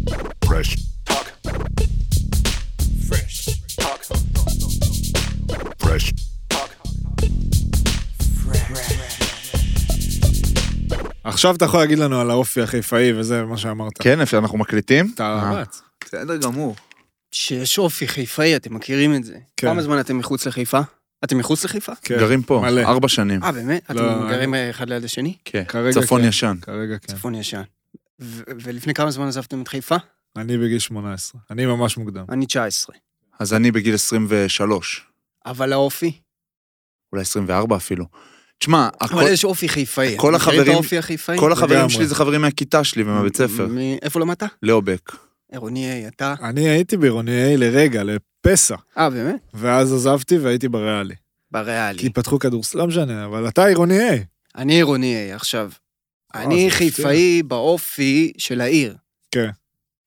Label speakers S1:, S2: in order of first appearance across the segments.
S1: Fresh talk. Fresh talk. Fresh talk.
S2: עכשיו אתה יכול להגיד לנו על האופי החיפאי וזה מה שאמרת.
S3: כן, אפשר, אנחנו מקליטים?
S2: אתה
S3: אה,
S2: רץ.
S3: בסדר גמור.
S4: שיש אופי חיפאי, אתם מכירים את זה.
S2: כן.
S4: כמה זמן אתם מחוץ לחיפה? אתם מחוץ לחיפה?
S2: כן,
S3: גרים פה,
S2: מלא.
S3: ארבע שנים.
S4: אה, באמת?
S2: לא,
S4: אתם גרים אה, אחד ליד השני?
S3: כן,
S2: כרגע
S3: צפון
S2: כן.
S3: ישן.
S2: כרגע כן.
S4: צפון ישן. ו- ולפני כמה זמן עזבתם את חיפה?
S2: אני בגיל 18. אני ממש מוקדם.
S4: אני 19.
S3: אז אני בגיל 23,
S4: אבל האופי?
S3: אולי 24 אפילו. תשמע,
S4: אבל
S3: הכל-
S4: יש אופי חיפאי.
S3: כל
S4: אתם מכירים את
S3: החברים-
S4: האופי החיפאי?
S3: כל החברים
S2: לגמרי.
S3: שלי זה חברים מהכיתה שלי ומהבית ספר.
S4: מ- איפה למדת?
S3: לאובק.
S4: עירוני A, אתה?
S2: אני הייתי בעירוני A לרגע, לפסע,
S4: אה, באמת?
S2: ואז עזבתי והייתי בריאלי.
S4: בריאלי.
S2: כי פתחו כדורסל, לא משנה, אבל אתה עירוני A.
S4: אני עירוני A עכשיו.
S2: אה,
S4: אני
S2: זה
S4: חיפאי באופי של העיר.
S2: כן.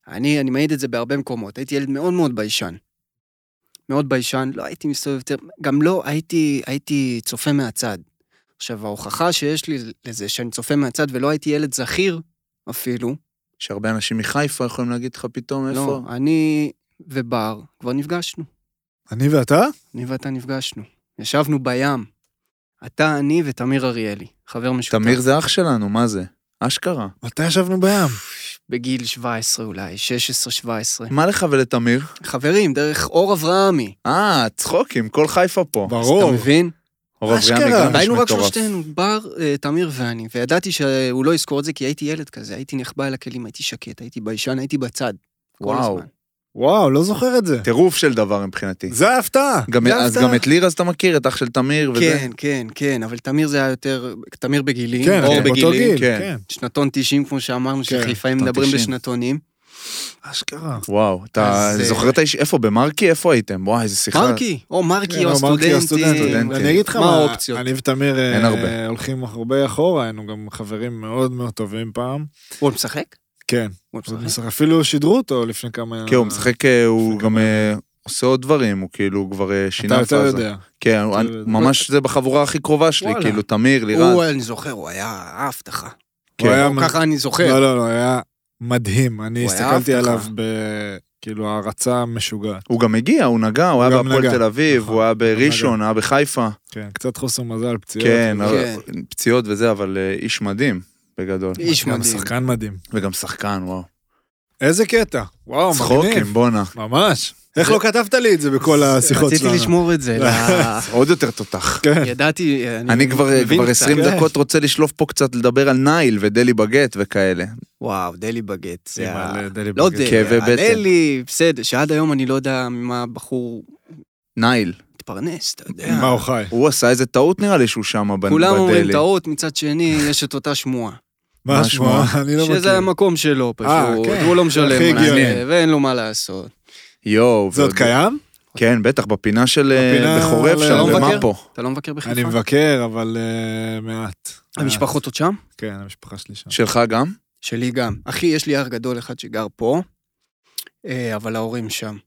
S4: אני, אני מעיד את זה בהרבה מקומות. הייתי ילד מאוד מאוד ביישן. מאוד ביישן, לא הייתי מסתובב יותר, גם לא, הייתי, הייתי צופה מהצד. עכשיו, ההוכחה שיש לי לזה שאני צופה מהצד ולא הייתי ילד זכיר אפילו,
S3: שהרבה אנשים מחיפה יכולים להגיד לך פתאום איפה.
S4: לא, אני ובר כבר נפגשנו.
S2: אני ואתה?
S4: אני ואתה נפגשנו. ישבנו בים. אתה, אני ותמיר אריאלי, חבר משותף.
S3: תמיר זה אח שלנו, מה זה? אשכרה.
S2: מתי ישבנו בים?
S4: בגיל 17 אולי, 16-17.
S3: מה לך ולתמיר?
S4: חברים, דרך אור אברהמי.
S3: אה, צחוקים, כל חיפה פה.
S2: ברור.
S4: אתה מבין?
S3: אור
S2: אשכרה.
S3: אברהם מגרש מטורף.
S4: היינו רק שלושתנו, בר, אה, תמיר ואני, וידעתי שהוא לא יזכור את זה כי הייתי ילד כזה, הייתי נחבא אל הכלים, הייתי שקט, הייתי ביישן, הייתי בצד. כל
S3: וואו,
S4: הזמן.
S2: וואו, לא זוכר את זה.
S3: טירוף של דבר מבחינתי.
S2: זה ההפתעה.
S3: גם-
S4: זה
S3: אז
S4: הפתעה.
S3: גם את ליר אז אתה מכיר, את אח של תמיר וזה.
S4: כן, כן, כן, אבל תמיר זה היה יותר, תמיר בגילי,
S2: כן,
S4: אור
S2: אנחנו באותו
S4: בגילי,
S2: גיל.
S3: כן.
S2: כן.
S4: שנתון 90 כמו שאמרנו,
S2: כן,
S4: שחיפאים
S3: שנתון
S4: מדברים
S3: 90.
S4: בשנתונים.
S2: אשכרה.
S3: וואו, אתה
S2: אה,
S4: אז,
S3: זוכר את האיש, איפה, במרקי? איפה הייתם? וואי, איזה שיחה.
S4: מרקי, או
S2: כן,
S4: מרקי או הסטודנטים.
S3: הסטודנטים.
S2: אני אגיד לך
S4: מה האופציות?
S2: אני ותמיר אה,
S3: כן. אין הרבה.
S2: הולכים הרבה אחורה, היינו גם חברים מאוד מאוד טובים פעם.
S4: הוא משחק?
S2: כן.
S4: הוא משחק?
S2: אפילו שידרו אותו לפני כמה...
S3: כן, הוא משחק, אה, הוא
S2: משחק
S3: גם אה, עושה עוד דברים, הוא כאילו הוא כבר אה,
S2: לא אתה
S3: שינה
S2: יותר יודע.
S3: כן, הוא-
S2: יותר יודע. אה,
S3: ממש זה בחבורה הכי קרובה שלי,
S4: וואלה.
S3: כאילו, תמיר, לירן.
S4: הוא, אני זוכר, הוא היה ההבטחה.
S3: כן.
S2: הוא היה
S4: או ככה אני זוכר.
S2: לא, לא, לא, היה מדהים. אני
S4: הוא היה
S2: הסתכלתי
S4: הבטחה.
S2: עליו ב... כאילו, הערצה משוגעת.
S3: הוא גם הגיע, הוא נגע, הוא היה
S2: גם
S3: בהפועל
S2: נגע.
S3: תל אביב,
S2: נכון.
S3: הוא היה
S2: גם
S3: בראשון, היה בחיפה.
S2: כן, קצת חוסר מזל, פציעות.
S3: כן,
S2: וזה.
S3: אבל- פציעות וזה, אבל אה, איש מדהים, בגדול.
S4: איש
S2: גם
S4: מדהים.
S2: שחקן מדהים.
S3: וגם שחקן, וואו.
S2: איזה קטע. וואו, לא, מגניב.
S3: צחוקים, בואנה.
S2: ממש. איך לא כתבת לי את זה בכל השיחות שלנו?
S4: רציתי לשמור את זה. ל-
S3: עוד יותר תותח.
S2: כן.
S4: ידעתי,
S3: אני כבר
S4: מבין
S3: כבר
S4: קצת.
S3: 20
S2: כן.
S3: דקות רוצה לשלוף פה קצת לדבר על נייל ודלי בגט וכאלה.
S4: וואו, דלי בגט. זה
S2: עם
S4: ה-
S2: על דלי
S4: לא
S2: בגט.
S4: דלי,
S3: כאבי בטן.
S4: דלי, בסדר, שעד היום אני לא יודע ממה הבחור
S3: נייל.
S4: מתפרנס, אתה יודע.
S2: כן. מה הוא חי?
S3: הוא עשה איזה טעות נראה לי שהוא שם בדלי.
S4: כולם אומרים טעות, מצד שני יש את אותה שמועה.
S2: מה
S3: מה
S2: השמועה? אני לא
S4: שזה
S2: מכיר.
S4: המקום שלו
S2: אה,
S4: פשוט,
S2: כן.
S4: הוא לא משלם
S2: הכי
S4: על
S2: הגיוני.
S4: זה, ואין לו מה לעשות.
S3: יואו.
S2: זה עוד
S3: ו-
S2: קיים?
S3: כן, בטח, בפינה של... אה,
S2: בפינה
S3: בחורף
S2: על-
S3: שם,
S4: לא
S3: ומה
S4: מבקר?
S3: פה?
S4: אתה לא מבקר בחיפה?
S3: נכון.
S2: אני מבקר, אבל אה, מעט.
S4: המשפחות עוד שם?
S2: מעט. כן, המשפחה שלי שם.
S3: שלך גם?
S4: שלי גם. אחי, יש לי אח גדול אחד שגר פה, אה, אבל ההורים שם.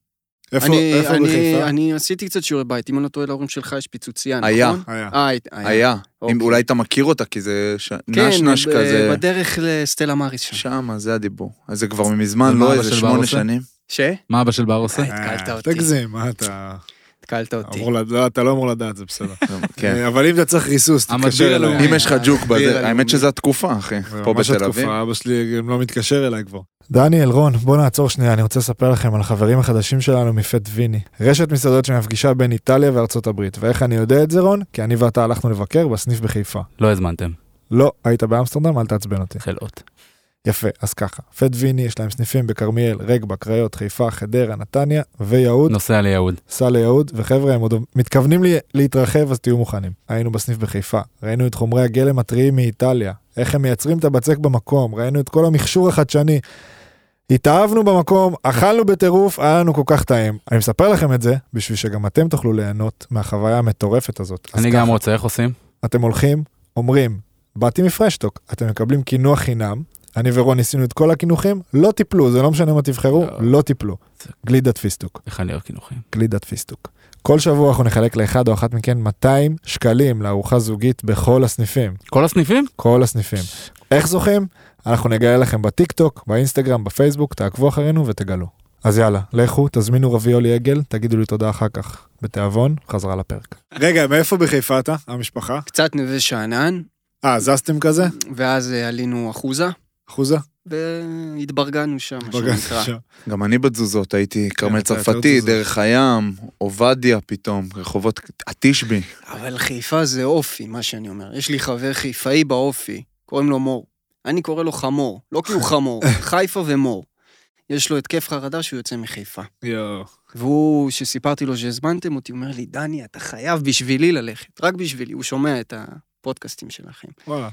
S2: איפה
S4: אני-
S2: איפה
S4: אני-
S2: בחיפה?
S4: אני עשיתי קצת שיעורי בית, אם אני לא טועה להורים שלך יש פיצוצייה, נכון?
S3: היה.
S2: היה.
S4: אה, הי-
S3: היה. אם-
S4: אוקיי.
S3: אולי אתה מכיר אותה, כי זה ש-
S4: כן,
S3: נש נש
S4: ב-
S3: כזה.
S4: בדרך לסטלה מאריס שם.
S3: שמה, זה הדיבור. אז זה כבר מזמן,
S5: ומה
S3: לא
S5: אבא
S3: איזה
S5: של
S3: שמונה
S5: ברוך זה?
S3: שנים.
S4: ש?
S5: מה אבא של בר עושה?
S4: אה, התקלת
S2: אה,
S4: אותי.
S2: תגזים, מה אתה...
S4: התקלת אותי.
S2: אמור לד- לא, אתה לא אמור לדעת, זה בסדר.
S3: כן.
S2: אה, אבל אם אתה צריך ריסוס,
S5: המדביר
S2: תתקשר
S5: הלאומי.
S2: אליי.
S3: אם יש לך ג'וק
S4: אביר
S3: בזה, האמת
S4: הלאומי.
S3: שזו התקופה, אחי.
S2: זה
S3: פה
S2: ממש
S3: בתל
S2: התקופה,
S3: אביב.
S2: אבא שלי גם לא מתקשר אליי כבר. דניאל, רון, בוא נעצור שנייה, אני רוצה לספר לכם על החברים החדשים שלנו מפט ויני. רשת מסעדות שמפגישה בין איטליה וארצות הברית. ואיך אני יודע את זה, רון? כי אני ואתה הלכנו לבקר בסניף בחיפה.
S5: לא הזמנתם,
S2: לא, היית באמסטרדם, אל תעצבן אותי.
S5: חלאות.
S2: יפה, אז ככה. פט ויני, יש להם סניפים בכרמיאל, רגבה, קריות, חיפה, חדרה, נתניה ויהוד.
S5: נוסע ליהוד.
S2: סע ליהוד, וחבר'ה, הם עוד מתכוונים לי- להתרחב, אז תהיו מוכנים. היינו בסניף בחיפה, ראינו את חומרי הגלם הטריים מאיטליה, איך הם מייצרים את הבצק במקום, ראינו את כל המכשור החדשני. התאהבנו במקום, אכלנו בטירוף, היה לנו כל כך טעים. אני מספר לכם את זה, בשביל שגם אתם תוכלו ליהנות מהחוויה המטורפת הזאת. אז
S5: אני
S2: ככה,
S5: גם רוצה, איך עושים?
S2: אתם הולכים, אומרים, באתי מפרשטוק, אתם מקבלים קינוח חינם, אני ורון ניסינו את כל הקינוחים, לא טיפלו, זה לא משנה מה תבחרו,
S5: לא.
S2: לא טיפלו.
S5: זה-
S2: גלידת פיסטוק.
S5: איך אני אוהב קינוחים.
S2: גלידת פיסטוק. כל שבוע אנחנו נחלק לאחד או אחת מכן 200 שקלים לארוחה זוגית בכל הסניפים.
S5: כל הסניפים?
S2: כל הסניפים. איך זוכים? אנחנו נגלה לכם בטיקטוק, באינסטגרם, בפייסבוק, תעקבו אחרינו ותגלו. אז יאללה, לכו, תזמינו רביולי עגל, תגידו לי תודה אחר כך. בתיאבון, חזרה לפרק. רגע, מאיפה בחיפה אתה, המשפחה?
S4: קצת נווה שאנן,
S2: אה, זזתם כזה?
S4: ואז אה, עלינו אחוזה,
S2: אחוזה?
S4: והתברגנו שם, מה
S2: בגן
S4: שנקרא.
S2: שם.
S3: גם אני בתזוזות, הייתי
S4: כן,
S3: כרמל
S2: אתה יותר
S3: צרפתי,
S2: תזוזות.
S3: דרך הים, עובדיה פתאום, רחובות התשבי.
S4: אבל חיפה זה אופי, מה שאני אומר. יש לי חבר חיפאי באופי, קוראים לו מור. אני קורא לו חמור, לא כי הוא חמור, חיפה ומור. יש לו התקף חרדה שהוא יוצא מחיפה.
S2: יואו.
S4: והוא, כשסיפרתי לו שהזמנתם אותי, הוא אומר לי, דני, אתה חייב בשבילי ללכת, רק בשבילי. הוא שומע את הפודקאסטים שלכם.
S2: וואלה.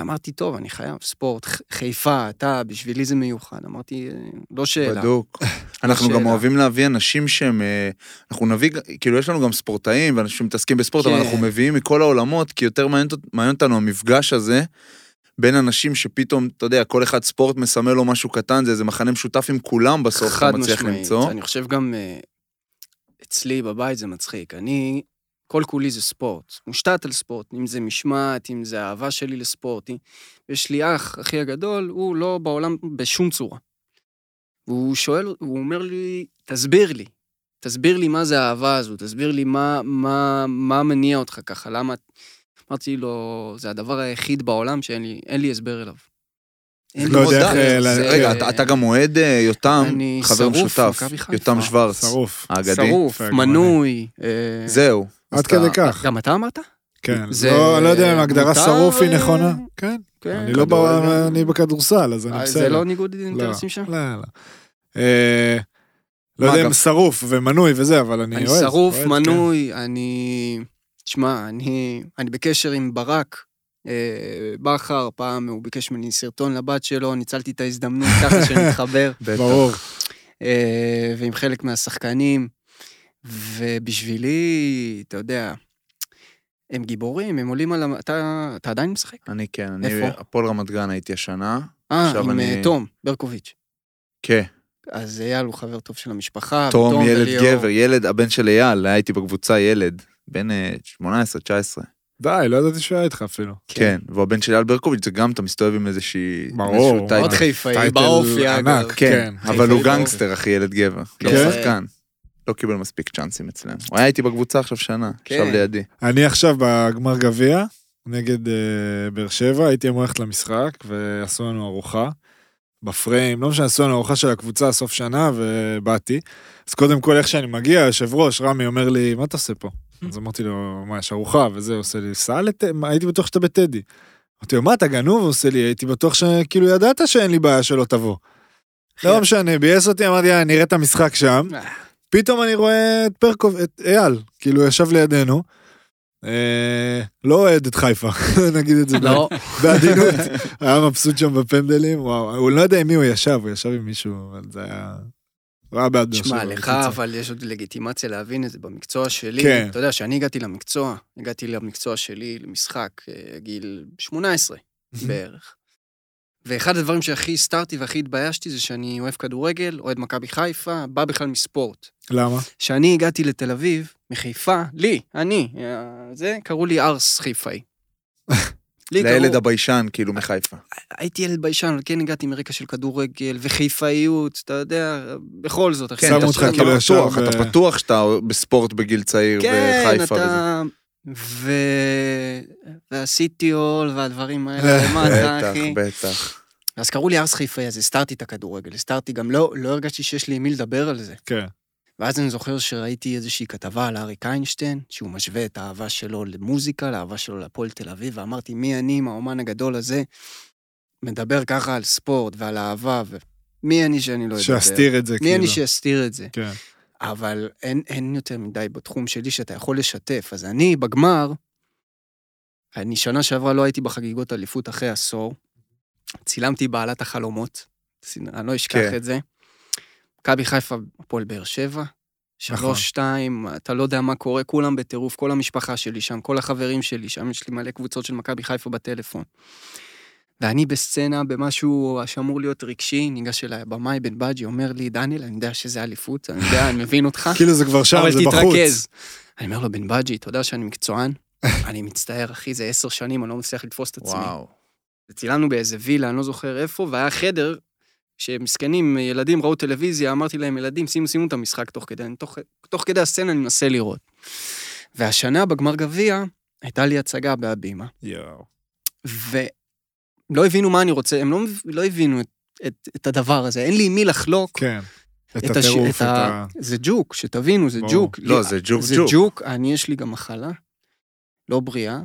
S4: אמרתי, טוב, אני חייב, ספורט, ח- חיפה, אתה, בשבילי זה מיוחד. אמרתי, "אה, לא שאלה.
S3: בדוק. אנחנו גם
S4: שאלה.
S3: אוהבים להביא אנשים שהם... אה, אנחנו נביא, ג- כאילו, יש לנו גם ספורטאים ואנשים שמתעסקים בספורט, אבל
S4: כן.
S3: אנחנו מביאים מכל העולמות, כי יותר מעניין אות- מעניין אותנו המפגש הזה בין אנשים שפתאום, אתה יודע, כל אחד ספורט מסמל לו משהו קטן, זה איזה מחנה משותף עם כולם בסוף,
S4: חד
S3: אתה מצליח
S4: משמעית.
S3: למצוא.
S4: אני חושב גם אה, אצלי בבית זה מצחיק. אני, כל כולי זה ספורט. מושתת על ספורט, אם זה משמעת, אם זה האהבה שלי לספורט. אם- יש לי אח, אחי הגדול, הוא לא בעולם בשום צורה. והוא שואל, הוא אומר לי, תסביר לי. תסביר לי מה זה האהבה הזו, תסביר לי מה, מה, מה מניע אותך ככה, למה... אמרתי לו, זה הדבר היחיד בעולם שאין לי, אין לי הסבר אליו. אין לי
S2: לא יודע
S4: הסבר,
S2: איך, אה,
S4: זה-
S3: רגע, אתה- אתה גם אוהד אה, יותם,
S4: אני
S3: חבר
S4: שרוף
S3: משותף,
S4: מכבי חיפה.
S3: יותם שוורץ,
S2: שרוף.
S3: האגדי.
S4: שרוף,
S2: יפה,
S4: מנוי. אה,
S3: זהו. אז
S2: עד
S3: אתה-
S2: כדי כך.
S4: גם אתה אמרת?
S2: כן.
S4: זה-
S2: לא, אני לא יודע אם ההגדרה
S4: מותר,
S2: שרוף היא
S4: אה,
S2: נכונה. כן. אני לא
S4: כדורגל.
S2: ב- אני בכדורסל, אז אני
S4: אה,
S2: בסדר.
S4: זה לא ניגוד
S2: לא,
S4: אינטרסים שם?
S2: לא, לא. אה,
S3: מה
S2: לא יודע
S3: גם?
S2: אם שרוף ומנוי וזה, אבל אני כן.
S4: אני
S2: אוהב.
S4: שרוף,
S2: אוהב,
S4: מנוי, אני... תשמע, אני אני בקשר עם ברק. אה, בכר, פעם הוא ביקש ממני סרטון לבת שלו, ניצלתי את ההזדמנות ככה שנתחבר,
S2: כן.
S3: בטח.
S2: ברור.
S4: אה, ועם חלק מהשחקנים. ובשבילי, אתה יודע, הם גיבורים, הם עולים על... המ- אתה אתה עדיין משחק?
S3: אני כן, אני
S4: איפה?
S3: הפועל רמת גן הייתי השנה.
S4: אה,
S3: עכשיו
S4: עם
S3: אני-
S4: אה, תום ברקוביץ'.
S3: כן.
S4: אה, אז אייל הוא חבר טוב של המשפחה.
S3: תום,
S4: ותום
S3: ילד
S4: וליאור.
S3: גבר, ילד, הבן של אייל, הייתי בקבוצה ילד, בן אה, 18-19.
S2: די, לא ידעתי שהוא היה איתך אפילו.
S3: כן, והבן של אייל ברקוביץ', זה גם, אתה מסתובב עם איזושהי...
S2: ברור,
S3: איזשהו
S2: מאוד
S3: טייטל.
S4: מאוד חיפאי,
S2: טייטל
S4: באופי אגב.
S2: ענק.
S3: כן,
S2: כן.
S3: אבל הוא
S4: חיפה.
S3: גנגסטר, אחי, ילד גבר. לא
S2: כן?
S3: שחקן. לא קיבל מספיק צ'אנסים אצלנו. הוא היה איתי בקבוצה עכשיו שנה, עכשיו
S4: כן.
S3: לידי.
S2: אני עכשיו בגמר גביע, נגד אה, באר שבע, הייתי אמור ללכת למשחק, ועשו לנו ארוחה. בפריים, לא משנה, עשו לנו ארוחה של הקבוצה סוף שנה, ובאתי. אז קודם כל, איך שאני מגיע, היושב ראש, רמי אומר לי, מה אתה עושה פה? אז אמרתי לו, מה, יש ארוחה? וזה, הוא עושה לי, סע לט... מה, הייתי בטוח שאתה בטדי. אמרתי לו, מה, אתה גנוב? הוא עושה לי, הייתי בטוח שכאילו ידעת שאין לי בעיה שלא תבוא. לא משנה, ביאס אותי, אמרתי, יאללה, נראה את המשחק שם.
S3: כן.
S4: אה.
S2: פתאום אני רואה את פרקוב, את אייל, כאילו, ישב לידינו. אה, לא אוהד את חיפה, נגיד את זה
S4: לא,
S2: בעדינות. היה מבסוט שם בפנדלים, וואו, הוא לא יודע עם מי הוא ישב, הוא ישב עם מישהו, אבל זה היה... הוא היה בעד
S3: לא,
S2: באר
S4: תשמע,
S2: שבע,
S4: לך
S2: בקיצור.
S4: אבל יש עוד לגיטימציה להבין את זה במקצוע שלי.
S2: כן.
S4: אתה יודע, כשאני הגעתי למקצוע, הגעתי למקצוע שלי, למשחק, אה, גיל 18 בערך. ואחד הדברים שהכי הסתרתי והכי התביישתי זה שאני אוהב כדורגל, אוהד מכבי חיפה, בא בכלל מספורט.
S2: למה?
S4: כשאני הגעתי לתל אביב, מחיפה, לי, אני, אה, זה, קראו לי ארס חיפאי. לי
S3: לילד
S4: קראו,
S3: הביישן, כאילו, מחיפה.
S4: הייתי ילד ביישן, אבל כן הגעתי מרקע של כדורגל וחיפאיות, אתה יודע, בכל זאת. אחי,
S3: כן,
S2: שמו
S4: אתה
S3: אתה-
S2: אותך
S4: שאתה-
S3: אתה
S2: כאילו ישר
S3: בטוח,
S2: ב-
S3: אתה פתוח שאתה בספורט בגיל צעיר
S4: כן,
S3: בחיפה. וזה.
S4: אתה... ו... והסיטי הול והדברים האלה, מה אתה, אחי?
S3: בטח, בטח.
S4: אז קראו לי ארס חיפאי, אז הסתרתי את הכדורגל, הסתרתי גם, לא לא הרגשתי שיש לי עם מי לדבר על זה.
S2: כן.
S4: ואז אני זוכר שראיתי איזושהי כתבה על אריק איינשטיין, שהוא משווה את האהבה שלו למוזיקה, לאהבה שלו להפועל תל אביב, ואמרתי, מי אני עם האומן הגדול הזה, מדבר ככה על ספורט ועל אהבה, ומי אני שאני לא אדבר?
S2: שאסתיר את זה,
S4: מי
S2: כאילו.
S4: אני שאסתיר את זה?
S2: כן.
S4: אבל אין, אין יותר מדי בתחום שלי שאתה יכול לשתף. אז אני, בגמר, אני שנה שעברה לא הייתי בחגיגות אליפות אחרי עשור. צילמתי בעלת החלומות, סד- אני לא אשכח
S3: כן.
S4: את זה. מכבי חיפה, הפועל באר שבע.
S2: נכון.
S4: שלוש, שתיים, אתה לא יודע מה קורה, כולם בטירוף, כל המשפחה שלי שם, כל החברים שלי שם, יש לי מלא קבוצות של מכבי חיפה בטלפון. ואני בסצנה, במשהו שאמור להיות רגשי, ניגש אליי הבמאי בן בג'י, אומר לי, דניאל, אני יודע שזה אליפות, אני יודע, אני מבין אותך.
S2: כאילו זה כבר שם,
S4: אבל
S2: זה בחוץ.
S4: תתרכז. אני אומר לו, בן בג'י, אתה יודע שאני מקצוען? אני מצטער, אחי, זה עשר שנים, אני לא מצליח לתפוס את עצמי.
S3: וואו.
S4: וצילמנו באיזה וילה, אני לא זוכר איפה, והיה חדר שמסכנים, ילדים ראו טלוויזיה, אמרתי להם, ילדים, שימו, שימו את המשחק תוך כדי, אני, תוך, תוך כדי הסצנה אני מנסה לראות. והשנה בגמר גביע, הייתה לי הצגה בהבימה,
S6: יואו.
S4: ולא הבינו מה אני רוצה, הם לא, מב- לא הבינו את, את, את הדבר הזה, אין לי עם מי לחלוק.
S6: כן. את
S4: הש-
S6: הטירוף,
S4: את
S6: את
S4: ה-
S6: ה...
S4: זה ג'וק, שתבינו, זה
S6: ברור.
S4: ג'וק.
S3: לא, זה ג'וק
S4: זה
S3: ג'וק.
S4: ג'וק, אני יש לי גם מחלה, לא בריאה.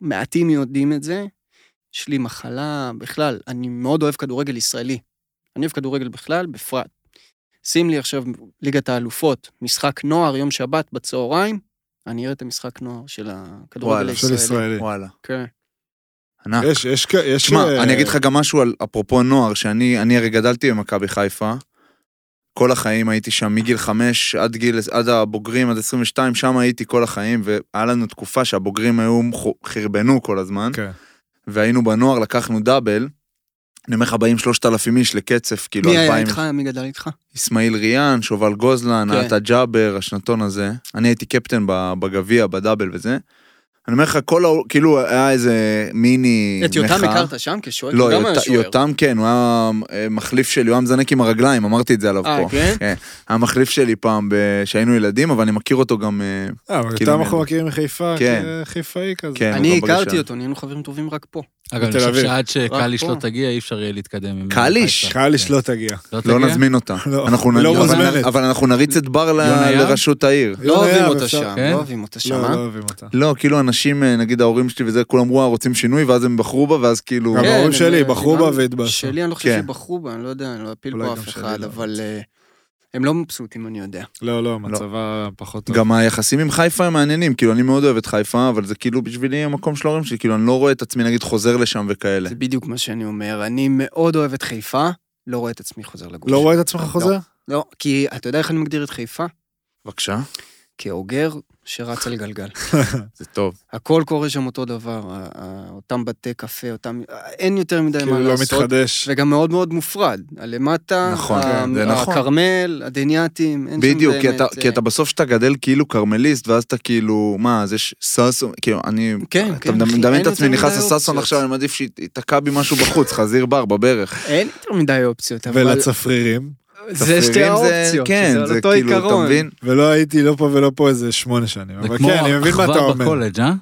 S4: מעטים יודעים את זה. יש לי מחלה, בכלל, אני מאוד אוהב כדורגל ישראלי. אני אוהב כדורגל בכלל, בפרט. שים לי עכשיו ליגת האלופות, משחק נוער, יום שבת בצהריים, אני אראה את המשחק נוער של הכדורגל
S3: וואלה,
S6: של
S4: הישראלי. אה.
S6: ישראלי.
S3: וואלה.
S4: כן.
S3: ענק.
S6: יש, יש, כ- יש...
S3: תשמע,
S6: אה,
S3: אני אגיד לך גם משהו על אפרופו נוער, שאני אני הרי גדלתי במכבי חיפה. כל החיים הייתי שם, מגיל חמש עד גיל, עד הבוגרים, עד 22, שם הייתי כל החיים, והיה לנו תקופה שהבוגרים היו, חו- חרבנו כל הזמן,
S6: כן.
S3: והיינו בנוער, לקחנו דאבל. אני אומר לך, באים 3,000 איש לקצף, כאילו,
S4: מי היה
S3: 2,000...
S4: איתך? מי גדל איתך?
S3: אסמאעיל ריאן, שובל גוזלן,
S4: כן.
S3: עטה ג'אבר, השנתון הזה. אני הייתי קפטן ב- בגביע, בדאבל וזה. אני אומר לך, כל ה... כאילו, היה איזה מיני...
S4: את יותם
S3: מחאה.
S4: הכרת שם כשוער?
S3: לא,
S4: הוא אוקיי, גם היה
S3: יותם-
S4: שוער.
S3: יותם כן, הוא היה אה, מחליף שלי, הוא היה מזנק עם הרגליים, אמרתי את זה עליו
S4: אה,
S3: פה.
S4: כן?
S3: היה מחליף שלי פעם, ב- שהיינו ילדים, אבל אני מכיר אותו גם... אה,
S6: אה, אבל
S3: כאילו
S6: אותם אנחנו
S3: מי-
S6: מכירים מחיפה,
S3: כן.
S6: כ- חיפאי כזה.
S3: כן, הוא
S4: אני
S3: גם בגשם.
S4: הכרתי אותו, נהיינו חברים טובים רק פה.
S5: אגב, אני
S6: בתל
S5: חושב
S6: אביב.
S5: שעד שקליש
S4: פה.
S5: לא תגיע, אי אפשר יהיה להתקדם. עם
S3: קליש?
S5: חיפה.
S6: קליש
S5: כן.
S6: לא תגיע.
S3: לא
S5: תגיע?
S3: נזמין אותה.
S6: לא,
S3: אנחנו נ-
S6: לא
S3: אבל-
S6: מוזמנת.
S3: אבל אנחנו נריץ את בר ל-
S5: יונה יהב?
S3: לראשות העיר.
S6: יונה
S4: לא אוהבים
S6: יהב,
S4: אותה
S6: אפשר-
S4: שם,
S5: כן?
S4: לא אוהבים אותה שם,
S6: לא,
S4: אה?
S6: לא אוהבים אותה.
S3: לא, כאילו אנשים, אה, נגיד ההורים שלי וזה, כולם אמרו, "אה, רוצים שינוי, ואז הם בחרו בה, ואז כאילו...
S6: גם
S4: כן,
S6: ההורים
S4: אני-
S6: שלי בחרו בה
S4: גם
S6: והתבאסו.
S4: שלי, אני לא חושב
S3: כן.
S4: שבחרו בה, אני לא יודע, אני לא אפיל
S6: אולי
S4: פה
S6: גם
S4: אף
S6: שלי
S4: אחד,
S6: לא.
S4: אבל אה, הם לא מבסוטים, אני יודע.
S3: כן.
S6: לא, לא, מצבה פחות טוב.
S3: גם היחסים עם חיפה הם מעניינים, כאילו אני מאוד אוהב את חיפה, אבל זה כאילו בשבילי המקום של ההורים שלי, כאילו אני לא רואה את עצמי נגיד חוזר לשם וכאלה.
S4: זה בדיוק מה שאני אומר. אני מאוד אוהב את חיפה, לא רואה את עצמי חוזר לגוש.
S6: לא רואה את עצמך חוזר?
S4: לא, כי אתה יודע איך אני מגדיר את חיפה?
S3: בבקשה.
S4: כאוגר שרץ על גלגל.
S3: זה טוב.
S4: הכל קורה שם אותו דבר, ה- ה- אותם בתי קפה, אותם... אין יותר מדי
S6: כאילו
S4: מה
S6: לא
S4: לעשות.
S6: מתחדש.
S4: וגם מאוד מאוד מופרד. הלמטה,
S3: נכון,
S4: ה-
S3: כן, זה נכון.
S4: הכרמל, הדנייתים, אין שם באמת...
S3: בדיוק, כי אתה- כי
S4: אה,
S3: אתה בסוף שאתה גדל כאילו קרמליסט, ואז אתה כאילו, מה, אז יש ששון, כאילו אני...
S4: כן,
S3: אתה
S4: כן, אחי,
S3: מדמ- מדמיין
S4: אין
S3: את עצמי,
S4: יותר
S3: נכנס
S4: מדי
S3: לששון
S4: אופציות.
S3: עכשיו, אני מעדיף שייתקע בי משהו בחוץ, חזיר בר בברך.
S4: אין יותר מדי אופציות, אבל...
S6: ולצפרירים.
S4: זה שתי
S3: צפרירים זה-
S4: האופציות,
S3: כן,
S4: זה על
S3: זה
S4: אותו
S3: כאילו, אתה
S4: עיקרון.
S3: מבין?
S6: ולא הייתי לא פה ולא פה איזה שמונה שנים.
S5: זה
S6: אבל
S5: כמו
S6: כן, אני מבין מה אתה
S5: אחווה
S6: אומר.
S5: בקולג', אה?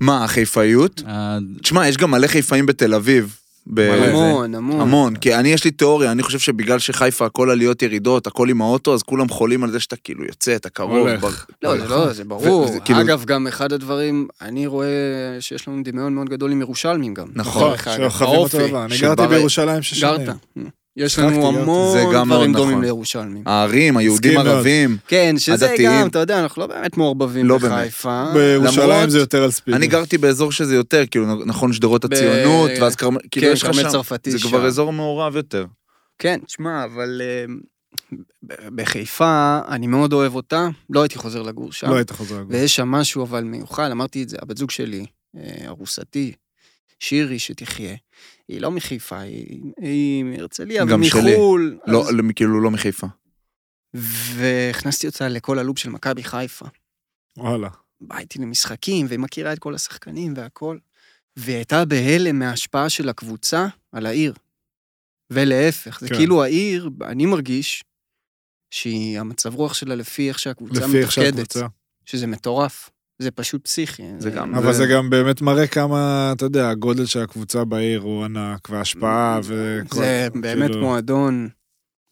S3: מה, החיפאיות?
S5: אה,
S3: תשמע, יש גם מלא חיפאים בתל אביב. ב-
S4: המון, המון.
S3: אה, המון, כי אני יש לי תיאוריה, אני חושב שבגלל שחיפה הכל עליות ירידות, הכל עם האוטו, אז כולם חולים על זה שאתה כאילו יוצא, אתה קרוב.
S6: הולך.
S3: בר-
S4: לא, זה לא, זה ברור.
S3: וזה כאילו-
S4: אגב, גם אחד הדברים, אני רואה שיש לנו דמיון מאוד גדול עם ירושלמים גם.
S3: נכון,
S4: דרך אגב,
S6: שחווים אותו
S4: באופי.
S6: דבר. אני
S3: של
S6: גרתי
S3: בר-
S6: בירושלים שש שנים.
S4: גרת. יש
S6: שכחתי,
S4: לנו
S6: גרתי.
S4: המון
S3: זה גם
S4: דברים
S3: מאוד
S4: דומים
S3: נכון.
S4: לירושלמים.
S3: הערים, היהודים,
S6: מסכים מאוד.
S3: ערבים.
S4: כן, שזה
S3: הדתיים.
S4: גם, אתה יודע, אנחנו לא באמת מעורבבים
S3: לא
S4: בחיפה.
S6: בירושלים
S3: למרות-
S6: זה יותר על ספידים.
S3: אני גרתי באזור שזה יותר, כאילו, נ- נכון, שדרות
S4: ב-
S3: הציונות, ואז כרמל, כאילו,
S4: כן,
S3: יש לך
S4: כרמל
S3: שם,
S4: צרפתי
S3: זה
S4: שם.
S3: כבר אזור מעורב יותר.
S4: כן, תשמע, אבל אה, ב- בחיפה, אני מאוד אוהב אותה, לא הייתי חוזר לגור שם.
S6: לא היית חוזר לגור.
S4: ויש שם משהו אבל מיוחד, אמרתי את זה, הבת זוג שלי, אה, ארוסתי, שירי שתחיה, היא לא מחיפה, היא, היא מהרצליה,
S3: גם שלי.
S4: ומחו"ל.
S3: לא,
S4: אז-
S3: למ- כאילו, לא מחיפה.
S4: והכנסתי אותה לכל הלופ של מכבי חיפה.
S6: וואלה.
S4: באה איתי למשחקים, והיא מכירה את כל השחקנים והכול. והיא הייתה בהלם מההשפעה של הקבוצה על העיר. ולהפך, זה
S6: כן.
S4: כאילו העיר, אני מרגיש שהיא, המצב רוח שלה לפי איך שהקבוצה
S6: לפי איך
S4: מתפקדת,
S6: שהקבוצה.
S4: שזה מטורף. זה פשוט פסיכי. אה,
S3: זה גם-
S6: אבל
S3: זה-
S6: זה גם באמת מראה כמה, אתה יודע, הגודל של הקבוצה בעיר הוא ענק, וההשפעה וכל...
S4: זה באמת
S6: כאילו,
S4: מועדון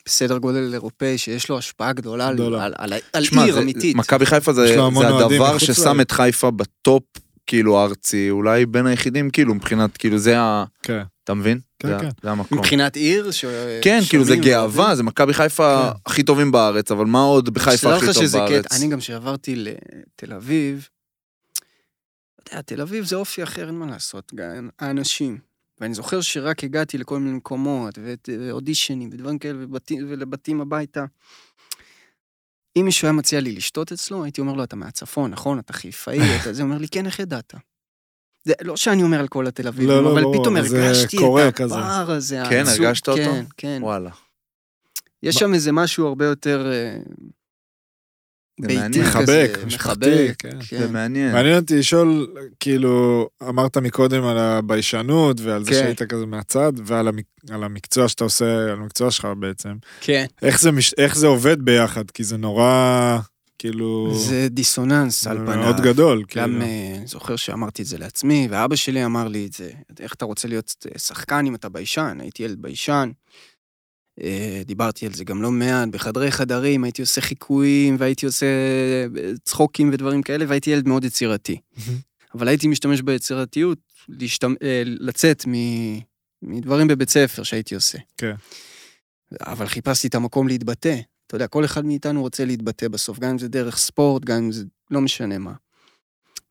S4: בסדר גודל אירופאי, שיש לו השפעה גדולה על,
S6: גדולה.
S4: על, על, על
S3: שמע,
S4: עיר
S3: זה-
S4: אמיתית.
S3: מכבי חיפה
S6: יש
S3: זה
S6: לה המון
S3: זה
S6: אוהדים
S3: הדבר
S6: מחוץ
S3: ששם
S6: לעיר.
S3: את חיפה בטופ, כאילו, הארצי, אולי בין היחידים, כאילו, מבחינת, כאילו, זה ה...
S6: כן.
S3: אתה מבין?
S6: כן,
S3: זה-
S6: כן.
S3: זה המקום.
S4: מבחינת עיר, ש...
S3: כן, כאילו זה
S4: שומעים,
S3: גאווה, זה מכבי חיפה
S6: כן.
S3: הכי טובים בארץ, אבל מה עוד בחיפה
S4: שתדע
S3: הכי
S4: לך
S3: טוב
S4: שזה
S3: בארץ?
S4: קטע. אני גם כשעברתי לתל אביב, אתה יודע, תל אביב זה אופי אחר, אין מה לעשות, גם האנשים. ואני זוכר שרק הגעתי לכל מיני מקומות, ואת- ואודישנים, ודברים כאלה, ובתים- ולבתים הביתה. אם מישהו היה מציע לי לשתות אצלו, הייתי אומר לו, אתה מהצפון, נכון? אתה חיפאי, אתה זה, הוא אומר לי, כן, איך ידעת? זה לא שאני אומר על כל התל אביבים,
S6: לא, לא,
S4: אבל
S6: ברור,
S4: פתאום
S6: אבל זה
S4: הרגשתי
S6: קורה
S4: את
S6: כזה.
S4: הפער הזה.
S3: כן,
S4: העצום.
S3: הרגשת אותו?
S4: כן, כן.
S3: וואלה.
S4: יש שם איזה משהו הרבה יותר... אה,
S3: זה
S4: ביתי
S3: מעניין.
S4: כזה,
S2: מחבק, משפחתי,
S4: מחבק,
S2: כן.
S3: זה
S4: כן.
S3: מעניין.
S2: מעניין אותי לשאול, כאילו, אמרת מקודם על הביישנות ועל זה
S4: כן.
S2: שהיית כזה מהצד ועל המק- על המקצוע שאתה עושה, על המקצוע שלך בעצם.
S4: כן.
S2: איך זה, מש- איך זה עובד ביחד? כי זה נורא, כאילו,
S4: זה דיסוננס על פניו.
S2: מאוד גדול.
S4: גם
S2: כאילו.
S4: אה, אני זוכר שאמרתי את זה לעצמי, ואבא שלי אמר לי את זה. איך אתה רוצה להיות אה, שחקן אם אתה ביישן? הייתי ילד ביישן. אה, דיברתי על זה גם לא מעט, בחדרי חדרים הייתי עושה חיקויים, והייתי עושה אה, צחוקים ודברים כאלה, והייתי ילד מאוד יצירתי. אבל הייתי משתמש ביצירתיות להשתמ... אה, לצאת מ... מדברים בבית ספר שהייתי עושה.
S2: כן.
S4: אבל חיפשתי את המקום להתבטא. אתה יודע, כל אחד מאיתנו רוצה להתבטא בסוף, גם אם זה דרך ספורט, גם אם זה לא משנה מה.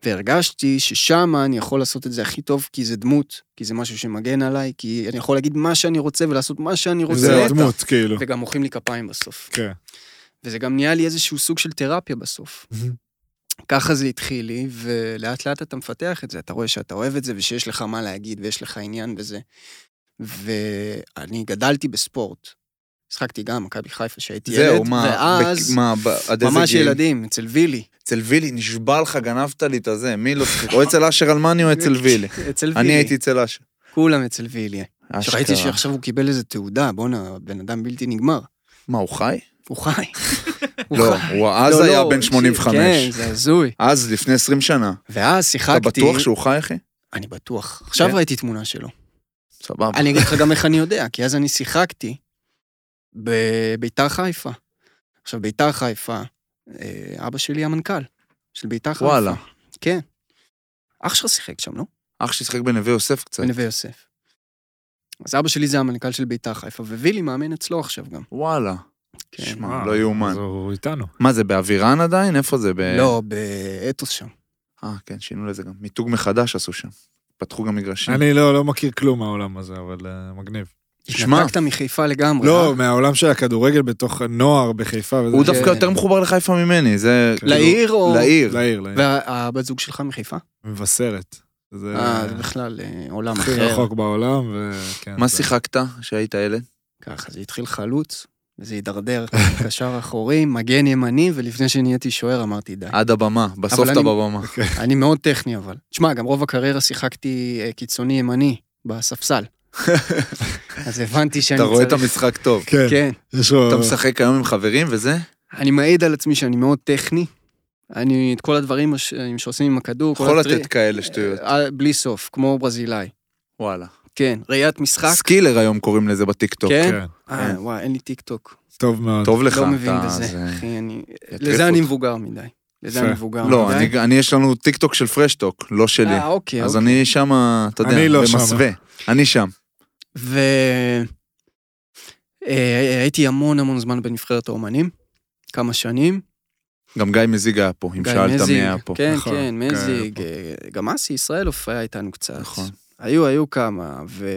S4: והרגשתי ששם אני יכול לעשות את זה הכי טוב, כי זה דמות, כי זה משהו שמגן עליי, כי אני יכול להגיד מה שאני רוצה ולעשות מה שאני רוצה.
S2: זה הדמות, כאילו.
S4: וגם מוחאים לי כפיים בסוף.
S2: כן.
S4: וזה גם נהיה לי איזשהו סוג של תרפיה בסוף.
S2: מהמם.
S3: Mm-hmm.
S4: ככה זה התחיל לי, ולאט לאט אתה מפתח את זה, אתה רואה שאתה אוהב את זה ושיש לך מה להגיד ויש לך עניין וזה. ואני גדלתי בספורט. משחקתי גם, מכבי חיפה, שהייתי ילד.
S3: זהו, מה,
S4: ואז,
S3: בק- מה, ב- עד איזה
S4: ממש
S3: גיל?
S4: ילדים, אצל וילי.
S3: אצל וילי, נשבע לך, גנבת לי את הזה, מי לא שיחק? או אצל אשר אלמני או אצל וילי.
S4: אצל וילי.
S3: אני הייתי אצל אשר.
S4: כולם אצל וילי. שראיתי
S3: אשכרה.
S4: שעכשיו הוא קיבל איזה תעודה, בואנה, בן אדם בלתי נגמר.
S3: מה, הוא חי?
S4: הוא חי. הוא
S3: לא,
S4: חי.
S3: הוא אז
S4: לא,
S3: היה
S4: לא,
S3: בן
S4: תקשיב,
S3: 85.
S4: כן, זה הזוי.
S3: אז, לפני 20 שנה.
S4: ואז
S3: אתה
S4: שיחקתי...
S3: בטוח שהוא חי, אחי?
S4: אני בטוח. עכשיו
S3: כן.
S4: ראיתי תמונה שלו.
S3: סבבה.
S4: אני אגיד לך גם איך אני יודע, כי אז אני שיחקתי בביתר חיפה. עכשיו, ביתר חיפה, אה, אבא שלי המנכ"ל של ביתר חיפה.
S3: וואלה.
S4: כן. אח שלך שיחק שם, לא?
S3: אח ששיחק בנווה יוסף קצת.
S4: בנווה יוסף. אז אבא שלי זה המנכ"ל של ביתר חיפה, ווילי מאמן אצלו עכשיו גם.
S3: וואלה.
S4: כן.
S3: שמע, לא יאומן.
S6: אז הוא איתנו.
S3: מה זה, באווירן עדיין? איפה זה? ב...
S4: לא, באתוס שם.
S3: אה, כן, שינו לזה גם. מיתוג מחדש עשו שם. פתחו גם מגרשים.
S2: אני לא, לא מכיר כלום מהעולם הזה, אבל אה, מגניב.
S3: שמע,
S4: התנתקת מחיפה לגמרי.
S2: לא,
S4: אה?
S2: מהעולם של הכדורגל בתוך הנוער בחיפה וזה.
S3: הוא
S4: כן.
S3: דווקא יותר מחובר לחיפה ממני, זה... כאילו-
S4: לעיר או...
S3: לעיר.
S2: לעיר, לעיר.
S4: והבת זוג שלך מחיפה?
S2: מבשרת. זה
S4: אה, זה בכלל אה, עולם
S2: הכי
S4: אחר.
S3: נכון.
S2: רחוק בעולם, וכן.
S3: מה
S2: זה-
S3: שיחקת כשהיית ילד?
S4: ככה, זה התחיל חלוץ, וזה הידרדר, קשר אחורי, מגן ימני, ולפני שנהייתי שוער אמרתי די.
S3: עד הבמה, בסוף
S4: אבל
S3: אתה
S4: אני-
S3: בבמה.
S4: אני מאוד טכני אבל. תשמע, גם רוב הקריירה שיחקתי אה, קיצוני ימני, בספסל. אז הבנתי שאני
S3: אתה
S4: צריך...
S3: רואה את המשחק טוב.
S2: כן,
S4: כן.
S2: יש לו...
S3: אתה משחק היום עם חברים וזה?
S4: אני מעיד על עצמי שאני מאוד טכני. אני, את כל הדברים הש- שעושים עם הכדור, כל
S3: יכול
S4: הטרי-
S3: לתת כאלה שטויות.
S4: אה, בלי סוף, כמו ברזילאי.
S3: וואלה.
S4: כן, ראיית משחק.
S3: סקילר היום קוראים לזה בטיקטוק.
S4: כן?
S2: כן,
S4: אה, וואי, אין לי טיק טוק.
S2: טוב מאוד.
S3: טוב לך.
S4: לא מבין
S3: אתה-
S4: בזה,
S3: זה-
S4: אחי, אני...
S3: יטריף
S4: לזה אני
S3: אותך.
S4: מבוגר מדי. לזה
S2: יפה.
S4: אני מבוגר מדי.
S3: לא, אני- אני יש לנו טיקטוק של פרשטוק, לא שלי.
S4: אה, אוקיי,
S3: אז
S4: אוקיי.
S3: אני שם, אתה יודע,
S2: אני לא שמה.
S3: במסווה. אני שם.
S4: ו... אה, הייתי המון המון זמן בנבחרת האומנים, כמה שנים.
S3: גם גיא מזיג היה פה, אם
S4: גיא
S3: שאלת מי
S4: מזיג,
S3: היה פה.
S4: כן,
S2: נכון,
S4: כן,
S2: גיא
S4: מזיג.
S2: היה
S4: אה, גם אסי ישראלוף היה איתנו קצת.
S3: נכון.
S4: היו, היו כמה, ו...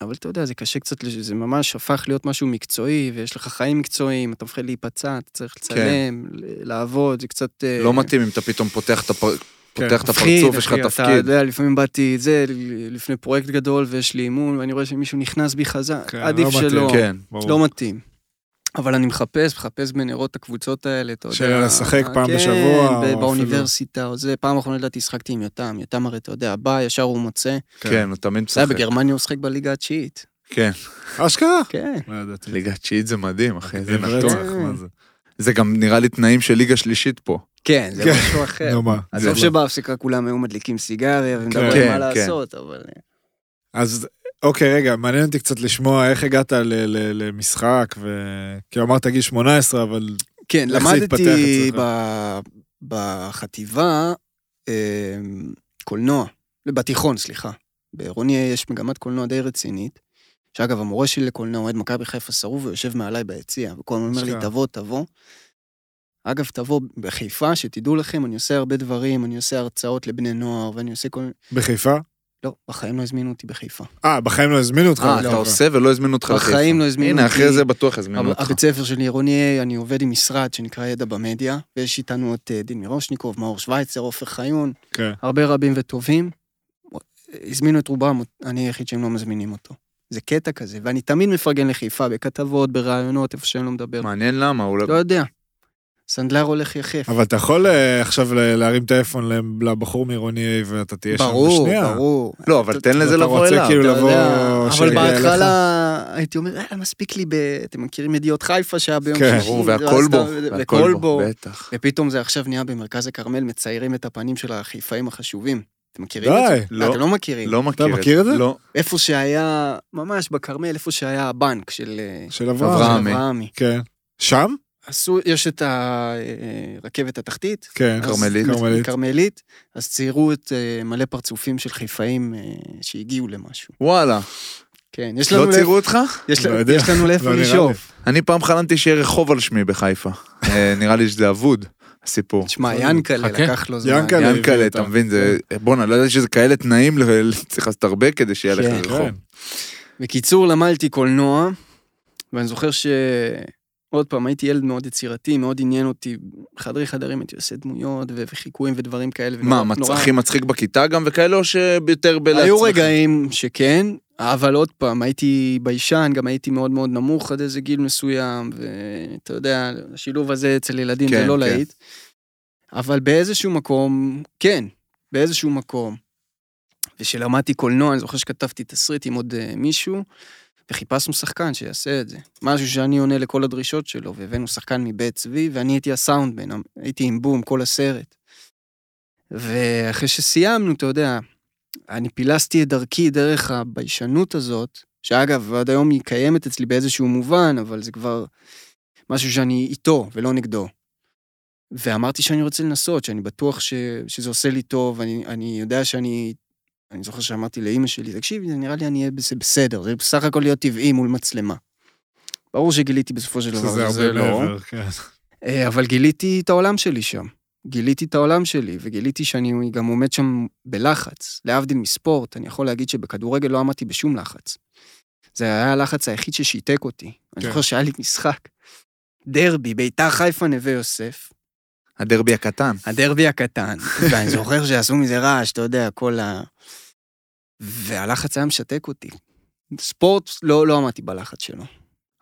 S4: אבל אתה יודע, זה קשה קצת, לש- זה ממש הפך להיות משהו מקצועי, ויש לך חיים מקצועיים, אתה מפחד להיפצע, אתה צריך לצלם, ל- לעבוד, זה קצת... אה,
S3: כן. לא מתאים אם אתה פתאום פותח את הפר-
S2: כן.
S3: פותח את
S4: מפחיד,
S3: הפרצוף, יש לך
S4: אחי, אתה לא-
S3: תפקיד.
S4: יודע, לפעמים באתי זה, לפני פרויקט גדול ויש לי אימון, ואני רואה שמישהו נכנס בי חזק,
S2: כן,
S4: עדיף
S2: לא מתאים.
S4: שלא,
S3: כן.
S2: ברור.
S4: לא מתאים. אבל אני מחפש, מחפש בנרות את הקבוצות האלה, אתה יודע.
S2: של לשחק פעם
S4: כן,
S2: בשבוע, או
S4: ב-
S2: אפילו-
S4: באוניברסיטה או זה. פעם אחרונה לדעתי שחקתי עם יותם, יותם הרי אתה יודע, בא, ישר הוא מוצא.
S3: כן, הוא תמיד
S4: זה היה
S3: משחק.
S4: בגרמניה הוא שחק בליגה התשיעית.
S3: כן.
S2: אשכרה.
S4: כן.
S2: לא ידעתי.
S3: ליגה תשיעית זה מדהים, אחי, כן, זה
S2: מגניב
S3: נתון.
S2: רצח, מה זה?
S3: זה גם נראה לי תנאים של ליגה שלישית פה.
S4: כן, זה
S2: כן.
S4: משהו אחר.
S2: נו מה.
S3: זה- אה,
S4: עזוב שבהפסקה כולם היו מדליקים סיגריה ומדברים
S3: כן,
S4: מה
S3: כן.
S4: לעשות, אבל...
S2: אז אוקיי, רגע, מעניין אותי קצת לשמוע איך הגעת ל- ל- למשחק, וכאילו אמרת גיל 18, אבל
S4: כן,
S2: איך זה התפתח
S4: למדתי
S2: אצלך?
S4: ב- בחטיבה אמ, קולנוע, בתיכון, סליחה. בעירוני יש מגמת קולנוע די רצינית, שאגב, המורה שלי לקולנוע, אוהד מכבי חיפה שרוף, הוא יושב מעליי ביציע, וכל הזמן אומר לי,
S2: אשכרה.
S4: תבוא, תבוא. אגב, תבוא בחיפה, שתדעו לכם, אני עושה הרבה דברים, אני עושה הרצאות לבני נוער, ואני עושה כל מיני...
S2: בחיפה?
S4: לא, בחיים לא הזמינו אותי בחיפה.
S2: אה, בחיים לא הזמינו אותך.
S3: אה,
S2: לחיפה.
S3: אתה עושה ולא הזמינו אותך לחיפה.
S4: בחיים לא הזמינו
S3: הנה,
S4: אותי.
S3: אחרי זה בטוח הזמינו אותך.
S4: הבית ספר שלי עירוני A, אני עובד עם משרד שנקרא ידע במדיה, ויש איתנו את אה, דין מירושניקוב, מאור שווייצר, עופר חיון,
S2: כן.
S4: הרבה רבים וטובים. הזמינו את רובם, אני היחיד שהם לא מזמינים אותו. זה קטע כזה, ואני תמיד מפרגן לחיפה, בכתבות, בראיונות, איפה שאני לא מדבר.
S3: מעניין למה, הוא לא...
S4: לא יודע. סנדלר הולך יחף.
S2: אבל אתה יכול אה, עכשיו ל- להרים טלפון ל- לבחור מעירוני ואתה תהיה שם
S4: ברור,
S2: בשנייה.
S4: ברור.
S3: לא, אבל תן לזה
S2: אתה
S3: לבוא
S2: רוצה
S3: אליו.
S2: כאילו
S4: אתה
S2: לבוא
S4: יודע, אבל
S2: שיגיע אליך.
S4: בהתחלה הייתי אומר, "אה, מספיק לי ב... אתם מכירים ידיעות חיפה שהיה ביום
S2: כן.
S4: שישי.
S3: ברור,
S4: זה היה
S3: והכול בו,
S4: לא, סתם-
S3: והכול
S4: והכל
S3: בו,
S4: בו.
S3: בטח.
S4: ופתאום זה עכשיו נהיה במרכז הכרמל, מציירים את הפנים של החיפאים החשובים. אתם מכירים את זה?
S2: די.
S3: לא.
S4: אה, אתם לא מכירים.
S3: לא מכיר את זה.
S2: מכיר את זה?
S3: לא.
S4: איפה שהיה, ממש בכרמל, איפה שהיה הבנק של אה,
S2: של אברהם.
S3: אברהם.
S4: של
S3: אברהמי.
S4: אברהמי.
S2: כן. שם?
S4: עשו, יש את הרכבת התחתית,
S2: כן.
S4: אז-
S3: כרמלית.
S2: כרמלית.
S4: כרמלית, אז ציירו את אה, מלא פרצופים של חיפאים אה, שהגיעו למשהו.
S3: וואלה.
S4: כן, יש לנו
S3: לא
S4: לאיפה-
S3: ציירו אותך?
S4: יש
S2: לא
S4: לנו-
S2: יודע,
S4: יש לנו לאיפה
S2: לא נראה
S4: לשאוף.
S3: אני פעם חלמתי שיהיה רחוב על שמי בחיפה. אה, נראה לי שזה אבוד, הסיפור.
S4: תשמע, ינקלה
S5: חכה.
S4: לקח לו זמן.
S2: לא ינקלה. הביא
S3: ינקלה,
S2: אותם.
S3: אתה מבין? זה...
S4: כן.
S3: בואנה, לא ידעתי שזה כאלה תנאים, ל- צריך לעשות הרבה כדי שיהיה לך
S4: כן.
S3: רחוב.
S2: כן.
S4: בקיצור, למדתי קולנוע, ואני זוכר ש... עוד פעם, הייתי ילד מאוד יצירתי, מאוד עניין אותי, חדרי חדרים הייתי עושה דמויות ו- וחיקויים ודברים כאלה.
S3: מה,
S4: ונורא-
S3: מצ-
S4: נורא-
S3: הכי מצחיק בכיתה גם וכאלה, או שיותר בלעצמך?
S4: היו רגעים שכן, אבל עוד פעם, הייתי ביישן, גם הייתי מאוד מאוד נמוך עד איזה גיל מסוים, ואתה יודע, השילוב הזה אצל ילדים זה
S3: כן,
S4: לא
S3: כן.
S4: להיט. אבל באיזשהו מקום, כן, באיזשהו מקום. וכשלמדתי קולנוע, אני זוכר שכתבתי תסריט עם עוד אה, מישהו, וחיפשנו שחקן שיעשה את זה. משהו שאני עונה לכל הדרישות שלו, והבאנו שחקן מבית צבי, ואני הייתי הסאונדמן, הייתי עם בום כל הסרט. ואחרי שסיימנו, אתה יודע, אני פילסתי את דרכי דרך הביישנות הזאת, שאגב, עד היום היא קיימת אצלי באיזשהו מובן, אבל זה כבר משהו שאני איתו ולא נגדו. ואמרתי שאני רוצה לנסות, שאני בטוח ש, שזה עושה לי טוב, אני, אני יודע שאני... אני זוכר שאמרתי לאימא שלי, תקשיבי, זה נראה לי אני אהיה בס- בסדר, זה בסך הכל להיות טבעי מול מצלמה. ברור שגיליתי בסופו של דבר
S2: שזה הרבה
S4: לא.
S2: מעבר. כן.
S4: אה, אבל גיליתי את העולם שלי שם. גיליתי את העולם שלי, וגיליתי שאני גם עומד שם בלחץ. להבדיל מספורט, אני יכול להגיד שבכדורגל לא עמדתי בשום לחץ. זה היה הלחץ היחיד ששיתק אותי. אני
S2: כן.
S4: זוכר שהיה לי משחק. דרבי, ביתר חיפה נווה יוסף,
S3: הדרבי הקטן.
S4: הדרבי הקטן, ואני זוכר שעשו מזה רעש, אתה יודע, כל ה... והלחץ היה משתק אותי. ספורט, לא, לא עמדתי בלחץ שלו.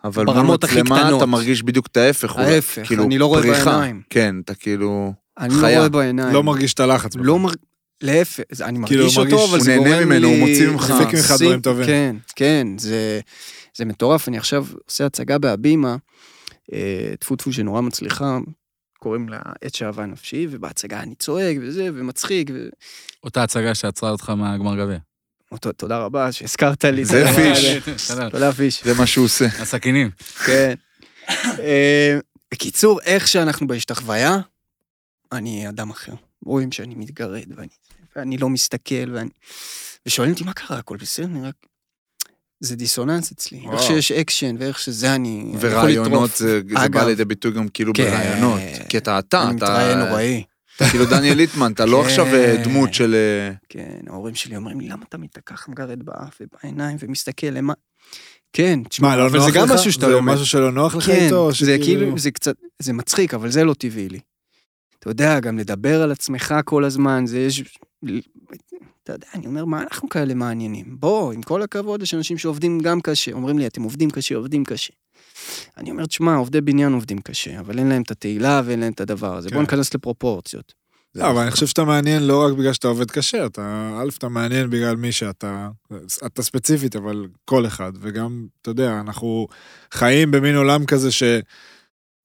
S3: אבל
S4: ברמות הכי
S3: במצלמה
S4: קטנות.
S3: אתה מרגיש בדיוק את ההפך. אולי.
S4: ההפך,
S3: כאילו,
S4: אני לא רואה
S3: פריחה.
S4: בעיניים.
S3: כן, אתה כאילו...
S4: אני
S3: חיה.
S4: לא רואה בעיניים.
S2: לא מרגיש את הלחץ.
S4: לא מרגיש, להפך, זה- אני
S2: כאילו,
S4: מרגיש
S2: הוא
S4: אותו,
S2: מרגיש-
S4: אבל
S3: הוא
S4: זה גורם
S3: נהנה
S4: לי...
S3: ממנו, הוא מוציא ממך-
S4: זה
S2: מפיק ממך
S4: מעסיק-
S2: דברים טובים.
S4: כן, כן, זה, זה מטורף, אני עכשיו עושה הצגה בהבימה, אה, טפו טפו שנורא מצליחה, קוראים לה עת שאהבה נפשי, ובהצגה אני צועק וזה, ומצחיק, ו...
S5: אותה הצגה שעצרה אותך מהגמר גביע. אה,
S4: אותו, תודה רבה שהזכרת לי.
S3: זה
S4: תודה
S3: פיש.
S4: רבה.
S5: בסדר,
S4: תודה פיש.
S3: זה מה שהוא עושה.
S5: הסכינים.
S4: כן. אה, בקיצור, איך שאנחנו בהשתחוויה, אני אדם אחר. רואים שאני מתגרד ואני, ואני לא מסתכל ואני... ושואלים אותי, מה קרה? הכל בסדר? אני רק... זה דיסוננס אצלי.
S2: וואו.
S4: איך שיש אקשן ואיך שזה אני... אני יכול
S3: ורעיונות,
S4: לטרוף.
S3: זה זה בא
S4: אגב.
S3: לידי ביטוי גם כאילו
S4: כן.
S3: ברעיונות. כי אתה אתה,
S4: אני מתראיין
S3: אתה...
S4: נוראי.
S3: אתה כאילו דניאל ליטמן, אתה לא
S4: כן.
S3: עכשיו אה, דמות של... אה,
S4: כן, ההורים שלי אומרים לי, למה אתה מתקח מגרד באף ובעיניים ומסתכל למה... כן,
S2: מה,
S4: תשמע,
S2: לא
S4: אבל
S2: נוח
S4: זה
S2: לך?
S4: גם משהו שאתה
S2: זה
S4: לומד.
S2: משהו שלא נוח לך
S4: כן,
S2: איתו? או
S4: זה
S2: שכאילו-
S4: כאילו, זה קצת, זה מצחיק, אבל זה לא טבעי לי. אתה יודע, גם לדבר על עצמך כל הזמן, זה יש... אתה יודע, אני אומר, מה אנחנו כאלה מעניינים? בוא, עם כל הכבוד, יש אנשים שעובדים גם קשה. אומרים לי, אתם עובדים קשה, עובדים קשה. אני אומר, תשמע, עובדי בניין עובדים קשה, אבל אין להם את התהילה ואין להם את הדבר הזה.
S2: כן.
S4: בוא ניכנס לפרופורציות.
S2: לא, אבל אני חושב שאתה מעניין לא רק בגלל שאתה עובד קשה, אתה, א', אתה מעניין בגלל מי שאתה, אתה ספציפית, אבל כל אחד, וגם, אתה יודע, אנחנו חיים במין עולם כזה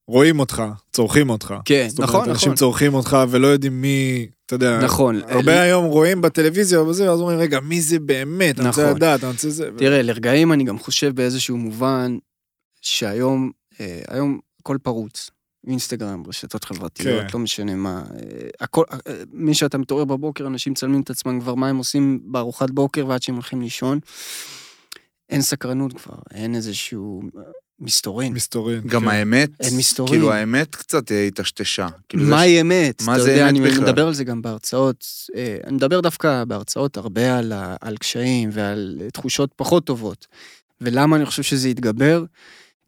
S2: שרואים אותך, צורכים אותך.
S4: כן,
S2: זאת אומרת,
S4: נכון,
S2: אנשים
S4: נכון.
S2: צורכים אותך ולא יודעים מי, אתה יודע,
S4: נכון.
S2: הרבה היום רואים בטלוויזיה וזה, ואז אומרים, רגע, מי זה באמת? אני רוצה
S4: נכון.
S2: לדעת, אני רוצה זה.
S4: תראה, לרגעים אני גם חושב באיזשהו מובן שהיום, אה, היום הכל פרוץ. אינסטגרם, רשתות חברתיות,
S2: כן.
S4: לא משנה מה. אה, הכל, אה, מי שאתה מתעורר בבוקר, אנשים מצלמים את עצמם כבר מה הם עושים בארוחת בוקר ועד שהם הולכים לישון. אין סקרנות כבר, אין איזשהו אה, מסתורין.
S2: מסתורין.
S3: גם
S2: כן.
S3: האמת,
S4: אין מסתורים.
S3: כאילו האמת קצת אה, התשתשה. כאילו זה
S4: מהי אמת?
S3: מה
S4: אתה
S3: זה אמת
S4: יודע, אני
S3: בכלל?
S4: מדבר על זה גם בהרצאות. אה, אני מדבר דווקא בהרצאות הרבה על, ה- על קשיים ועל תחושות פחות טובות. ולמה אני חושב שזה יתגבר?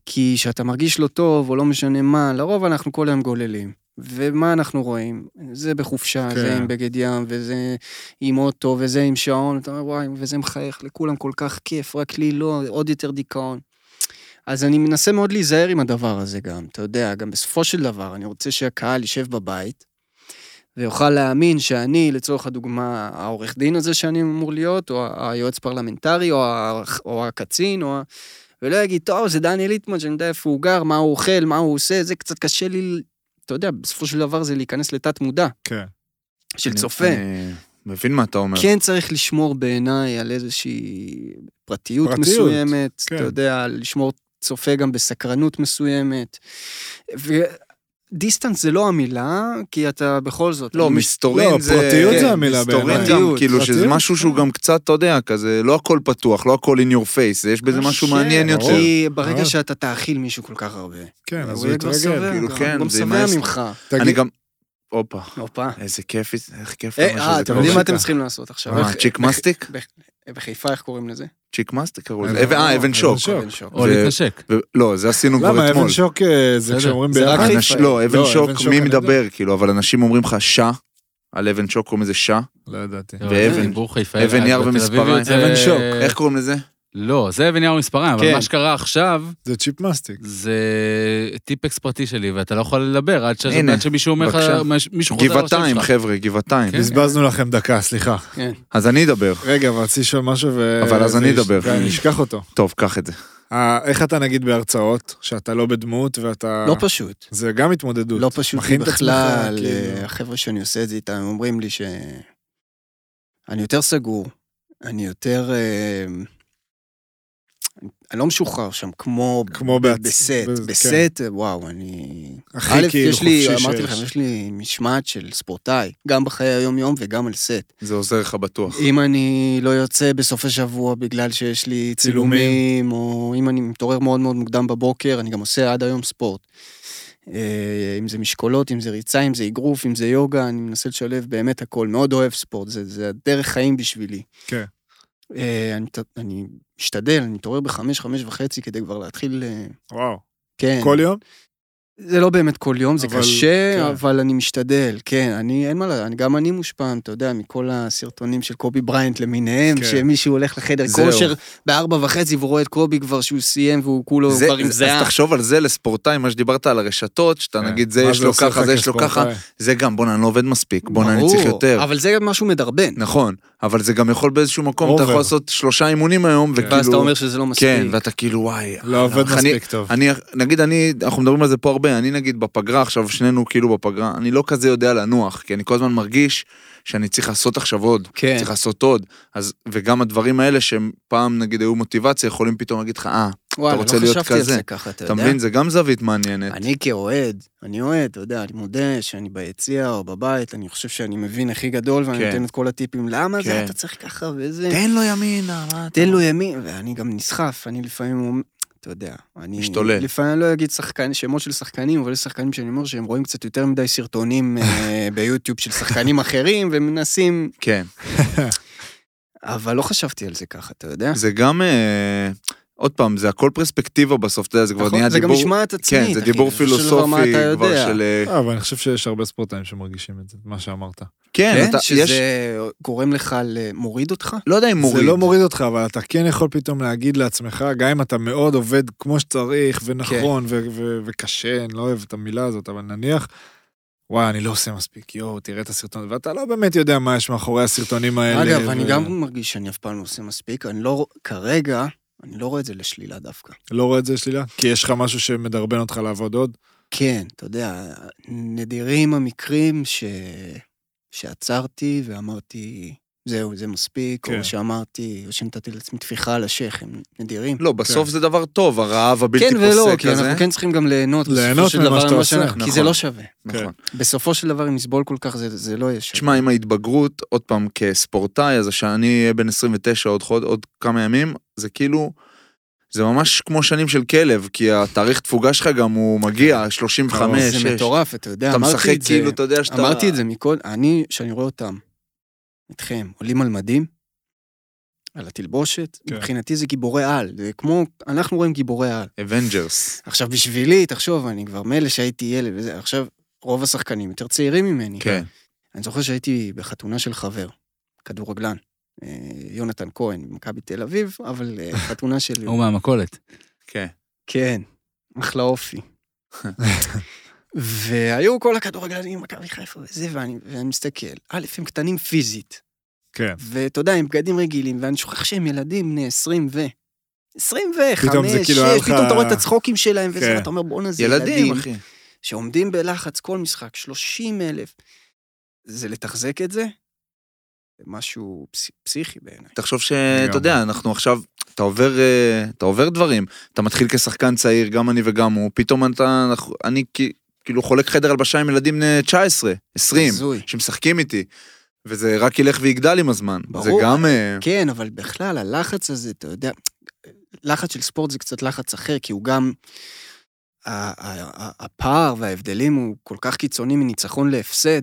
S4: כי כשאתה מרגיש לא טוב, או לא משנה מה, לרוב אנחנו כל היום גוללים. ומה אנחנו רואים? זה בחופשה,
S2: כן.
S4: כן. זה עם בגד ים, וזה עם אוטו, וזה עם שעון, אתה אומר, וואי, וזה מחייך, לכולם כל כך כיף, רק לי לא, עוד יותר דיכאון. אז אני מנסה מאוד להיזהר עם הדבר הזה גם, אתה יודע, גם בסופו של דבר, אני רוצה שהקהל יישב בבית ויוכל להאמין שאני, לצורך הדוגמה, העורך דין הזה שאני אמור להיות, או היועץ פרלמנטרי, או, ה- או הקצין, או... ה- ולא יגיד, טוב, זה דניאל ליטמן, שאני יודע איפה הוא גר, מה הוא אוכל, מה הוא עושה, זה קצת קשה לי, ל- אתה יודע, בסופו של דבר זה להיכנס לתת מודע
S2: כן.
S4: של
S3: אני-
S4: צופה.
S3: אני מבין מה אתה אומר.
S4: כן צריך לשמור בעיניי על איזושהי פרטיות,
S2: פרטיות,
S4: מסוימת,
S2: כן.
S4: אתה יודע, לשמור צופה גם בסקרנות מסוימת. ודיסטנס זה לא המילה, כי אתה בכל זאת...
S3: לא,
S4: אני-
S3: מסתורין
S2: לא,
S3: זה...
S2: פרטיות
S3: כן,
S2: זה המילה
S3: מסתורין
S2: בעיניי.
S3: גם, כאילו שזה
S2: פרטיות,
S3: משהו שהוא גם קצת, אתה יודע, כזה, לא הכל פתוח, לא הכל in your face, יש בזה משהו
S4: קשה,
S3: מעניין יותר.
S4: כן,
S3: אה.
S4: כי ברגע
S2: ברור.
S4: שאתה תאכיל מישהו כל כך הרבה,
S2: כן, אז
S4: הוא
S2: הוא
S4: יהיה כבר שבע,
S2: יתרגל.
S3: כאילו,
S4: גם,
S3: כן,
S4: הוא גם
S3: זה
S4: שבע
S3: ימאס.
S4: ממך.
S3: אני גם... הופה,
S4: הופה.
S3: איזה כיף, איך כיף.
S4: אה,
S3: לנו
S4: אה,
S3: שזה
S4: אתם יודעים
S3: קורה.
S4: מה אתם צריכים לעשות עכשיו?
S3: מה,
S4: איך-
S3: צ'יק
S4: בח-
S3: מסטיק?
S4: בחיפה, איך קוראים לזה?
S3: צ'יק מאסטר קראו
S2: אבן-
S3: לזה, אבן- אה, אבן
S2: אבן
S3: שוק.
S2: שוק.
S4: אבן שוק.
S5: או
S3: זה-
S5: להתנשק.
S3: ו- לא, זה עשינו כבר
S2: למה,
S3: אתמול.
S2: אבן שוק אה, זה
S5: בסדר.
S2: כשאומרים
S4: זה רק
S2: ביחד?
S4: חיפה.
S3: אנש- לא, אבן
S2: לא,
S3: שוק,
S2: אבן שוק,
S3: מי
S2: אני
S3: מדבר, כאילו, אבל אנשים אומרים לך שע, על אבן שוק קוראים לזה שע.
S2: לא ידעתי.
S3: ואבן-
S5: חיבור חיפה. אה,
S4: אה,
S3: אבן יער
S5: בתל אביב
S3: ומספריים.
S5: יוצא-
S3: אבן איך קוראים לזה?
S5: לא, זה אבן יער ומספריים, אבל
S4: כן.
S5: מה שקרה עכשיו,
S2: זה צ'יפ מסטיק.
S5: זה טיפקס פרטי שלי, ואתה לא יכול לדבר עד ש-
S3: הנה,
S5: עד שמישהו אומר לך,
S3: בבקשה.
S5: מש- מישהו חוזר על השם
S3: גבעתיים,
S5: שלך.
S3: חבר'ה, גבעתיים.
S5: כן.
S2: בזבזנו לכם דקה, סליחה.
S4: כן.
S3: אז אני אדבר.
S2: רגע, אבל רציתי לשאול משהו ו...
S3: אבל אז
S2: זה
S3: אני
S2: יש-
S3: אדבר.
S2: כן, אני אשכח אותו.
S3: טוב, קח את זה.
S2: אה, איך אתה נגיד בהרצאות, שאתה לא בדמות ואתה...
S4: לא פשוט.
S2: זה גם התמודדות.
S4: לא פשוט לי
S2: מכין את עצמך,
S4: בכלל,
S2: כאילו.
S4: אה, החבר'ה שאני עושה את זה איתם, הם אומרים לי ש... אני יותר סגור, אני יותר... אה, אני לא משוחרר שם, כמו...
S2: כמו
S4: ב-
S2: בהצ-
S4: בסט,
S2: ב- כן.
S4: בסט, וואו, אני...
S2: הכי
S4: א',
S2: כאילו
S4: יש לי,
S2: חופשי
S4: אמרתי
S2: שיש.
S4: לכם, יש לי משמעת של ספורטאי, גם בחיי היום-יום וגם על סט.
S3: זה עוזר לך בטוח.
S4: אם אני לא יוצא בסופי שבוע בגלל שיש לי צילומים, או אם אני מתעורר מאוד מאוד מוקדם בבוקר, אני גם עושה עד היום ספורט. אה, אם זה משקולות, אם זה ריצה, אם זה אגרוף, אם זה יוגה, אני מנסה לשלב באמת הכל. מאוד אוהב ספורט, זה, זה הדרך חיים בשבילי.
S2: כן.
S4: אה, אני, ת- אני משתדל, אני מתעורר בחמש, חמש וחצי כדי כבר להתחיל... אה,
S2: וואו.
S4: כן.
S2: כל יום?
S4: זה לא באמת כל יום, זה
S2: אבל-
S4: קשה,
S2: כן.
S4: אבל אני משתדל, כן, אני, אין מה, לה- אני, גם אני מושפע, אתה יודע, מכל הסרטונים של קובי בריינט למיניהם,
S2: כן.
S4: שמישהו הולך לחדר
S3: זהו.
S4: כושר בארבע וחצי והוא רואה את קובי כבר שהוא סיים והוא כולו
S3: זה-
S4: כבר עם
S3: אז
S4: זיעה.
S3: תחשוב על זה לספורטאי, מה שדיברת על הרשתות, שאתה נגיד זה
S2: כן. מה
S3: יש לו
S2: עושה לך
S3: ככה, זה יש לו ככה,
S2: כספורטאי?
S3: זה גם בואנה אני לא עובד מספיק, בואנה אני צריך
S4: ברור,
S3: יותר.
S4: אבל זה גם משהו מדרבן.
S3: נכון, אבל זה גם יכול באיזשהו מקום, אתה
S2: אובר.
S3: יכול לעשות שלושה אימונים היום, וכאילו...
S4: כן. ואז אתה אומר שזה לא מספיק.
S3: כאילו- כן, ואתה כאילו וואי.
S2: לא עובד
S3: אני-
S2: מספיק טוב.
S3: אני, נגיד אני, אנחנו מדברים על זה פה הרבה, אני נגיד בפגרה עכשיו, שנינו כאילו בפגרה, אני לא כזה יודע לנוח, כי אני כל הזמן מרגיש שאני צריך לעשות עכשיו עוד,
S4: כן.
S3: צריך לעשות עוד, אז, וגם הדברים האלה שהם פעם נגיד היו מוטיבציה, יכולים פתאום להגיד לך, אה,
S4: וואלה,
S3: רוצה להיות
S4: לא חשבתי על
S3: כזה.
S4: זה ככה, אתה
S3: אתה
S4: יודע.
S3: מבין, זה גם זווית מעניינת.
S4: אני כאוהד, אני אוהד, אתה יודע, אני מודה שאני ביציע או בבית, אני חושב שאני מבין הכי גדול, ואני
S3: כן.
S4: נותן את כל הטיפים, למה זה
S3: כן.
S4: אתה צריך ככה וזה.
S3: תן לו ימינה, מה אתה...
S4: תן לו ימין, ואני גם נסחף, אני לפעמים, אומר- אתה יודע, אני...
S3: משתולל.
S4: לפעמים אני לא אגיד שחקן, שמות של שחקנים, אבל יש שחקנים שאני אומר שהם רואים קצת יותר מדי סרטונים אה, ביוטיוב של שחקנים אחרים, ומנסים...
S3: כן,
S4: אבל לא חשבתי על זה ככה, אתה יודע? נכון?
S3: זה גם... אה, עוד פעם, זה הכל פרספקטיבה בסוף, אתה יודע, זה כבר
S4: נכון?
S3: נהיה
S4: זה גם
S3: דיבור...
S4: משמעת עצמית,
S3: כן, זה
S4: אחי,
S3: דיבור
S4: בסופו של דבר, מה
S3: פילוסופי
S4: אתה
S3: כבר
S4: יודע?
S3: של... אה,
S2: אה, אבל אני חושב שיש הרבה ספורטאים שמרגישים את זה, מה שאמרת.
S3: כן,
S4: כן,
S3: אתה-
S4: שזה
S3: יש...
S4: גורם לך, ל- מוריד אותך?
S3: לא יודע אם
S2: זה
S3: מוריד.
S2: לא מוריד אותך, אבל אתה כן יכול פתאום להגיד לעצמך, גם אם אתה מאוד עובד כמו שצריך, ונכון,
S4: כן.
S2: ו- ו- וקשה, אני לא אוהב את המילה הזאת, אבל נניח, וואי, אני לא עושה מספיק, יואו, תראה את הסרטון, ואתה לא באמת יודע מה יש מאחורי הסרטונים האלה.
S4: אגב,
S2: ו-
S4: אני גם מרגיש שאני אף פעם לא עושה מספיק, אני לא... כרגע, אני לא רואה את זה לשלילה דווקא.
S2: לא רואה את זה שלילה? כי יש לך משהו שמדרבן אותך לעבוד עוד?
S4: כן, אתה יודע, נדירים המקרים ש... שעצרתי ואמרתי, זהו, זה מספיק, כן.
S2: כן.
S4: או שאמרתי, או שנתתי לעצמי טפיחה על השכם, נדירים.
S3: לא, בסוף זה דבר טוב, הרעב הבלתי
S4: כן
S3: פוסק הזה.
S4: ולא, כי אנחנו כן צריכים גם ליהנות בסופו
S2: ליהנות
S4: של
S2: ממה
S4: דבר,
S2: שאתה
S4: ממה
S2: עושה,
S4: שאנחנו- כי זה
S3: נכון.
S4: לא שווה.
S3: נכון.
S4: בסופו של דבר, אם נסבול כל כך, זה, זה לא יהיה שווה.
S3: תשמע, עם ההתבגרות, עוד פעם, כספורטאי, אז שאני אהיה בן 29 עוד, חוד, עוד כמה ימים, זה כאילו, זה ממש כמו שנים של כלב, כי התאריך תפוגה שלך גם הוא מגיע, 35, 6.
S4: כן. זה מטורף, אתה יודע,
S3: אתה
S4: אמרתי
S3: משחק
S4: את זה,
S3: כאילו, אתה יודע שאתה...
S4: אמרתי את זה מכל, אני, שאני רואה אותם, אתכם, עולים על מדים, על התלבושת,
S2: כן.
S4: מבחינתי זה גיבורי על, זה כמו, אנחנו רואים גיבורי על.
S3: אבנג'רס.
S4: עכשיו, בשבילי, תחשוב, אני כבר מילא שהייתי ילד וזה, עכשיו, רוב השחקנים יותר צעירים ממני.
S3: כן.
S4: אני זוכר שהייתי בחתונה של חבר, כדורגלן, אה, יונתן כהן, מכבי תל אביב, אבל אה, חתונה של...
S5: הוא מהמכולת.
S3: כן.
S4: כן, אחלה אופי. והיו כל הכדורגלנים, מכבי חיפה וזה, ואני, ואני מסתכל, א', הם קטנים פיזית,
S2: כן.
S4: ואתה יודע, הם בגדים רגילים, ואני שוכח שהם ילדים בני 20 ו... 25,
S2: פתאום זה
S4: 6,
S2: כאילו היה לך-
S4: פתאום אתה רואה את הצחוקים שלהם, וזה,
S2: כן.
S4: ואתה אומר, בואנה, זה
S3: ילדים, אחי.
S4: שעומדים בלחץ כל משחק, 30 אלף. זה לתחזק את זה? זה משהו פס- פסיכי בעיניי.
S3: תחשוב
S2: לגמרי.
S3: שאתה יודע, אנחנו עכשיו, אתה עובר, אה, אתה עובר דברים, אתה מתחיל כשחקן צעיר, גם אני וגם הוא, פתאום אתה, אנחנו- אני כי- כאילו חולק חדר הלבשה עם ילדים אה, בני 19, 20,
S4: הזוי.
S3: שמשחקים איתי, וזה רק ילך ויגדל עם הזמן.
S4: ברור.
S3: זה גם... אה,
S4: כן, אבל בכלל, הלחץ הזה, אתה יודע, לחץ של ספורט זה קצת לחץ אחר, כי הוא גם... ה- ה- ה- הפער וההבדלים הוא כל כך קיצוני מניצחון להפסד.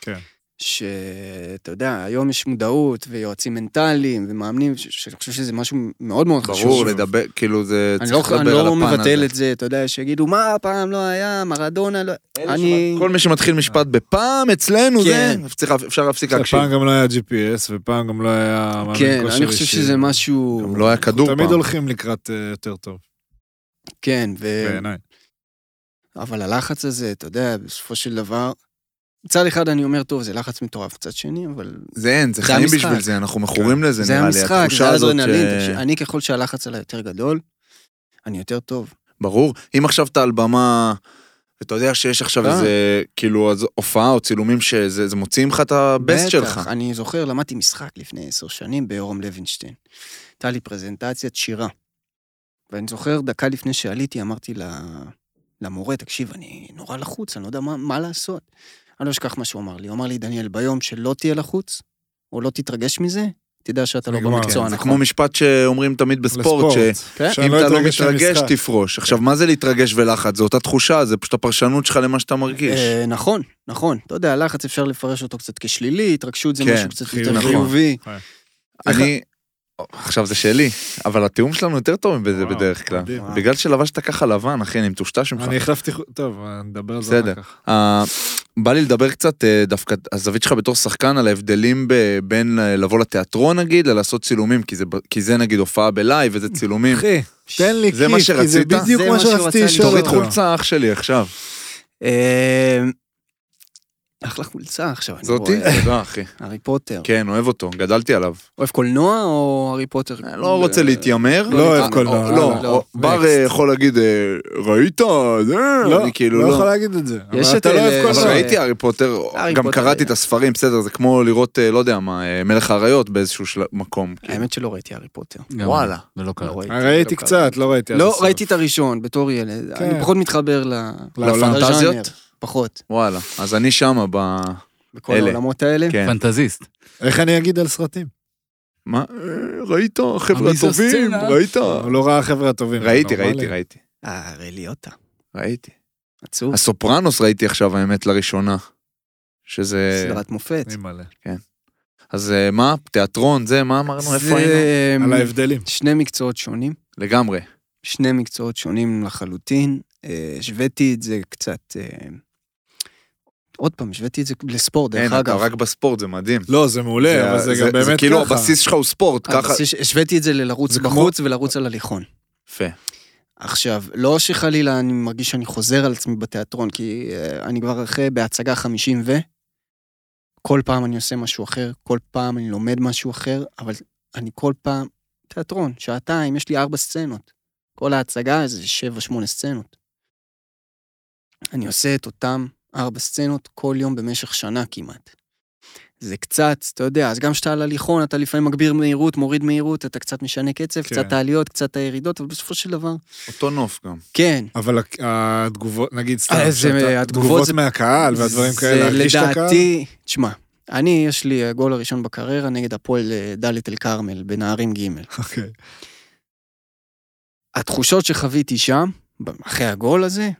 S2: כן.
S4: שאתה יודע, היום יש מודעות ויועצים מנטליים ומאמנים, ש- שאני חושב שזה משהו מאוד מאוד חשוב.
S3: ברור, לדבר, כאילו זה...
S4: אני
S3: צריך
S4: לא,
S3: לדבר
S4: אני
S3: על
S4: לא
S3: הפן
S4: מבטל
S3: הזה.
S4: את זה, אתה יודע, שיגידו, מה פעם לא היה, מרדונה לא... אני...
S3: כל מי שמתחיל משפט בפעם אצלנו זה,
S4: כן.
S3: צריך- אפשר להפסיק להקשיב.
S2: פעם גם לא היה GPS, ופעם גם לא היה... מאמן
S4: כן,
S2: כושר
S4: אני חושב
S2: אישי.
S4: שזה משהו...
S3: גם לא היה כדור
S2: תמיד
S3: פעם.
S2: הולכים לקראת אה, יותר טוב,
S4: כן, ו...
S2: בעיניי.
S4: אבל הלחץ הזה, אתה יודע, בסופו של דבר... מצד אחד אני אומר, טוב, זה לחץ מטורף, מצד שני, אבל...
S3: זה אין, זה
S4: זה
S3: חיים
S4: המשחק. כן.
S3: בשביל זה, אנחנו מכורים לזה,
S4: זה
S3: נראה לי.
S4: המשחק,
S3: התחושה
S4: זה
S3: הזאת
S4: האדרנלין.
S3: ש-
S4: תקשיב, אני, ככל שהלחץ עליי יותר גדול, אני יותר טוב.
S3: ברור. אם עכשיו אתה על במה, ואתה יודע שיש עכשיו
S4: אה.
S3: איזה, כאילו, אז הופעה או צילומים שזה זה מוציא ממך את הבסט
S4: בטח,
S3: שלך.
S4: אני זוכר, למדתי משחק לפני עשר שנים ביורם לוינשטיין. הייתה לי פרזנטציית שירה. ואני זוכר, דקה לפני שעליתי, אמרתי ל- למורה, תקשיב, אני נורא לחוץ, אני לא יודע מה, מה לעשות. אני לא אשכח מה שהוא אמר לי. הוא אמר לי, דניאל, ביום שלא תהיה לחוץ, או לא תתרגש מזה, תדע שאתה לא
S2: נגמר.
S4: במקצוע
S2: כן,
S3: זה
S4: הנכון.
S3: כמו משפט שאומרים תמיד בספורט, שאם
S4: כן?
S2: שאני לא
S3: אתה לא
S2: אתרגש כן.
S3: מתרגש,
S2: מהמשחק.
S3: תפרוש. עכשיו, מה זה להתרגש ולחץ? זו אותה תחושה, זה פשוט הפרשנות שלך למה שאתה מרגיש.
S4: אה, נכון, נכון. אתה יודע, לחץ אפשר לפרש אותו קצת כשלילי, התרגשות זה
S3: כן,
S4: משהו קצת יותר
S2: נכון.
S4: חיובי.
S3: אני... עכשיו זה שלי, אבל התיאום שלנו יותר טוב מזה
S2: וואו,
S3: בדרך כלל.
S2: מדהים.
S4: וואו.
S3: בגלל שלבשת ככה לבן, אחי, אני מטושטש ממך.
S2: אני החלפתי... חו- טוב, נדבר על זה
S3: בסדר.
S2: אחר כך.
S3: אה, בא לי לדבר קצת אה, דווקא הזווית שלך בתור שחקן על ההבדלים ב- בין אה, לבוא לתיאטרון נגיד ללעשות צילומים כי זה ב- כי זה נגיד הופעה בלייב וזה צילומים.
S2: אחי, לא, תן לי
S3: זה מה
S2: כיף, כי זה
S3: שרצית?
S2: בדיוק
S4: זה
S2: מה
S4: מה שהוא רצה
S2: שרציתי לשאול
S3: תוריד
S2: אותו.
S3: חולצה אח שלי עכשיו.
S4: אה, אחלה חולצה עכשיו, אני
S3: זאתי?
S4: רואה.
S3: תודה אחי.
S4: הארי פוטר.
S3: כן אוהב אותו גדלתי עליו.
S4: אוהב קולנוע או הארי פוטר?
S3: אני לא רוצה להתיימר.
S4: לא
S2: אוהב קולנוע,
S3: אה,
S2: לא,
S3: לא.
S4: לא.
S3: או- בר אה, יכול להגיד אה, ראית? זה?
S2: לא,
S3: אני כאילו
S2: לא יכול
S3: לא. אה,
S2: להגיד את זה.
S4: יש
S2: אבל
S4: את
S2: אתה לא
S4: אלה-
S2: אוהב כל
S3: אבל
S4: לא.
S3: ראיתי הארי פוטר,
S4: הארי
S3: גם
S4: פוטר,
S3: קראתי
S4: אה.
S3: את הספרים, בסדר, זה כמו לראות, אה, לא יודע מה, אה, מלך האריות באיזשהו של- מקום. כאילו.
S4: האמת שלא ראיתי הארי פוטר.
S5: גם
S3: וואלה.
S5: ולא קרה.
S4: לא
S2: אה, ראיתי קצת, לא ראיתי עד
S4: לא,
S2: הסוף.
S4: ראיתי את הראשון בתור ילד.
S2: כן.
S4: אני פחות מתחבר ל...
S3: לפנטזיות?
S4: לז'אנר, פחות.
S3: וואלה, אז אני שמה ב...
S4: בכל
S3: אלה.
S4: העולמות האלה.
S3: כן.
S5: פנטזיסט.
S2: איך אני אגיד על סרטים?
S3: מה? אה, ראית? חבר'ה
S5: המיזוסצנה.
S3: טובים, ראית?
S2: הוא לא ראה חבר'ה טובים.
S3: ראיתי,
S2: זה
S3: ראיתי,
S2: נורמלי.
S3: ראיתי.
S4: אה, ראליוטה.
S3: ראיתי.
S4: עצוב.
S3: הסופרנוס ראיתי עכשיו, האמת, לראשונה. שזה...
S4: סדרת מופת.
S2: אימא'לה.
S3: אז אה, מה? תיאטרון, זה, מה אמרנו? איפה
S4: זה,
S3: היינו?
S2: על
S4: אה,
S2: ההבדלים.
S4: שני מקצועות שונים.
S3: לגמרי.
S4: שני מקצועות שונים לחלוטין. אה, השוויתי את זה קצת... אה, עוד פעם, השוויתי את זה לספורט, דרך
S3: אין, אתה
S4: אגב.
S3: רק בספורט, זה מדהים.
S2: לא, זה מעולה, אבל זה גם באמת ככה.
S3: זה כאילו הבסיס שלך הוא ספורט,
S4: אז
S3: ככה...
S4: הש- השוויתי את זה ללרוץ
S2: זה כמו-
S4: בחוץ ולרוץ על הליכון.
S3: יפה.
S4: עכשיו, לא שחלילה אני מרגיש שאני חוזר על עצמי בתיאטרון, כי אה, אני כבר אחרי בהצגה 50 ו... כל פעם אני עושה משהו אחר, כל פעם אני לומד משהו אחר, אבל אני כל פעם... תיאטרון, שעתיים, יש לי ארבע סצנות. כל ההצגה זה שבע, שמונה סצנות. אני עושה את אותם ארבע סצנות כל יום במשך שנה כמעט. זה קצת, אתה יודע, אז גם כשאתה על הליכון, אתה לפעמים מגביר מהירות, מוריד מהירות, אתה קצת משנה קצב,
S2: כן.
S4: קצת העליות, קצת הירידות, אבל בסופו של דבר...
S3: אותו נוף גם.
S4: כן.
S2: אבל הק- התגובות, נגיד סתם,
S4: אה, זה-
S2: שאתה-
S4: התגובות
S2: התגובות
S4: זה-
S2: מהקהל והדברים כאלה, להרגיש את
S4: זה
S2: הקהל?
S4: לדעתי, תשמע, אני, יש לי הגול הראשון בקריירה נגד הפועל אה, דאלית אל כרמל, בנערים ג'.
S2: אוקיי.
S4: התחושות שחוויתי שם, אחרי הגול הזה,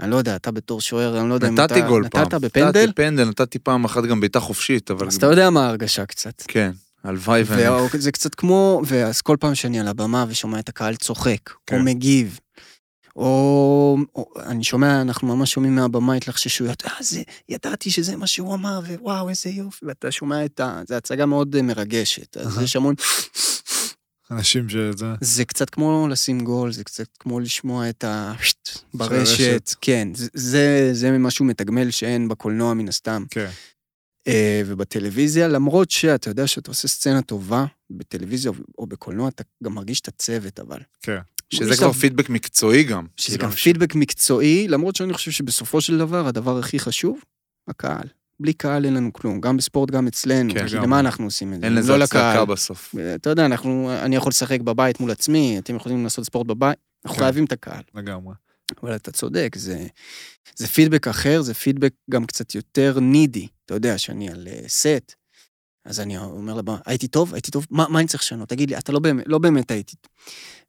S4: אני לא יודע, אתה בתור שוער, אני לא יודע אם אתה...
S3: נתתי גול פעם.
S4: נתת בפנדל?
S3: נתתי פנדל, נתתי פעם אחת גם בעיטה חופשית, אבל...
S4: אז
S2: לא-
S4: אתה יודע מה ההרגשה קצת.
S3: כן, הלוואי ואני...
S4: וזה קצת כמו, ואז כל פעם שאני על הבמה ושומע את הקהל צוחק,
S2: כן.
S4: או מגיב, או, או אני שומע, אנחנו ממש שומעים מהבמה התלחששויות, אה, זה, ידעתי שזה מה שהוא אמר, ווואו, איזה יופי, ואתה שומע את ה... זו הצגה מאוד אה, מרגשת, אז יש המון
S2: אנשים שזה...
S4: זה קצת כמו לשים גול, זה קצת כמו לשמוע את ה... ברשת.
S2: הרשת.
S4: כן, זה- זה, זה משהו מתגמל שאין בקולנוע מן הסתם.
S2: כן.
S4: אה, ובטלוויזיה, למרות שאתה יודע שאתה עושה סצנה טובה בטלוויזיה או בקולנוע, אתה גם מרגיש את הצוות, אבל.
S2: כן.
S3: שזה
S4: מרגיש
S3: כבר
S4: את ה-
S3: פידבק מקצועי גם.
S4: שזה
S3: כאילו,
S4: גם
S3: ש-
S4: פידבק מקצועי, למרות שאני חושב שבסופו של דבר, הדבר הכי חשוב, הקהל. בלי קהל אין לנו כלום, גם בספורט, גם אצלנו.
S3: כן,
S4: כי
S2: גם.
S4: למה אנחנו עושים את זה?
S3: אין
S4: אם
S3: לזה
S4: לא
S3: הצדקה
S4: לקהל.
S3: בסוף.
S4: אתה יודע, אנחנו, אני יכול לשחק בבית מול עצמי, אתם יכולים לעשות ספורט בבית, אנחנו
S2: כן.
S4: חייבים את הקהל.
S2: לגמרי.
S4: אבל אתה צודק, זה, זה פידבק אחר, זה פידבק גם קצת יותר נידי. אתה יודע, שאני על אה, סט, אז אני אומר לבמה, הייתי טוב? הייתי טוב? מה, מה אני צריך לשנות? תגיד לי, אתה לא באמת, לא באמת הייתי.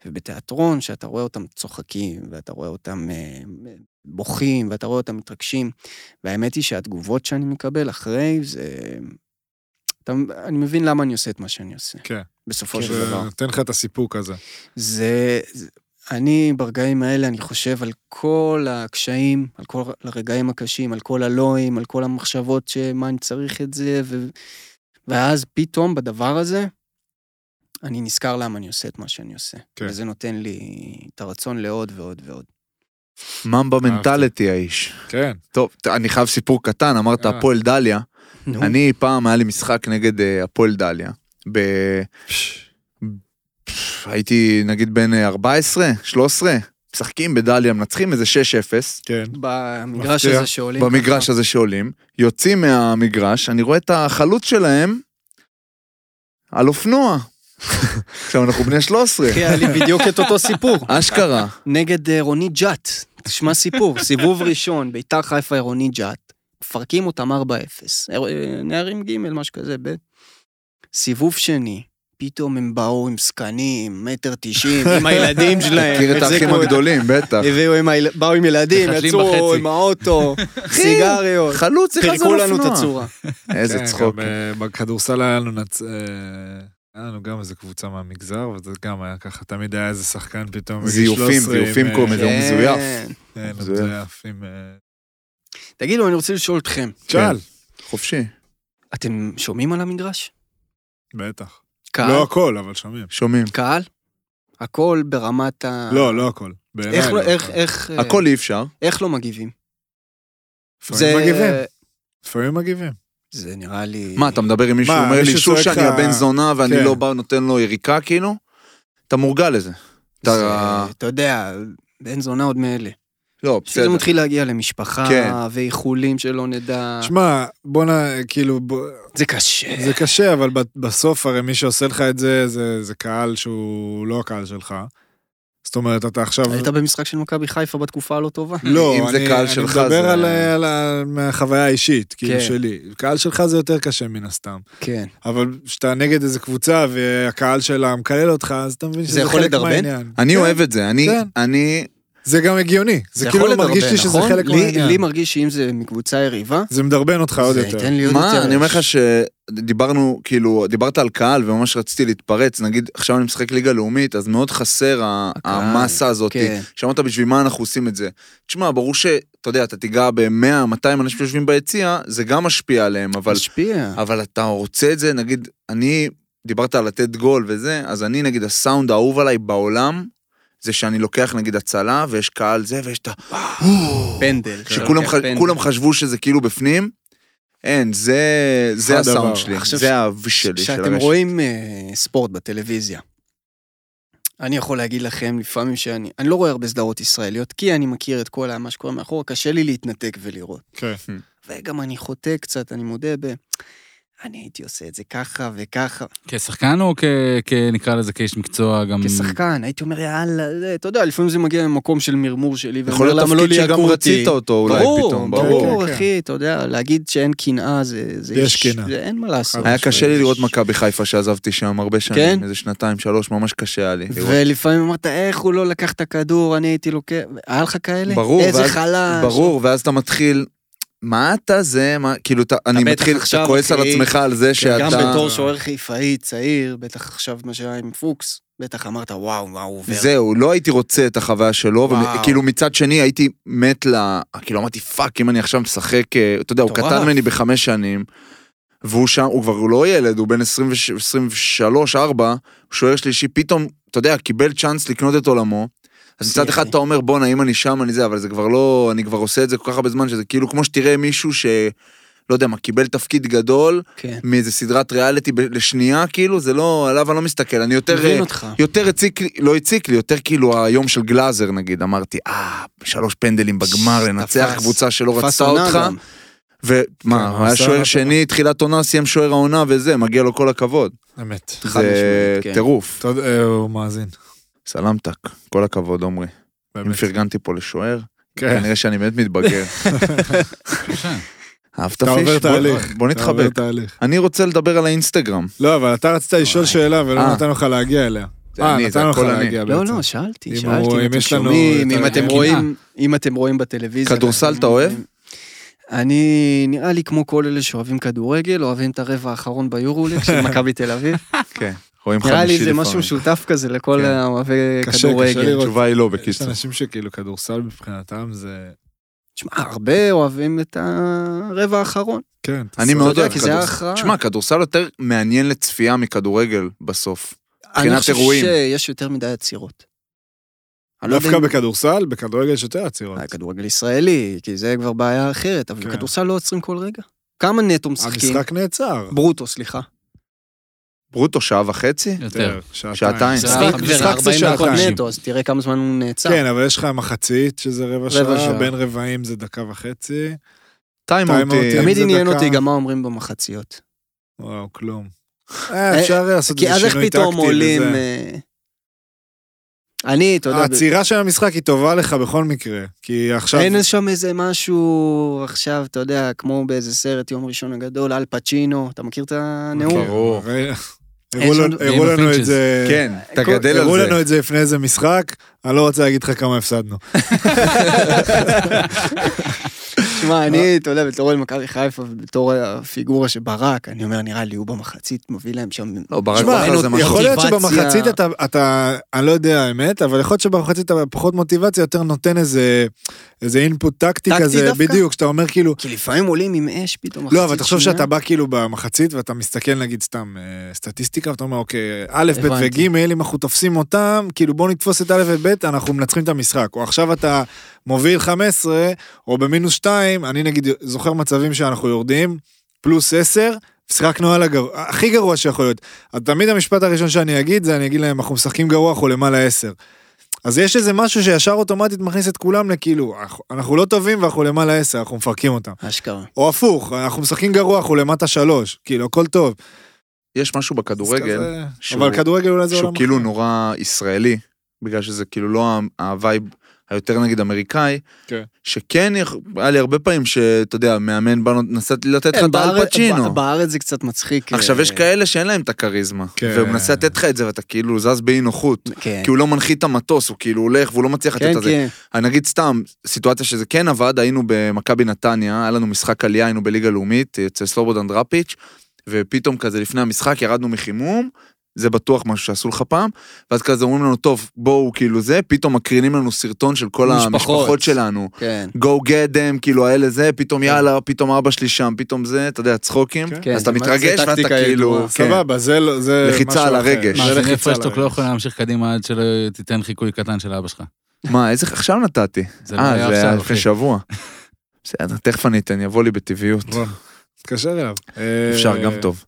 S4: ובתיאטרון, שאתה רואה אותם צוחקים, ואתה רואה אותם אה, בוכים, ואתה רואה אותם מתרגשים, והאמת היא שהתגובות שאני מקבל אחרי זה... אתה, אני מבין למה אני עושה את מה שאני עושה.
S2: כן.
S4: בסופו של
S2: זה
S4: דבר.
S2: נותן לך את הסיפוק הזה.
S4: זה, זה... אני ברגעים האלה, אני חושב על כל הקשיים, על כל הרגעים הקשים, על כל הלואים, על כל המחשבות שמה אני צריך את זה, ו... ואז פתאום בדבר הזה, אני נזכר למה אני עושה את מה שאני עושה.
S2: כן.
S4: כן. וזה נותן לי את הרצון לעוד ועוד ועוד.
S3: ממבה מנטליטי האיש.
S2: כן.
S3: טוב, ת- אני חייב סיפור קטן, אמרת
S2: יאללה.
S3: הפועל דליה.
S4: נו,
S3: אני פעם, היה לי משחק נגד אה, הפועל דליה. ב... פש, הייתי נגיד בן אה, 14, 13, משחקים בדליה, מנצחים איזה 6-0.
S2: כן.
S4: במגרש
S2: מפתיע.
S4: הזה שעולים...
S3: במגרש הזה שעולים, יוצאים מהמגרש, אני רואה את החלוץ שלהם על אופנוע. עכשיו אנחנו בני 13,
S4: כן, היה לי בדיוק את אותו סיפור.
S3: אשכרה.
S4: נגד אה, רוני ג'אט. תשמע סיפור, סיבוב ראשון, ביתר חיפה עירוני ג'אט, מפרקים אותם 4-0. אה, נערים ג', משהו כזה, ב'. סיבוב שני, פתאום הם באו עם זקנים, מטר תשעים, עם הילדים שלהם.
S3: מכיר את האחים
S4: החזיקו את-
S3: הגדולים, בטח.
S4: הביאו עם היל- באו עם ילדים,
S5: מחשלים
S4: יצאו
S5: בחצי.
S4: עם האוטו, סיגריות,
S3: חלוץ אחד על
S4: פירקו
S3: אופנוע.
S4: לנו את הצורה.
S3: איזה
S2: כן,
S3: צחוק.
S2: גם, אה, בכדורסל היה לנו נצ... אה, היה לנו גם איזה קבוצה מהמגזר, וזה גם היה ככה, תמיד היה איזה שחקן פתאום. בגיל
S3: זיופים,
S2: 13 עם,
S3: זיופים
S2: אה,
S3: כל מיני, זה הוא
S4: כן.
S3: מזויף.
S2: כן,
S3: מזויף.
S2: מזויף. עם, אה,
S4: תגידו, אני רוצה לשאול אתכם,
S3: כן.
S2: שאל.
S3: חופשי.
S4: אתם שומעים על המגרש?
S2: בטח.
S3: אה.
S4: קהל?
S2: לא הכל, אבל שומעים.
S3: שומעים.
S4: קהל? הכל ברמת ה...
S2: לא, לא הכל. בעיניי
S4: איך לא,
S2: לא
S4: איך,
S2: הכל.
S4: איך, אה,
S3: הכל אי אפשר.
S4: איך לא מגיבים?
S2: לפעמים מגיבים. לפעמים מגיבים.
S4: זה נראה לי...
S3: מה, אתה מדבר עם מישהו,
S2: מה,
S3: אומר לי
S2: מישהו צועק
S3: שושן,
S2: לך-
S3: יא בן זונה, ואני
S2: כן.
S3: לא בא, נותן לו יריקה, כאילו? אתה מורגל לזה.
S4: זה,
S3: אתה...
S4: אתה יודע, בן זונה עוד מאלה.
S3: לא,
S4: שזה
S3: בסדר.
S4: מתחיל להגיע למשפחה,
S3: כן.
S4: ואיחולים שלא
S3: אה.
S4: נדע.
S2: שמע, בוא נ... כאילו, בוא-
S4: זה קשה.
S2: זה קשה, אבל ב- בסוף הרי מי שעושה לך את זה, זה- זה קהל שהוא לא הקהל שלך. זאת אומרת, אתה עכשיו...
S4: היית במשחק של מכבי חיפה בתקופה הלא טובה?
S2: לא,
S3: אם זה
S2: אני,
S3: קהל
S2: אני
S3: שלך,
S2: מדבר
S3: זה-
S2: על, אה, על, על מהחוויה האישית, כאילו
S4: כן.
S2: שלי. קהל שלך זה יותר קשה מן הסתם.
S4: כן.
S2: אבל כשאתה נגד איזה קבוצה והקהל שלה מקלל אותך, אז אתה מבין שזה
S4: יכול
S2: חלק
S4: לדרבן?
S2: מהעניין.
S3: אני
S2: כן.
S3: אוהב את זה. אני-
S2: כן.
S3: אני...
S2: זה גם הגיוני. זה,
S4: יכול
S3: לא
S2: כאילו
S4: לדרבן,
S2: מרגיש לי שזה
S4: נכון?
S2: חלק
S4: לי-
S2: מהעניין.
S4: לי מרגיש שאם זה מקבוצה יריבה,
S2: זה מדרבן אותך עוד
S4: זה
S2: יותר.
S4: ייתן לי עוד יותר...
S3: מה, אני אומר לך
S4: אש.
S3: שדיברנו, כאילו, דיברת על קהל וממש רציתי להתפרץ, נגיד, עכשיו אני משחק ליגה לאומית, אז מאוד חסר ה-
S4: הקהל,
S3: המסה הזאת.
S4: כן.
S3: שאמרת בשביל מה אנחנו עושים את זה. תשמע, ברור שאתה יודע, אתה תיגע ב-100-200 אנשים שיושבים ביציע, זה גם משפיע עליהם, אבל,
S4: משפיע.
S3: אבל אתה רוצה את זה, נגיד, אני, דיברת על לתת גול וזה, אז אני, נגיד, הסאונד האהוב עליי בעולם, זה שאני לוקח נגיד הצלה, ויש קהל זה, ויש את ה...
S4: כן, פנדל.
S3: שכולם ח... כולם חשבו שזה כאילו בפנים. אין, זה, זה
S2: הדבר.
S3: הסאונד שלי,
S4: עכשיו ש-
S3: זה האב שלי, של
S4: כשאתם
S3: הרשת.
S4: רואים אה, ספורט בטלוויזיה, אני יכול להגיד לכם לפעמים שאני, אני לא רואה הרבה סדרות ישראליות, כי אני מכיר את כל מה שקורה מאחורה, קשה לי להתנתק ולראות.
S2: כן.
S3: Hmm.
S4: וגם אני חוטא קצת, אני מודה ב... אני הייתי עושה את זה ככה וככה.
S5: כשחקן או כ- כ- נקרא לזה כאיש מקצוע
S3: אמ.
S5: גם...
S4: כשחקן, הייתי אומר, יאללה, זה", אתה יודע, לפעמים זה מגיע ממקום של מרמור שלי,
S3: יכול
S4: ואומר,
S3: להיות
S4: "למה לא
S3: תפקיד שגם
S4: ליהקו אותי?"
S3: רצית אותו אולי פתאום,
S4: ברור,
S3: ברור.
S2: כן,
S4: ברור,
S2: כן.
S4: אחי, אתה יודע, להגיד שאין קנאה זה... זה
S2: יש
S4: איש-
S2: קנאה.
S4: זה אין מה לעשות.
S3: היה
S2: חד משמעית.
S3: קשה לי לראות מכבי חיפה שעזבתי שם הרבה שנים,
S4: כן?
S3: איזה שנתיים, שלוש, ממש קשה היה לי. לראות.
S4: ולפעמים אמרת, איך הוא לא לקח את הכדור, אני הייתי לוקח... היה לך כאלה?
S3: ברור,
S4: איזה
S3: ואז-
S4: חלש.
S3: ברור, ואז אתה מתחיל, מה אתה זה, מה, כאילו, אתה- אני
S4: בטח
S3: מתחיל, אתה
S4: עכשיו,
S3: כועס על
S4: אחי,
S3: עצמך על זה שאתה...
S4: גם בתור שוער חיפאי צעיר, בטח עכשיו מה שהיה עם פוקס, בטח אמרת, וואו, מה הוא עובר.
S3: זהו, לא הייתי רוצה את החוויה שלו,
S4: וואו.
S3: וכאילו מצד שני הייתי מת ל... כאילו אמרתי, פאק, אם אני עכשיו משחק, אה, אתה יודע, הוא
S4: מטורף.
S3: קטן ממני בחמש שנים, והוא שם, הוא כבר לא ילד, הוא בן 23-4, שוער שלישי, פתאום, אתה יודע, קיבל צ'אנס לקנות את עולמו. אז מצד אחד אתה אומר, בואנה, אם אני שם, אני זה, אבל זה כבר לא, אני כבר עושה את זה כל כך הרבה זמן, שזה כאילו כמו שתראה מישהו ש... לא יודע מה, קיבל תפקיד גדול
S4: כן.
S3: מאיזה סדרת ריאליטי ב- לשנייה, כאילו, זה לא, עליו אני לא מסתכל, אני יותר...
S4: מבין אותך.
S3: יותר הציק לי, לא הציק לי, יותר כאילו היום של גלאזר נגיד, אמרתי, אה, שלוש פנדלים בגמר,
S4: ש-
S3: לנצח
S4: תפס.
S3: קבוצה שלא
S4: תפס
S3: לא רצתה
S4: עונה
S3: אותך,
S4: גם.
S3: ומה,
S2: כן,
S3: הוא היה
S2: עשה
S3: שוער
S2: אתה-
S3: שני, תחילת עונה, סיים שוער העונה וזה, מגיע לו כל הכבוד.
S2: אמת.
S4: חד
S3: זה
S4: משמעית, כן.
S3: טירוף.
S2: תודה, אה, הוא מאזין.
S3: סלמתק, כל הכבוד עומרי. אם
S2: באמת.
S3: פרגנתי פה לשוער,
S2: כן.
S3: כנראה שאני באמת מתבגר.
S5: בבקשה.
S3: אהבת
S2: אתה עובר
S3: פיש? בוא-
S2: תהליך.
S3: בוא
S2: אתה עובר
S3: נתחבק.
S2: תהליך.
S3: אני רוצה לדבר על האינסטגרם.
S2: לא, אבל אתה רצית לשאול
S4: וואי.
S2: שאלה ולא
S3: אה.
S2: נתנו לך להגיע אליה.
S3: זה
S2: אה,
S3: אני, זה
S2: נתנו לך
S3: הכל אני.
S2: להגיע בעצם.
S4: לא, לא, שאלתי,
S2: אם
S4: שאלתי
S2: הוא-
S4: אם
S2: אם
S4: אתם
S2: יש לנו
S4: שומעים,
S2: את
S4: אם אתם
S5: הקינה.
S4: רואים, אם אתם רואים בטלוויזיה.
S3: כדורסל
S4: ואתם
S3: אתה אוהב?
S4: רואים- אני, נראה לי כמו כל אלה שאוהבים כדורגל, אוהבים את הרבע האחרון ביורוליג של מכבי תל אביב.
S3: כן. רואים
S2: נכון,
S3: חמישי
S4: נראה
S3: לפעמים.
S4: לי זה משהו משותף כזה לכל
S3: כן.
S4: האוהבי
S2: קשה, קשה
S4: כדורגל.
S2: לראות.
S3: התשובה היא לא,
S2: יש
S3: בקיצור.
S2: אנשים שכאילו כדורסל מבחינתם זה...
S4: תשמע, הרבה אוהבים את הרבע האחרון.
S2: כן. אתה
S3: אני
S2: ס-
S3: מאוד
S4: יודע,
S3: אוהב
S4: כי זה היה
S3: כדורסל.
S4: הכרעה.
S3: תשמע, כדורסל יותר מעניין לצפייה מכדורגל בסוף. מבחינת
S4: אני חושב
S3: אירועים.
S4: שיש יותר מדי עצירות. אני לא יודע
S2: דווקא
S4: אם-
S2: בכדורסל, בכדורגל יש יותר עצירות.
S4: אה, כדורגל ישראלי, כי זה כבר בעיה אחרת, אבל
S2: כן. אה,
S4: בכדורסל לא עוצרים כל רגע. כמה נטו משחקים?
S2: המשחק נעצר.
S4: ברוטו, סליחה.
S2: אה,
S3: ברוטו שעה וחצי?
S4: כן.
S5: יותר.
S3: שעתיים.
S5: זה
S4: משחק
S5: רק
S4: זה
S5: זה
S4: 40
S5: 40
S4: דקות
S5: דקות.
S4: נטו, אז תראה כמה זמן הוא נעצר.
S2: כן, אבל יש לך מחצית, שזה רבע
S4: שעה.
S2: שעה, בין רבעים זה דקה וחצי.
S3: טיימאוטים.
S2: טיימאוטים.
S4: תמיד
S2: אה, זה
S4: עניין
S2: דקה.
S4: אותי גם מה אומרים במחציות.
S2: וואו, כלום. אה, אפשר לעשות
S4: כי אז
S2: איזה
S4: איך
S2: שינוי
S4: פתאום
S2: טקטי
S4: עולים...
S2: וזה.
S4: אה, אני, אתה יודע,
S2: העצירה של המשחק היא טובה לך בכל מקרה, כי עכשיו...
S4: אין שם איזה משהו עכשיו, אתה יודע, כמו באיזה סרט יום ראשון הגדול, אל פצ'ינו, אתה מכיר את הנאום?
S3: כן. ברור.
S2: הרי-
S4: אין
S2: הראו
S4: שם-
S2: לנו-
S5: ועם
S2: הראו לנו את
S5: הפינצ'ס.
S2: זה...
S3: כן, תגדל
S2: הראו
S3: על זה.
S2: לנו את אה, זה לפני איזה משחק, אני לא רוצה להגיד לך כמה הפסדנו.
S4: תשמע, אני, אתה יודע, בתור אוהד מכבי חיפה, בתור הפיגורה שברק, אני אומר, נראה לי הוא במחצית מביא להם שם...
S3: לא, ברק
S2: תשמע,
S3: בכר זה משהו.
S2: יכול להיות
S4: מוטיבציה.
S2: שבמחצית אתה, אתה, אני לא יודע האמת, אבל יכול להיות שבמחצית אתה פחות מוטיבציה, יותר נותן איזה, איזה אינפוט טקטי
S4: טקטי
S2: כזה,
S4: דווקא?
S2: בדיוק, שאתה אומר כאילו,
S4: כי לפעמים עולים עם אש פתאום.
S2: לא,
S4: מחצית
S2: אבל תחשוב
S4: שנייה.
S2: שאתה בא כאילו במחצית ואתה מסתכל נגיד סתם אה, סטטיסטיקה ואתה אומר אוקיי, א', ב'
S4: הבנתי.
S2: וג', אם אנחנו תופסים אותם, כאילו בוא נתפוס את א' וב', אנחנו מנצחים את המשחק. או עכשיו אתה מוביל 15, או במינוס 2, אני נגיד זוכר מצבים שאנחנו יורדים, פלוס 10, שיחקנו על הגרוע, הכי גרוע שיכול להיות. אז תמיד המשפט הראשון שאני אגיד זה אני אגיד להם אנחנו משחקים גרוע, אנחנו למעלה 10. אז יש איזה משהו שישר אוטומטית מכניס את כולם לכאילו, "אנחנו- אנחנו לא טובים ואנחנו למעלה 10, אנחנו מפרקים אותם.
S4: אשכרה.
S2: או הפוך, אנחנו משחקים גרוע, אנחנו למטה שלוש, כאילו, הכל טוב.
S3: יש משהו בכדורגל,
S2: אז כזה-
S3: שהוא-
S2: אבל כדורגל אולי זה לא נכון. עולם
S3: שהוא כאילו נורא ישראלי, בגלל שזה כאילו לא ה- הווייב היותר נגיד אמריקאי,
S2: כן.
S3: שכן, יכ- היה לי הרבה פעמים שאתה יודע, מאמן בא, נסה לתת לך
S4: כן,
S3: את האל
S4: בארץ-
S3: פצ'ינו.
S4: בא- בארץ זה קצת מצחיק.
S3: עכשיו
S4: אה,
S3: יש כאלה שאין להם את הכריזמה,
S2: כן.
S3: והוא מנסה לתת לך את זה ואתה כאילו זז באי נוחות.
S4: כן,
S3: כי הוא לא מנחית את המטוס, הוא כאילו הולך והוא לא מצליח לתת
S4: כן,
S3: את זה.
S4: כן.
S3: אני אה, נגיד סתם, סיטואציה שזה כן עבד, היינו במכבי נתניה, היה לנו משחק עלייה, היינו בליגה לאומית, אה, אצל סלובודן דראפיץ', ופתאום כזה לפני המשחק ירדנו מחימום, זה בטוח משהו שעשו לך פעם, ואז כזה אומרים לנו, טוב, בואו כאילו זה, פתאום מקרינים לנו סרטון של כל
S5: משפחות.
S3: המשפחות שלנו.
S4: כן.
S3: go get them, כאילו האלה זה,
S5: כן.
S3: פתאום יאללה, פתאום אבא שלי שם, פתאום זה, אתה יודע, צחוקים.
S2: כן,
S3: אז אתה
S4: זה מה- זה
S3: מתרגש ואתה
S4: טקטיקה
S3: כאילו...
S4: ידועה.
S3: כן.
S2: סבבה, זה לא, זה
S3: לחיצה
S2: משהו
S3: על
S2: אחר. אה,
S3: הרגש.
S2: זה
S5: מה, לפני
S2: לחיצה על
S5: פרשטוק לא
S2: הרגש.
S5: יכול להמשיך קדימה עד שלא תיתן חיקוי קטן של אבא שלך.
S3: כן. מה, איזה... עכשיו נתתי.
S5: זה לא
S3: אה,
S5: היה
S3: זה היה
S5: עכשיו, אחי.
S3: לפני שבוע. בסדר, תכף אני אתן, יבוא לי בטבעיות.
S2: בוא, תתקשר אליו. אה,
S3: אפשר גם טוב.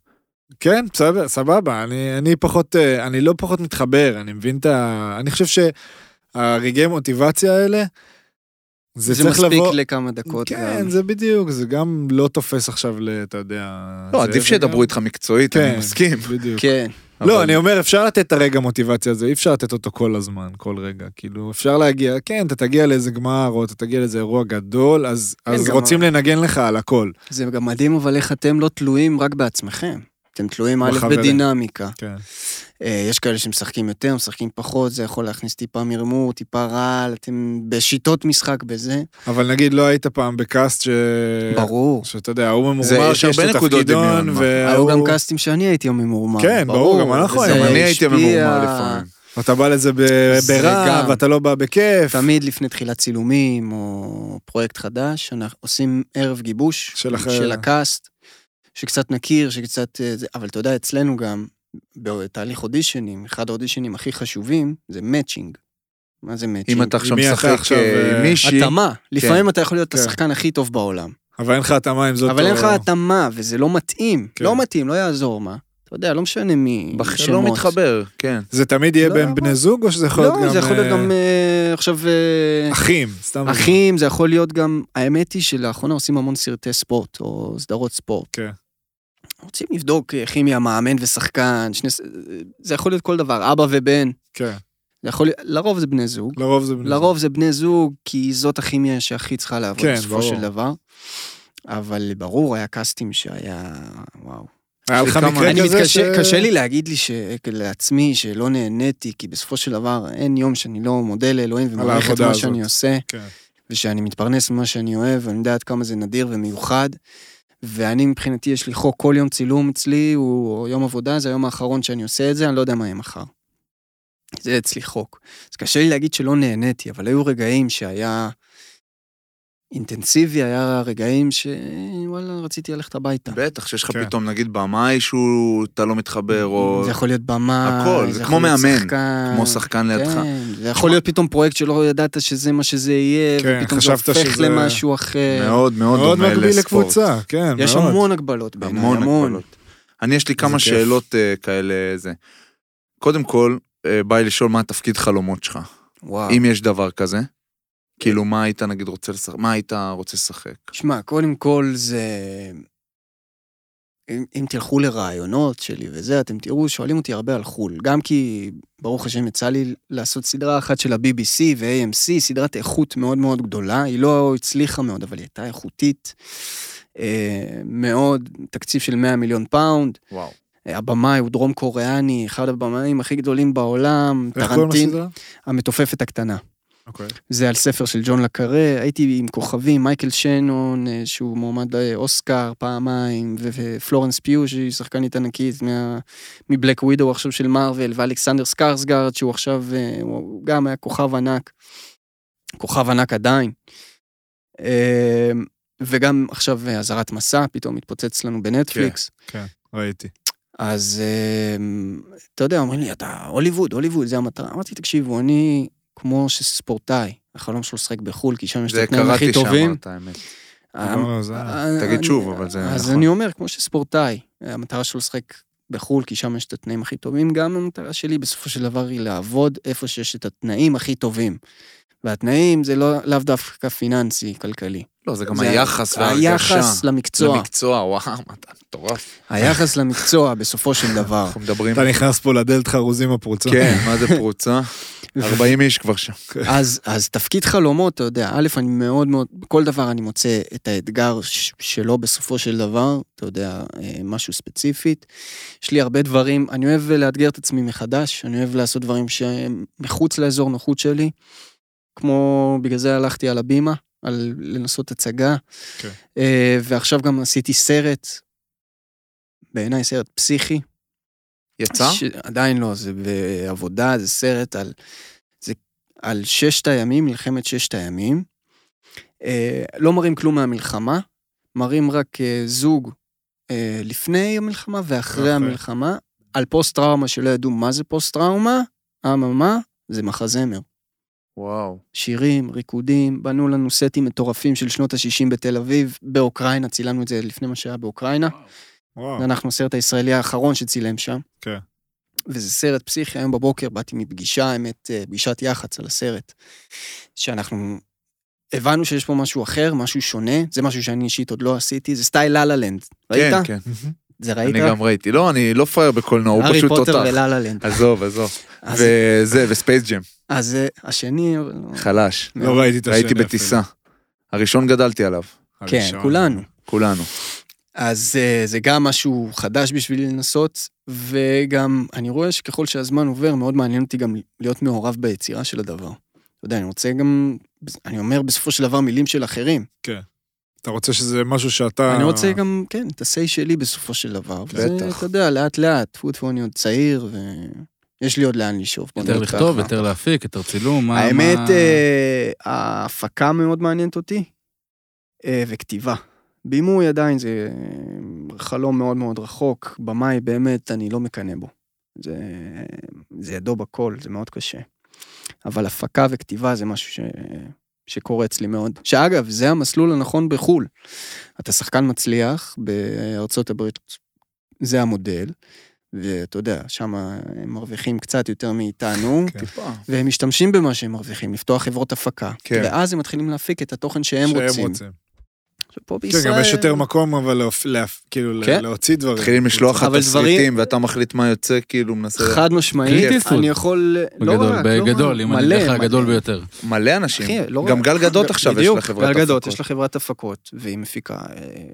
S2: כן, בסדר, סבבה, אני, אני פחות, אה, אני לא פחות מתחבר, אני מבין את ה... אני חושב שהרגעי מוטיבציה האלה, זה,
S4: זה
S2: צריך לבוא...
S4: מספיק לכמה דקות.
S2: כן,
S4: גם.
S2: זה בדיוק, זה גם לא תופס עכשיו ל... אתה יודע...
S3: לא,
S2: זה-
S3: עדיף
S2: אה, זה
S3: שידברו
S2: גם-
S3: איתך מקצועית,
S2: כן,
S3: אני מסכים.
S2: בדיוק.
S4: כן.
S2: לא,
S3: אבל-
S2: אני אומר, אפשר לתת את הרגע מוטיבציה הזה, אי אפשר לתת אותו כל הזמן, כל רגע. כאילו, אפשר להגיע, כן, אתה תגיע לאיזה גמר, או אתה תגיע לאיזה אירוע גדול, אז,
S4: כן,
S2: אז
S4: גם-
S2: רוצים לנגן לך על הכל.
S4: זה גם מדהים, אבל איך אתם לא תלויים רק בעצמכם. אתם תלויים א'
S2: בחברים.
S4: בדינמיקה.
S2: כן.
S4: אה, יש כאלה שמשחקים יותר, משחקים פחות, זה יכול להכניס טיפה מרמור, טיפה רעל, אתם בשיטות משחק בזה.
S2: אבל נגיד, לא היית פעם בקאסט ש... כן.
S4: ברור.
S2: שאתה יודע, ההוא
S3: זה-
S2: ממורמר,
S3: יש
S2: שיש
S3: הרבה
S2: לו
S3: נקודות
S2: תפקידון,
S3: דמיון, מה.
S2: והוא...
S4: היו גם קאסטים שאני הייתי הממורמר.
S2: אה, כן, ברור, גם אנחנו
S4: וזה
S2: היינו.
S3: גם אני הייתי
S4: השפיע
S3: ממורמר לפעמים.
S2: אתה בא לזה ב-
S4: זה
S2: ברע,
S4: גם.
S2: ואתה לא בא בכיף.
S4: תמיד לפני תחילת צילומים, או פרויקט חדש, אנחנו עושים ערב גיבוש
S2: של הח-
S4: של הקאסט, שקצת נכיר, שקצת... אה, זה- אבל אתה יודע, אצלנו גם, בתהליך אודישנים, אחד האודישנים הכי חשובים זה מאצ'ינג. מה זה מאצ'ינג?
S3: אם אתה עכשיו
S2: מי אתה
S3: משחק
S2: עכשיו,
S3: אה, עם
S2: אה,
S3: מישהי,
S4: התאמה. לפעמים אתה יכול להיות
S2: כן.
S4: השחקן הכי טוב בעולם,
S2: אבל אין לך התאמה עם זאת. לא-
S4: אבל אין לך
S2: או-
S4: התאמה, וזה לא מתאים.
S2: כן.
S4: לא מתאים, לא יעזור מה. אתה יודע, לא משנה מי...
S3: בח-
S4: שמות.
S3: לא מתחבר, כן.
S2: זה תמיד יהיה
S4: לא
S2: בין
S4: יעבוד.
S2: בני זוג, או שזה יכול להיות גם...
S4: לא, זה יכול להיות
S2: אה,
S4: גם אה, עכשיו... אה,
S2: אחים, סתם.
S4: אחים, זה יכול להיות גם, האמת היא שלאחרונה עושים המון סרטי ספורט, או סדרות ספורט.
S2: כן.
S4: רוצים לבדוק אה, כימיה, מאמן ושחקן, שני... ס- אה, זה יכול להיות כל דבר, אבא ובן.
S2: כן,
S4: זה יכול להיות, לרוב זה בני זוג.
S2: לרוב זה בני זוג.
S4: לרוב זה בני זוג, כי זאת הכימיה שהכי צריכה לעבוד
S2: כן,
S4: בסופו
S2: ברור.
S4: של דבר. אבל ברור, היה קאסטים שהיה, וואו.
S2: היה לך
S3: כמה-
S2: מקרה
S4: אני
S2: כזה
S4: מתקשה, קשה לי להגיד לי, ש- לעצמי, שלא נהניתי, כי בסופו של דבר אין יום שאני לא מודה לאלוהים ומעריך את
S2: העבודה
S4: מה
S2: הזאת.
S4: שאני עושה.
S2: כן.
S4: ושאני מתפרנס ממה שאני אוהב, ואני יודע עד כמה זה נדיר ומיוחד. ואני מבחינתי, יש לי חוק כל יום צילום אצלי, הוא יום עבודה, זה היום האחרון שאני עושה את זה, אני לא יודע מה יהיה מחר. זה אצלי חוק. אז קשה לי להגיד שלא נהניתי, אבל היו רגעים שהיה אינטנסיבי, היה רגעים שוואלה, רציתי ללכת הביתה.
S3: בטח, שיש לך
S2: כן.
S3: פתאום נגיד במאי שהוא, אתה לא מתחבר, או
S4: זה יכול להיות במה,
S3: הכל, זה כמו
S4: יכול להיות
S3: מאמן,
S4: שחקן,
S3: כמו שחקן לידך.
S4: כן, זה יכול להיות פתאום פרויקט שלא ידעת שזה מה שזה יהיה,
S2: כן,
S4: ופתאום זה
S2: חשבת
S4: הופך
S2: שזה-
S4: למשהו אחר.
S3: מאוד מאוד
S2: מאוד
S3: דומה
S2: מקביל
S3: לספורט.
S2: לקבוצה, כן,
S4: יש
S2: מאוד.
S4: המון הגבלות בעיניי,
S3: המון הגבלות. אני, יש לי כמה
S2: כיף.
S3: שאלות אה, כאלה, זה. קודם כל, אה, בא לי לשאול מה התפקיד חלומות שלך,
S4: וואו.
S3: אם יש דבר כזה. כאילו, מה היית נגיד רוצה לשחק? מה היית רוצה לשחק?
S4: שמע, קודם כל זה... אם, אם תלכו לרעיונות שלי וזה, אתם תראו, שואלים אותי הרבה על חו"ל. גם כי, ברוך השם, יצא לי לעשות סדרה אחת של ה-BBC ו-AMC, סדרת איכות מאוד מאוד גדולה. היא לא הצליחה מאוד, אבל היא הייתה איכותית אה, מאוד, תקציב של 100 מיליון פאונד.
S3: וואו.
S4: אה, הבמאי הוא דרום קוריאני, אחד הבמאים הכי גדולים בעולם,
S2: איך קוראים
S4: טרנטין,
S2: לסדרה?
S4: המתופפת הקטנה.
S2: אוקיי.
S4: זה על ספר של ג'ון לקארה, הייתי עם כוכבים, מייקל שנון, אה, שהוא מועמד לאוסקר פעמיים, ו- ופלורנס פיו, שהיא שחקנית ענקית מה- מבלק ווידו עכשיו של מארוול, ואלכסנדר סקרסגרד, שהוא עכשיו, אה, הוא גם היה כוכב ענק, כוכב ענק עדיין. אה, וגם עכשיו אה, אזהרת מסע, פתאום התפוצץ לנו בנטפליקס.
S2: ראיתי.
S4: אה, אז אמ, אתה יודע, אומרים לי, אתה הוליווד, הוליווד, זה המטרה. אמרתי, תקשיבו, אני כמו שספורטאי, החלום שלו לשחק בחו"ל, כי שם יש את
S3: זה
S4: התנאים הכי
S3: קראתי
S4: טובים.
S3: שאמרת, האמת.
S4: אה,
S2: דיברנו על זה.
S4: אה,
S3: תגיד
S4: אני-
S3: שוב, אבל זה
S4: אז
S3: נכון.
S4: אני אומר, כמו שספורטאי, המטרה שלו לשחק בחו"ל, כי שם יש את התנאים הכי טובים, גם המטרה שלי בסופו של דבר היא לעבוד איפה שיש את התנאים הכי טובים. והתנאים זה לא, לאו דווקא פיננסי, כלכלי.
S3: לא, זה גם
S4: זה
S3: היחס וההרגשה.
S4: היחס למקצוע,
S3: למקצוע, וואו, מה, אתה מטורף.
S4: היחס למקצוע בסופו של דבר.
S3: אנחנו מדברים...
S2: אתה נכנס פה לדלת חרוזים הפרוצה.
S3: כן, מה זה פרוצה? 40 איש כבר שם.
S4: אז, אז תפקיד חלומות, אתה יודע, א', אני מאוד מאוד, בכל דבר אני מוצא את האתגר ש- שלו בסופו של דבר, אתה יודע, אה, משהו ספציפית. יש לי הרבה דברים, אני אוהב לאתגר את עצמי מחדש, אני אוהב לעשות דברים שהם מחוץ לאזור נוחות שלי, כמו, בגלל זה הלכתי על הבימה, על לנסות הצגה,
S2: כן.
S4: אה, ועכשיו גם עשיתי סרט, בעיניי סרט פסיכי,
S3: יצא?
S4: ש... עדיין לא, זה בעבודה, זה סרט על, זה על ששת הימים, מלחמת ששת הימים. אה, לא מראים כלום מהמלחמה, מראים רק אה, זוג אה, לפני המלחמה ואחרי
S2: אוקיי.
S4: המלחמה, על פוסט-טראומה שלא ידעו מה זה פוסט-טראומה, אממה, זה מחזמר.
S3: וואו.
S4: שירים, ריקודים, בנו לנו סטים מטורפים של שנות ה-60 בתל אביב, באוקראינה, צילמנו את זה לפני מה שהיה באוקראינה.
S3: אה.
S2: וואו.
S4: אנחנו הסרט הישראלי האחרון שצילם שם.
S2: כן.
S4: וזה סרט פסיכי, היום בבוקר באתי מפגישה, האמת, אה, פגישת יח"צ על הסרט. שאנחנו הבנו שיש פה משהו אחר, משהו שונה, זה משהו שאני אישית עוד לא עשיתי, זה סטייל לה לה לנד. ראית?
S3: כן, כן.
S4: זה ראית?
S3: אני גם ראיתי. לא, אני לא פייר בקולנוע, הוא
S4: הארי
S3: פשוט
S4: פוטר
S3: תותח.
S4: ולה לה לנד.
S3: עזוב, עזוב.
S4: אז-
S3: וזה, וספייס ג'ם,
S4: אז אה, השני... אבל לא.
S3: חלש.
S2: לא ראיתי את השני.
S3: ראיתי
S2: אפילו.
S3: בטיסה. הראשון גדלתי עליו,
S4: כן,
S2: הראשון.
S4: כולנו.
S3: כולנו.
S4: אז אה, זה גם משהו חדש בשבילי לנסות, וגם אני רואה שככל שהזמן עובר, מאוד מעניין אותי גם להיות מעורב ביצירה של הדבר. אתה יודע, אני רוצה גם, אני אומר בסופו של דבר מילים של אחרים.
S2: אתה רוצה שזה משהו שאתה...
S4: אני רוצה גם, כן, את ה-say שלי בסופו של דבר. וזה,
S3: בטח.
S4: אתה יודע, לאט לאט, טפו טפו, אני עוד צעיר, ויש לי עוד לאן לשאוף. בוא
S5: יותר
S4: נגיד
S5: לכתוב,
S4: ככה.
S5: יותר להפיק, יותר צילום, מה...
S4: האמת,
S5: מה-
S4: אה, ההפקה מאוד מעניינת אותי, אה, וכתיבה. בימוי עדיין זה אה, חלום מאוד מאוד רחוק, במאי באמת אני לא מקנא בו. זה, זה ידו בכל, זה מאוד קשה. אבל הפקה וכתיבה זה משהו ש, שקורה אצלי מאוד. שאגב, זה המסלול הנכון בחו"ל. אתה שחקן מצליח בארצות הברית, זה המודל, ואתה יודע, שם הם מרוויחים קצת יותר מאיתנו,
S6: כן.
S3: טיפה.
S4: והם משתמשים במה שהם מרוויחים, לפתוח חברות הפקה.
S3: כן.
S4: ואז הם מתחילים להפיק את התוכן שהם רוצים. עכשיו, פה
S2: כן,
S4: בישראל...
S2: גם יש יותר מקום, אבל להופ- להפ- כאילו לה-
S4: כן.
S2: להוציא דברים.
S3: מתחילים לשלוח לך
S4: אבל
S3: תסריטים, ואתה מחליט מה יוצא, כאילו, מנסה...
S4: חד משמעית,
S3: קריאייטיב
S5: פוד.
S4: אני יכול... לא
S5: בגדול,
S4: רק, לא
S5: בגדול,
S4: רק,
S5: אם אני
S4: מלא,
S5: לך הגדול
S4: מלא.
S5: ביותר.
S3: מלא אנשים.
S4: אחי, לא
S3: גם
S4: רק-
S3: גל גדות עכשיו יש
S4: בדיוק,
S3: לה חברת
S4: גל גדות,
S3: הפקות.
S4: יש לה חברת הפקות, והיא מפיקה אה,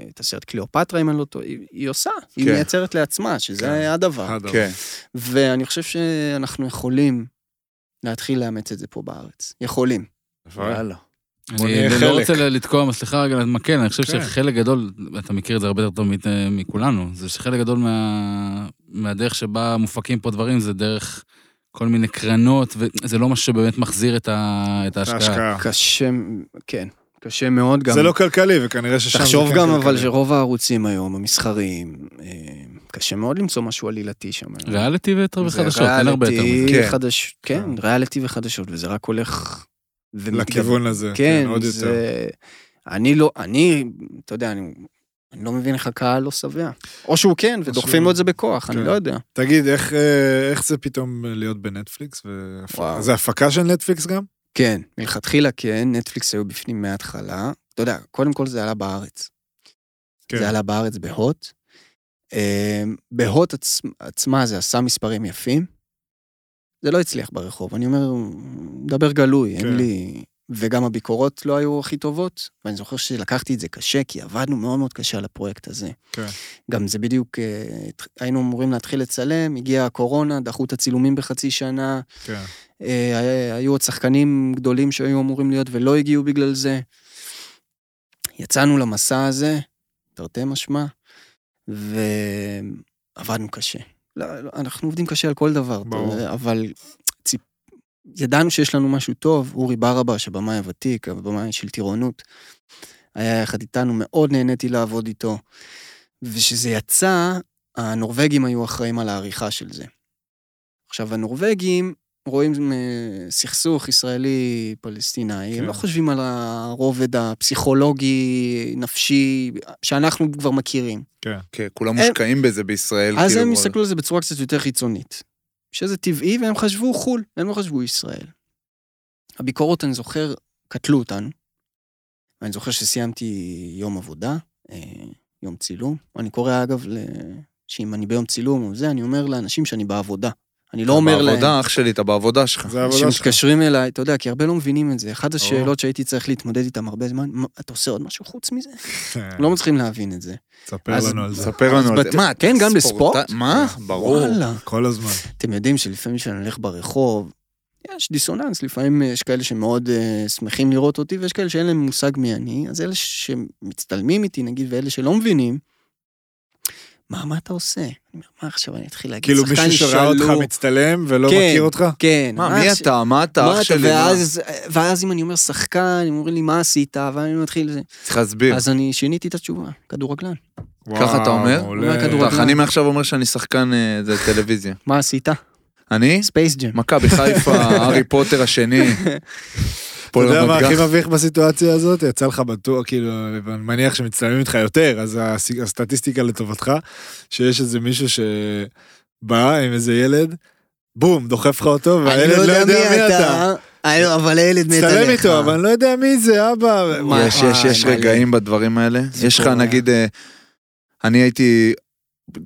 S4: את הסרט קליאופטרה, אם אני לא טועה, היא- היא עושה, היא
S3: כן.
S4: מייצרת לעצמה,
S2: כן.
S4: שזה הדבר.
S2: אחד, אבל-
S3: כן.
S4: ואני חושב שאנחנו יכולים להתחיל לאמץ את זה פה בארץ. יכולים.
S2: נכון.
S4: אה,
S3: וואלה.
S2: בוא
S5: אני
S2: נהיה
S5: לא
S2: חלק.
S5: רוצה ל- לתקוע, אבל סליחה רגע, להתמקן, אני חושב
S2: כן.
S5: שחלק גדול, אתה מכיר את זה הרבה יותר טוב מת- מכולנו, זה שחלק גדול מה- מהדרך שבה מופקים פה דברים זה דרך כל מיני קרנות, וזה לא משהו שבאמת מחזיר את ה- את ההשקעה.
S2: ההשקעה.
S4: קשה, כן, קשה מאוד גם.
S2: זה לא כלכלי, וכנראה ששם... זה
S4: תחשוב
S2: כן
S4: גם
S2: כלכלי.
S4: אבל שרוב הערוצים היום, המסחריים, אה, קשה מאוד למצוא משהו עלילתי שם.
S5: ריאליטי ויותר
S4: זה
S5: וחדשות, אין הרבה יותר מזה.
S4: ריאליטי
S3: כן.
S4: חדש- כן, ריאליטי וחדשות, וזה רק הולך... ומתגבר.
S2: אה. לכיוון הזה.
S4: כן,
S2: עוד יותר.
S4: זה... אני לא, אני, אתה יודע, אני, אני לא מבין איך הקהל לא שבע. או שהוא כן, ודוחפים
S2: שהוא-
S4: לו את זה בכוח,
S2: כן.
S4: אני לא יודע.
S2: תגיד, איך, אה, איך זה פתאום להיות בנטפליקס? ו-
S4: וואו.
S2: זה הפקה של נטפליקס גם?
S4: כן, מלכתחילה כן, נטפליקס היו בפנים מההתחלה. אתה יודע, קודם כל זה עלה בארץ.
S2: כן.
S4: זה עלה בארץ בהוט. אה, בהוט עצ... עצמה זה עשה מספרים יפים. זה לא הצליח ברחוב, אני אומר, מדבר גלוי,
S2: כן.
S4: אין לי... וגם הביקורות לא היו הכי טובות, ואני זוכר שלקחתי את זה קשה, כי עבדנו מאוד מאוד קשה על הפרויקט הזה.
S2: כן.
S4: גם זה בדיוק, אה, הת- היינו אמורים להתחיל לצלם, הגיעה הקורונה, דחו את הצילומים בחצי שנה,
S2: כן.
S4: אה, היה- היו עוד שחקנים גדולים שהיו אמורים להיות ולא הגיעו בגלל זה. יצאנו למסע הזה, תרתי משמע, ועבדנו קשה. לא, לא, אנחנו עובדים קשה על כל דבר, אתה
S2: ברור.
S4: יודע, אבל ציפ... ידענו שיש לנו משהו טוב. אורי ברבה, שהבמאי הוותיק, הבמאי של טירונות, היה יחד איתנו, מאוד נהניתי לעבוד איתו. וכשזה יצא, הנורבגים היו אחראים על העריכה של זה. עכשיו, הנורבגים רואים אה, סכסוך ישראלי-פלסטיני,
S2: כן.
S4: הם לא חושבים על הרובד הפסיכולוגי-נפשי שאנחנו כבר מכירים.
S3: כן, כולם
S4: אין-
S3: מושקעים בזה בישראל.
S4: אז
S3: כאילו,
S4: הם
S3: אבל-
S4: הסתכלו על זה בצורה קצת יותר חיצונית. שזה טבעי, והם חשבו חו"ל, הם לא חשבו ישראל. הביקורות, אני זוכר, קטלו אותנו. אני זוכר שסיימתי יום עבודה, אה, יום צילום. אני קורא, אגב, ל... שאם אני ביום צילום או זה, אני אומר לאנשים שאני בעבודה. אני לא אומר להם...
S3: בעבודה, אח שלי, אתה בעבודה שלך.
S2: זה העבודה שלך.
S4: שמתקשרים אליי, אתה יודע, כי הרבה לא מבינים את זה. אחת השאלות שהייתי צריך להתמודד איתן הרבה זמן, "מה, אתה עושה עוד משהו חוץ מזה?
S2: כן.
S4: לא מצליחים להבין את זה.
S2: תספר
S4: אז-
S2: לנו על זה.
S3: ספר לנו על
S4: אז בת-
S3: זה. מה, אתה
S4: כן, גם
S3: ספורט-
S4: בספורט?
S3: מה? ברור.
S4: וואלה.
S2: כל הזמן.
S4: אתם יודעים שלפעמים כשאני הולך ברחוב, יש דיסוננס, לפעמים אה, יש כאלה שמאוד uh, שמחים לראות אותי, ויש כאלה שאין להם מושג מי אני, אז אלה שמצטלמים איתי, נגיד, ואלה שלא מבינים, מה, מה אתה עושה? אני אומר, מה עכשיו אני אתחיל להגיד?
S2: כאילו
S4: שחקן
S2: מישהו שראה אותך
S4: ישאלו-
S2: מצטלם ולא
S4: כן.
S2: מכיר אותך?
S4: כן.
S3: מה, מי
S4: ש-
S3: אתה? מה אתה,
S4: מה
S3: אח
S4: אתה?
S3: שלי? מה?
S4: ואז, ואז אם אני אומר שחקן, הם אומרים לי, מה עשית? ואני מתחיל... זה.
S3: צריך
S2: כן.
S3: להסביר.
S4: אז אני שיניתי את התשובה, כדורגלן.
S3: ככה אתה אומר?
S4: אומר כדורגל.
S3: בטח, אני מעכשיו אומר שאני שחקן אה, זה טלוויזיה.
S4: מה עשית?
S3: אני?
S4: ספייס ג'ם.
S3: מכבי חיפה, הארי פוטר השני.
S2: אתה יודע מה הכי
S3: רמת גן.
S2: מביך בסיטואציה הזאת? יצא לך בטוח, כאילו, אני מניח שמצטלמים איתך יותר, אז הס- הסטטיסטיקה לטובתך, שיש איזה מישהו שבא עם איזה ילד, בום, דוחף לך אותו, והילד לא יודע מי אתה.
S4: אני לא- אבל הילד מת עליך.
S2: מצטלם איתו, אבל אני לא יודע מי זה, אבא.
S4: מה?
S3: יש, יש, יש
S4: וואי,
S3: רגעים בדברים האלה.
S4: זה
S3: יש לך,
S4: קורה.
S3: נגיד, אה, אני הייתי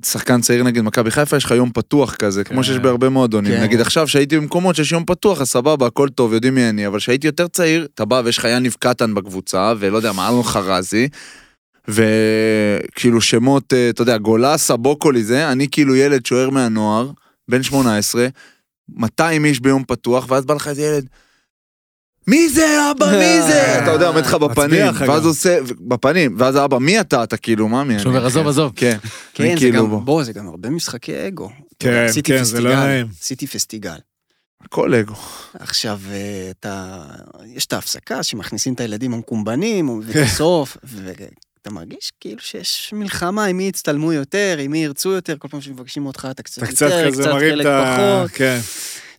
S3: שחקן צעיר נגד מכבי חיפה, יש לך יום פתוח כזה, כמו שיש בהרבה מועדונים.
S4: כן.
S3: נגיד עכשיו, שהייתי במקומות שיש יום פתוח, אז סבבה, הכל טוב, יודעים מי אני, אבל כשהייתי יותר צעיר, אתה בא ויש לך יניב קטן בקבוצה, ולא יודע מה, אלון חרזי. וכאילו שמות, אה, אתה יודע, גולסה, בוקולי זה, אני כאילו ילד שוער מהנוער, בן 18, 200 איש ביום פתוח, ואז בא לך איזה ילד, מי זה אבא, מי זה? אתה יודע, עומד לך בפנים,
S2: מצביע לך
S3: ואז
S2: גם.
S3: עושה, בפנים, ואז האבא, מי אתה? אתה כאילו, מה מי אני?
S5: שאומר, עזוב, עזוב.
S3: כן,
S4: כן, זה
S3: כאילו,
S4: גם,
S3: בוא.
S4: בוא, זה גם הרבה משחקי אגו.
S2: כן,
S4: עשיתי
S2: כן, זה לא
S4: פסטיגל,
S2: נעים.
S4: עשיתי פסטיגל.
S3: הכל אגו.
S4: עכשיו, אה, אתה, יש את ההפסקה שמכניסים את הילדים המקומבנים, ובסוף, אתה מרגיש כאילו שיש מלחמה עם מי יצטלמו יותר, עם מי ירצו יותר, כל פעם שמבקשים אותך אתה קצת
S2: אתה קצת
S4: יותר,
S2: כזה
S4: כן, קצת
S2: מרים
S4: חלק
S2: את ה...
S4: פחות.
S2: כן.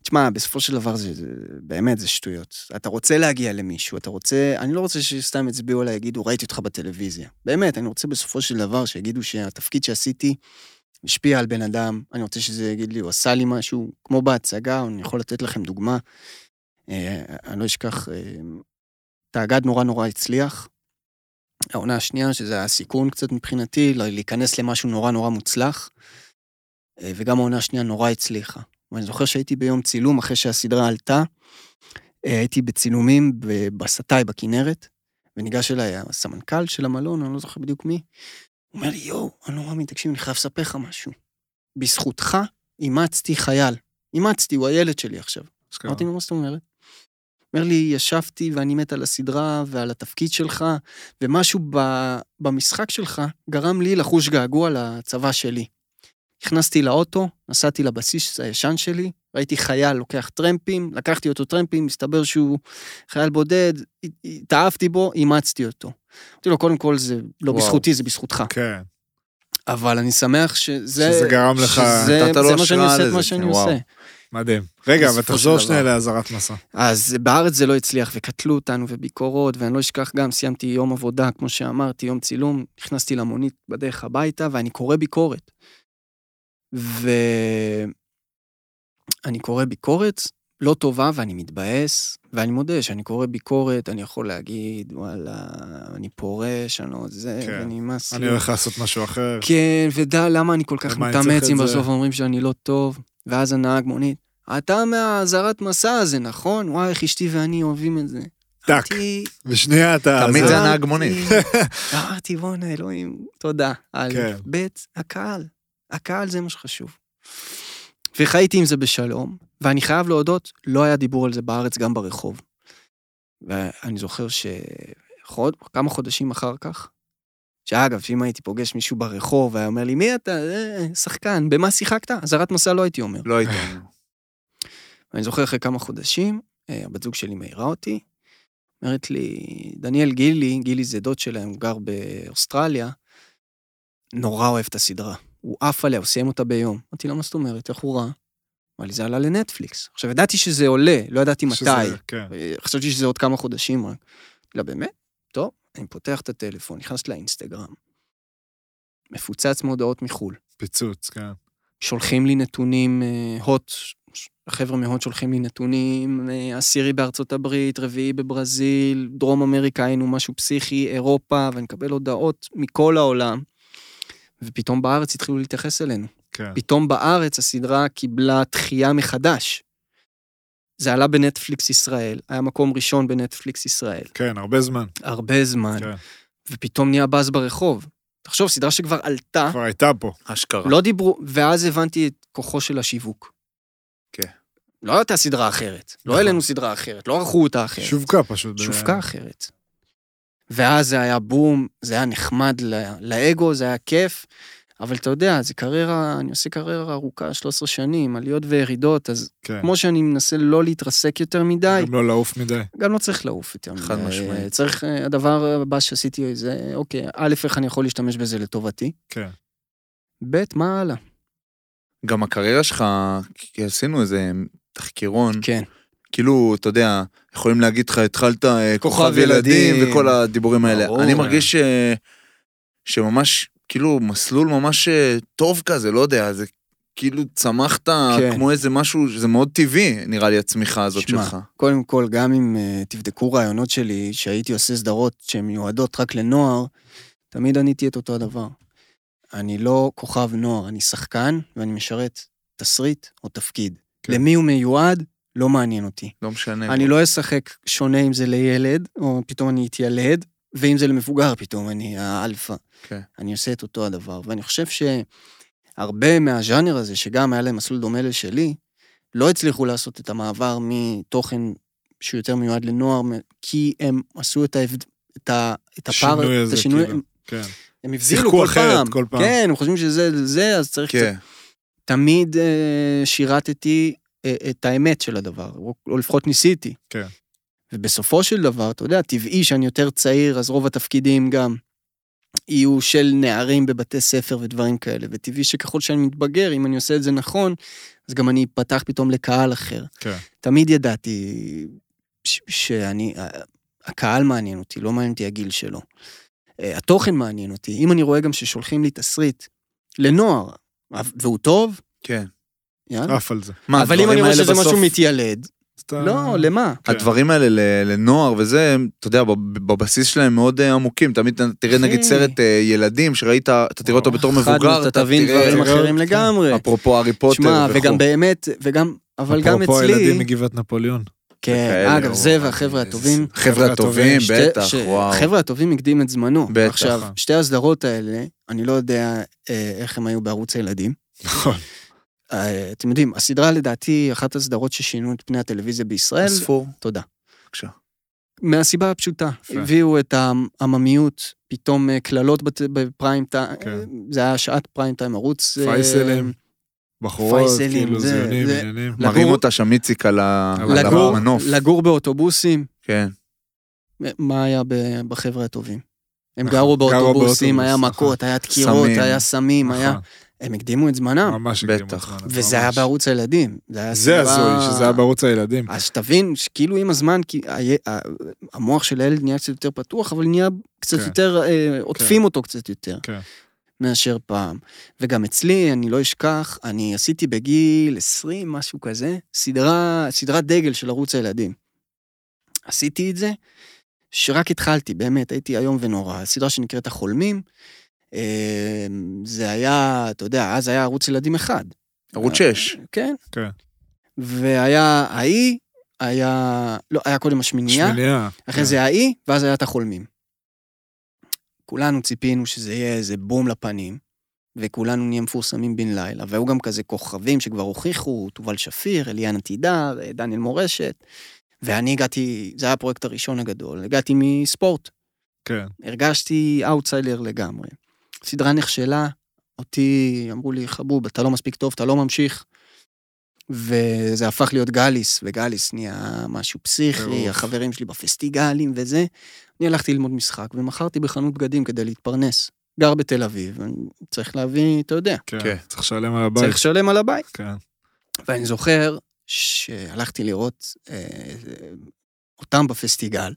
S4: תשמע, בסופו של דבר זה, זה באמת, זה שטויות. אתה רוצה להגיע למישהו, אתה רוצה, אני לא רוצה שסתם יצביעו עליי, יגידו, ראיתי אותך בטלוויזיה. באמת, אני רוצה בסופו של דבר שיגידו שהתפקיד שעשיתי השפיע על בן אדם, אני רוצה שזה יגיד לי, הוא עשה לי משהו, כמו בהצגה, אני יכול לתת לכם דוגמה. אה, אני לא אשכח, אה, תאגד נורא נורא הצליח. העונה השנייה, שזה היה סיכון קצת מבחינתי, לה- להיכנס למשהו נורא נורא מוצלח. אה, וגם העונה השנייה נורא הצליחה. ואני זוכר שהייתי ביום צילום אחרי שהסדרה עלתה, אה, הייתי בצילומים ב- בסטאי בכנרת, וניגש אליי הסמנכ"ל של המלון, אני לא זוכר בדיוק מי, הוא אומר לי, יואו, אני לא מאמין, תקשיב, אני חייב לספר לך משהו. בזכותך אימצתי חייל. אימצתי, הוא הילד שלי עכשיו.
S3: כן.
S2: אשכרה.
S4: אמרתי לו, מה זאת אומרת? אומר לי, ישבתי ואני מת על הסדרה ועל התפקיד שלך, ומשהו ב, במשחק שלך גרם לי לחוש געגוע לצבא שלי. נכנסתי לאוטו, נסעתי לבסיס הישן שלי, ראיתי חייל לוקח טרמפים, לקחתי אותו טרמפים, הסתבר שהוא חייל בודד, התאהבתי בו, אימצתי אותו. אמרתי לו, קודם כל זה לא
S3: וואו.
S4: בזכותי, זה בזכותך.
S2: כן.
S4: אבל אני שמח שזה...
S2: שזה גרם לך-
S4: שזה,
S3: נתת לו
S4: זה מה שאני
S3: השראה
S4: עושה, את
S3: לזה,
S4: מה שאני
S3: כן,
S4: עושה.
S3: וואו.
S2: מדהים. רגע, אבל
S4: בסופו
S2: תחזור
S4: של
S2: שנייה
S4: דבר.
S2: לאזהרת מסע.
S4: אז בארץ זה לא הצליח, וקטלו אותנו וביקורות, ואני לא אשכח גם, סיימתי יום עבודה, כמו שאמרתי, יום צילום, נכנסתי למונית בדרך הביתה, ואני קורא ביקורת. ואני קורא ביקורת לא טובה, ואני מתבאס, ואני מודה שאני קורא ביקורת, אני יכול להגיד, וואלה, אני פורש, אני לא זה,
S2: כן.
S4: ואני מס
S2: אני
S4: לי.
S2: הולך לעשות משהו אחר.
S4: כן, ודע למה אני כל כך
S2: למה אני צריך
S4: מתאמץ
S2: את
S4: אם
S2: זה?
S4: בסוף אומרים שאני לא טוב, ואז הנהג מונית, אתה מהאזהרת מסע הזה, נכון? וואי, איך אשתי ואני אוהבים את זה.
S2: טאק.
S4: אמרתי-
S2: ושנייה אתה...
S3: תמיד זה
S2: אז-
S3: הנהג מונית.
S4: אמרתי, בואנה, אלוהים, תודה. א',
S2: כן.
S4: ב', הקהל. הקהל זה מה שחשוב. וחייתי עם זה בשלום, ואני חייב להודות, לא היה דיבור על זה בארץ גם ברחוב. ואני זוכר שחוד, כמה חודשים אחר כך, שאגב, שאם הייתי פוגש מישהו ברחוב והיה אומר לי, מי אתה? אה, שחקן, במה שיחקת? אזהרת מסע לא הייתי אומר.
S3: לא הייתי.
S4: אני זוכר אחרי כמה חודשים, אה, הבת זוג שלי מעירה אותי, אומרת לי, דניאל גילי, גילי זה דוד שלהם, הוא גר באוסטרליה, נורא אוהב את הסדרה. הוא עף עליה, הוא סיים אותה ביום. אמרתי לו, מה זאת אומרת, איך הוא רע? אמר לי, זה עלה לנטפליקס. עכשיו, ידעתי שזה עולה, לא ידעתי מתי.
S2: שזה- כן.
S4: אה, חשבתי שזה עוד כמה חודשים רק. לא, באמת? טוב, אני פותח את הטלפון, נכנס לאינסטגרם. מפוצץ מהודעות מחו"ל.
S2: פיצוץ, כן.
S4: שולחים לי נתונים, אה, הוט, החבר'ה מהוט שולחים לי נתונים, אה, עשירי בארצות הברית, רביעי בברזיל, דרום אמריקה היינו משהו פסיכי, אירופה, ואני מקבל הודעות מכל העולם. ופתאום בארץ התחילו להתייחס אלינו.
S2: כן.
S4: פתאום בארץ הסדרה קיבלה דחייה מחדש. זה עלה בנטפליקס ישראל, היה מקום ראשון בנטפליקס ישראל,
S2: כן, הרבה זמן.
S4: הרבה זמן,
S2: כן.
S4: ופתאום נהיה באז ברחוב. תחשוב, סדרה שכבר עלתה,
S2: כבר הייתה פה.
S3: אשכרה.
S4: לא דיברו, ואז הבנתי את כוחו של השיווק.
S3: כן.
S4: לא הייתה סדרה אחרת, לא
S2: נכון.
S4: העלינו סדרה אחרת, לא ערכו אותה אחרת.
S2: שווקה פשוט.
S4: שווקה אחרת. ואז זה היה בום, זה היה נחמד ל- לאגו, זה היה כיף, אבל אתה יודע, זה קריירה, אני עושה קריירה ארוכה, 13 שנים, עליות וירידות, אז
S2: כן.
S4: כמו שאני מנסה לא להתרסק יותר מדי,
S2: גם לא לעוף מדי.
S4: גם לא צריך לעוף יותר מדי.
S3: חד משמעית.
S4: צריך, אה, הדבר הבא שעשיתי זה, אוקיי, א', איך אני יכול להשתמש בזה לטובתי,
S2: כן.
S4: ב', מה הלאה?
S2: Mm.
S3: גם הקריירה שלך, כי עשינו איזה תחקירון,
S4: כן.
S3: כאילו, אתה יודע, יכולים להגיד לך, התחלת אה,
S4: כוכב
S3: כוכב ילדים
S4: ילדים.
S3: וכל הדיבורים האלה.
S4: ברור.
S3: אני מרגיש ש... שממש, כאילו, מסלול ממש אה, טוב כזה, לא יודע, זה כאילו צמחת
S4: כן.
S3: כמו איזה משהו, זה מאוד טבעי, נראה לי, הצמיחה הזאת
S4: שמע,
S3: שלך.
S4: קודם כל, גם אם uh, תבדקו רעיונות שלי, שהייתי עושה סדרות שהן מיועדות רק לנוער, תמיד עניתי את אותו הדבר. אני לא כוכב נוער, אני שחקן ואני משרת תסריט או תפקיד. כן.
S2: כן.
S4: למי הוא מיועד, לא מעניין אותי.
S3: לא משנה.
S4: אני לא אשחק שונה אם זה לילד, או פתאום אני אתיילד, ואם זה למבוגר פתאום אני האלפא.
S3: כן.
S4: אני עושה את אותו הדבר, ואני חושב שהרבה מהז'אנר הזה, שגם היה להם מסלול דומה לשלי, לא הצליחו לעשות את המעבר מתוכן שהוא יותר מיועד לנוער, מ- כי הם עשו את, ההבד... את, ה... את הפער,
S2: השינוי הזה,
S4: את השינוי,
S2: כאילו.
S4: הם,
S2: כן.
S4: הם הבזילו
S2: שיחקו
S4: כל
S2: אחרת
S4: פעם.
S2: כל פעם.
S4: כן, הם חושבים שזה זה, אז צריך קצת
S3: כן,
S4: תמיד אה, שירתתי אה, את האמת של הדבר, או, או לפחות ניסיתי.
S2: כן.
S4: ובסופו של דבר, אתה יודע, טבעי שאני יותר צעיר, אז רוב התפקידים גם יהיו של נערים בבתי ספר ודברים כאלה, וטבעי שככל שאני מתבגר, אם אני עושה את זה נכון, אז גם אני אפתח פתאום לקהל אחר.
S2: כן.
S4: תמיד ידעתי ש- שאני, ה- הקהל מעניין אותי, לא מעניין אותי הגיל שלו. אה, התוכן מעניין אותי. אם אני רואה גם ששולחים לי תסריט לנוער, והוא טוב,
S3: כן.
S4: יאללה.
S2: עף על זה.
S3: מה,
S4: אבל אם אני
S3: אה, הדברים
S4: רואה
S3: האלה
S4: שזה
S3: בסוף- אה.
S4: משהו מתיילד,
S2: אז אתה-
S4: אה? לא, למה?
S2: כן.
S3: הדברים האלה ל- לנוער וזה, הם, אתה יודע, בב- בבסיס שלהם מאוד אה, עמוקים. תמיד אתה תראה
S4: אחי.
S3: נגיד סרט אה, ילדים, שראית, אתה תראה אותו בתור
S4: חד
S3: מבוגר,
S4: משמעית, אתה תבין
S3: תראה- אה,
S4: דברים
S2: אתה
S4: אחרים
S2: תראה-
S4: לגמרי.
S3: אפרופו הארי פוטר
S4: שמע,
S3: וכו'.
S4: וגם באמת, וגם, אבל גם
S2: אפרופו הילדים
S4: אצלי,
S2: מגבעת נפוליאון.
S4: כן,
S3: כאלה,
S4: אגב,
S3: או-
S4: זה והחבר'ה הטובים,
S3: אה, חבר'ה הטובים,
S4: שתי-
S3: בטח,
S4: ש-
S3: וואו.
S4: החבר'ה הטובים הקדים את זמנו.
S3: בטח. אה.
S4: עכשיו, שתי הסדרות האלה, אני לא יודע אה, איך הם היו בערוץ הילדים.
S2: נכון.
S4: אה, אתם יודעים, הסדרה לדעתי היא אחת הסדרות ששינו את פני הטלוויזיה בישראל.
S3: ספור.
S4: תודה.
S3: בבקשה.
S4: מהסיבה הפשוטה,
S2: יפה.
S4: הביאו את העממיות, פתאום אה, קללות בת- בפריים טיים,
S2: כן.
S4: אה, זה היה שעת פריים טיים, ערוץ... אה,
S2: פייסלים, בחורות,
S4: פייסלים,
S2: כאילו,
S4: זה-
S2: זיונים,
S4: זה-
S2: עניינים.
S4: לגור-
S3: מראים אותה שם איציק על ה-
S2: לגור-
S3: על
S4: לגור,
S3: המנוף.
S4: לגור באוטובוסים, אה,
S3: כן.
S4: מה היה ב- בחבר'ה הטובים? הם
S2: נכון,
S4: גרו
S2: גרו
S4: באוטובוסים,
S2: באוטובוס,
S4: היה
S2: נכון.
S4: מכות, היה דקירות,
S3: סמים.
S4: היה סמים, היה...
S2: נכון,
S4: הם הקדימו את זמנם,
S2: ממש
S3: בטח.
S2: הקדימו את הזמן,
S4: וזה
S2: ממש.
S4: היה בערוץ הילדים. זה היה
S2: זה
S4: סיבה-
S2: הזוי, שזה היה בערוץ הילדים.
S4: אז שתבין, שכאילו עם הזמן, כי ה- ה- המוח של הילד נהיה קצת יותר פתוח, אבל נהיה קצת
S2: כן.
S4: יותר, אה, עוטפים אותו קצת יותר.
S2: כן.
S4: מאשר פעם. וגם אצלי, אני לא אשכח, אני עשיתי בגיל 20, משהו כזה, סדרה, סדרת דגל של ערוץ הילדים. עשיתי את זה, שרק התחלתי, באמת, הייתי איום ונורא. סדרה שנקראת החולמים, אה, זה היה, אתה יודע, אז היה ערוץ ילדים אחד.
S3: ערוץ 6.
S4: כן.
S2: כן.
S4: והיה האי, היה, לא, היה קודם השמינייה,
S2: שמינייה.
S4: אחרי זה האי, ואז היה את החולמים. כולנו ציפינו שזה יהיה איזה בום לפנים, וכולנו נהיה מפורסמים בן לילה, והיו גם כזה כוכבים שכבר הוכיחו, תובל שפיר, אליאנה תידר, דניאל מורשת, ואני הגעתי, זה היה הפרויקט הראשון הגדול, הגעתי מספורט,
S2: כן.
S4: הרגשתי אאוטסיידר לגמרי. סדרה נכשלה, אותי אמרו לי, חבוב, אתה לא מספיק טוב, אתה לא ממשיך. וזה הפך להיות גאליס, וגאליס נהיה משהו פסיכי,
S2: טירוף.
S4: החברים שלי בפסטיגלים וזה. אני הלכתי ללמוד משחק ומכרתי בחנות בגדים כדי להתפרנס. גר בתל אביב, אני צריך להביא, אתה יודע,
S2: כן.
S3: כן.
S2: צריך לשלם על הבית.
S4: צריך לשלם על הבית.
S2: כן.
S4: ואני זוכר שהלכתי לראות אה, אה, אותם בפסטיגל,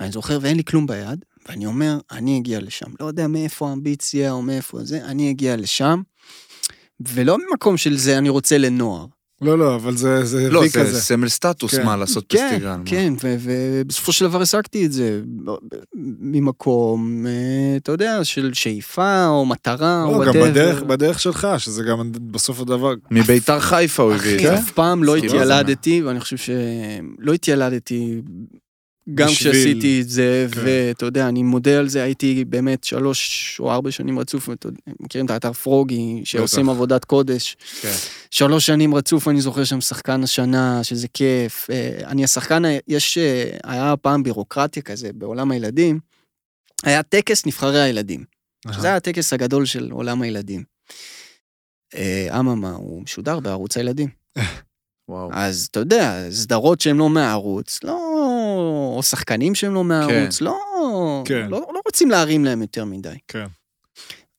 S4: ואני זוכר ואין לי כלום ביד, ואני אומר, אני אגיע לשם. לא יודע מאיפה האמביציה או מאיפה זה, אני אגיע לשם, ולא ממקום של זה אני רוצה לנוער.
S2: לא, לא, אבל זה זה
S3: לא,
S2: וי
S3: זה
S2: כזה.
S3: סמל סטטוס,
S2: כן.
S3: מה לעשות
S4: כן,
S3: פסטיגל. מה?
S4: כן, ו- ובסופו של דבר השגתי את זה ב- ב- ממקום, אה, אתה יודע, של שאיפה או מטרה או
S2: לא, גם
S4: whatever.
S2: בדרך- בדרך שלך, שזה גם בסוף הדבר,
S3: מביתר חיפה הוא הביא את
S4: אחי,
S3: זה.
S4: אף פעם לא
S3: סבבה.
S4: התיילדתי, ואני חושב שלא התיילדתי גם
S2: בשביל-
S4: כשעשיתי את זה,
S2: כן.
S4: ואתה יודע, אני מודה על זה, הייתי באמת שלוש או ארבע שנים רצוף, ואתה יודע, מכירים את האתר פרוגי, שעושים עבודת קודש.
S3: כן.
S4: שלוש שנים רצוף, אני זוכר שם שחקן השנה, שזה כיף. אה, אני השחקן, ה- יש, אה, היה פעם בירוקרטיה כזה בעולם הילדים, היה טקס נבחרי הילדים.
S2: אה,
S4: שזה היה הטקס הגדול של עולם הילדים. אה, אממה, הוא משודר בערוץ הילדים.
S3: וואו.
S4: אז אתה יודע, סדרות שהן לא מהערוץ, לא... או שחקנים שהם לא מהערוץ, לא...
S2: כן.
S4: לא, לא רוצים להרים להם יותר מדי.
S2: כן.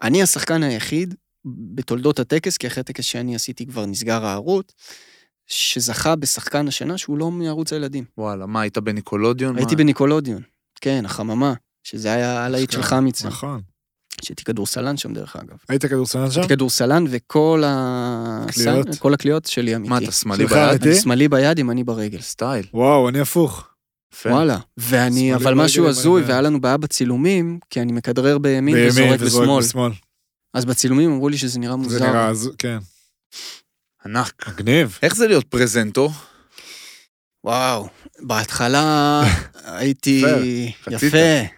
S4: אני השחקן היחיד בתולדות הטקס, כי אחרי הטקס שאני עשיתי כבר נסגר הערוץ, שזכה בשחקן השנה שהוא לא מערוץ הילדים.
S3: וואלה, מה, היית בניקולודיון?
S4: הייתי
S3: מה?
S4: בניקולודיון, כן, החממה, שזה היה הלהיט של
S2: אשכרה.
S4: חמיצה,
S2: נכון.
S4: שהייתי כדורסלן שם דרך אגב.
S2: היית כדורסלן שם?
S4: הייתי כדורסלן וכל ה...
S2: קליעות?
S4: סל- כל הקליעות שלי אמיתי.
S3: מה, אתה שמאלי
S2: שלך,
S3: ביד?
S2: אמיתי?
S4: אני שמאלי ביד, ימני ברגל.
S3: סטייל.
S2: וואו, אני הפוך.
S3: יפה.
S4: וואלה. כן. ואני,
S2: שמאלי
S4: אבל
S2: ברגל,
S4: משהו
S2: ימני
S4: הזוי,
S2: ביד.
S4: והיה לנו בעיה בצילומים, כי אני מכדרר בימין
S2: בימין
S4: וזורק בשמאל.
S2: בשמאל.
S4: אז בצילומים אמרו לי שזה נראה
S2: זה
S4: מוזר.
S2: נראה, הזו- כן.
S3: ענק.
S2: מגניב.
S3: איך זה להיות פרזנטור?
S4: וואו, בהתחלה הייתי...
S3: יפה, רצית.
S4: יפה.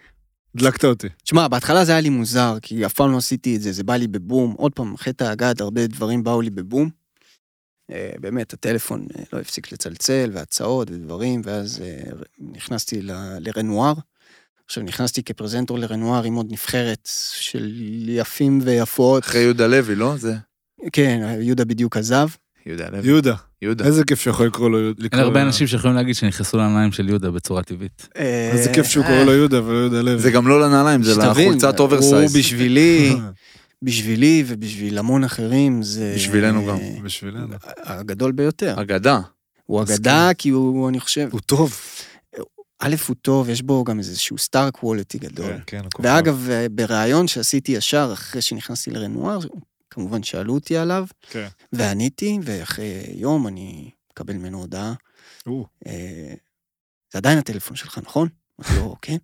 S2: דלקת אותי.
S4: תשמע, בהתחלה זה היה לי מוזר, כי אף פעם לא עשיתי את זה, זה בא לי בבום. עוד פעם, חטא האגד, הרבה דברים באו לי בבום. אה, באמת, הטלפון אה, לא הפסיק לצלצל, והצעות ודברים, ואז אה, נכנסתי ל- לרנואר. עכשיו, נכנסתי כפרזנטור לרנואר עם עוד נבחרת של יפים ויפות.
S3: אחרי יהודה לוי, לא? זה...
S4: כן, יהודה בדיוק עזב.
S3: יהודה לוי.
S2: יהודה,
S3: יהודה.
S2: איזה כיף שיכול לקרוא לו יהודה.
S5: אין הרבה אנשים שיכולים להגיד שנכנסו לעיניים של יהודה בצורה טבעית.
S2: איזה כיף שהוא קורא לו יהודה ולא יהודה לוי.
S3: זה גם לא לנעליים, זה
S4: אה, שתבין,
S3: לחולצת
S4: הוא
S3: אוברסייז.
S4: בשבילי, בשבילי ובשביל המון אחרים, זה...
S3: בשבילנו גם.
S4: אה,
S2: בשבילנו.
S4: הגדול ביותר.
S3: אגדה.
S4: הוא אגדה כי הוא, אני חושב,
S2: הוא טוב.
S4: א', הוא טוב, יש בו גם איזשהו סטאר קוולטי גדול.
S2: כן, כן, הוא כוכב.
S4: ואגב, אה, בריאיון שעשיתי ישר אחרי שנכנסתי לרנואר, כמובן שאלו אותי עליו,
S2: כן.
S4: ועניתי, ואחרי יום אני מקבל ממנו הודעה,
S2: הוא.
S4: אה, זה עדיין הטלפון שלך, נכון? אמרתי לו, כן.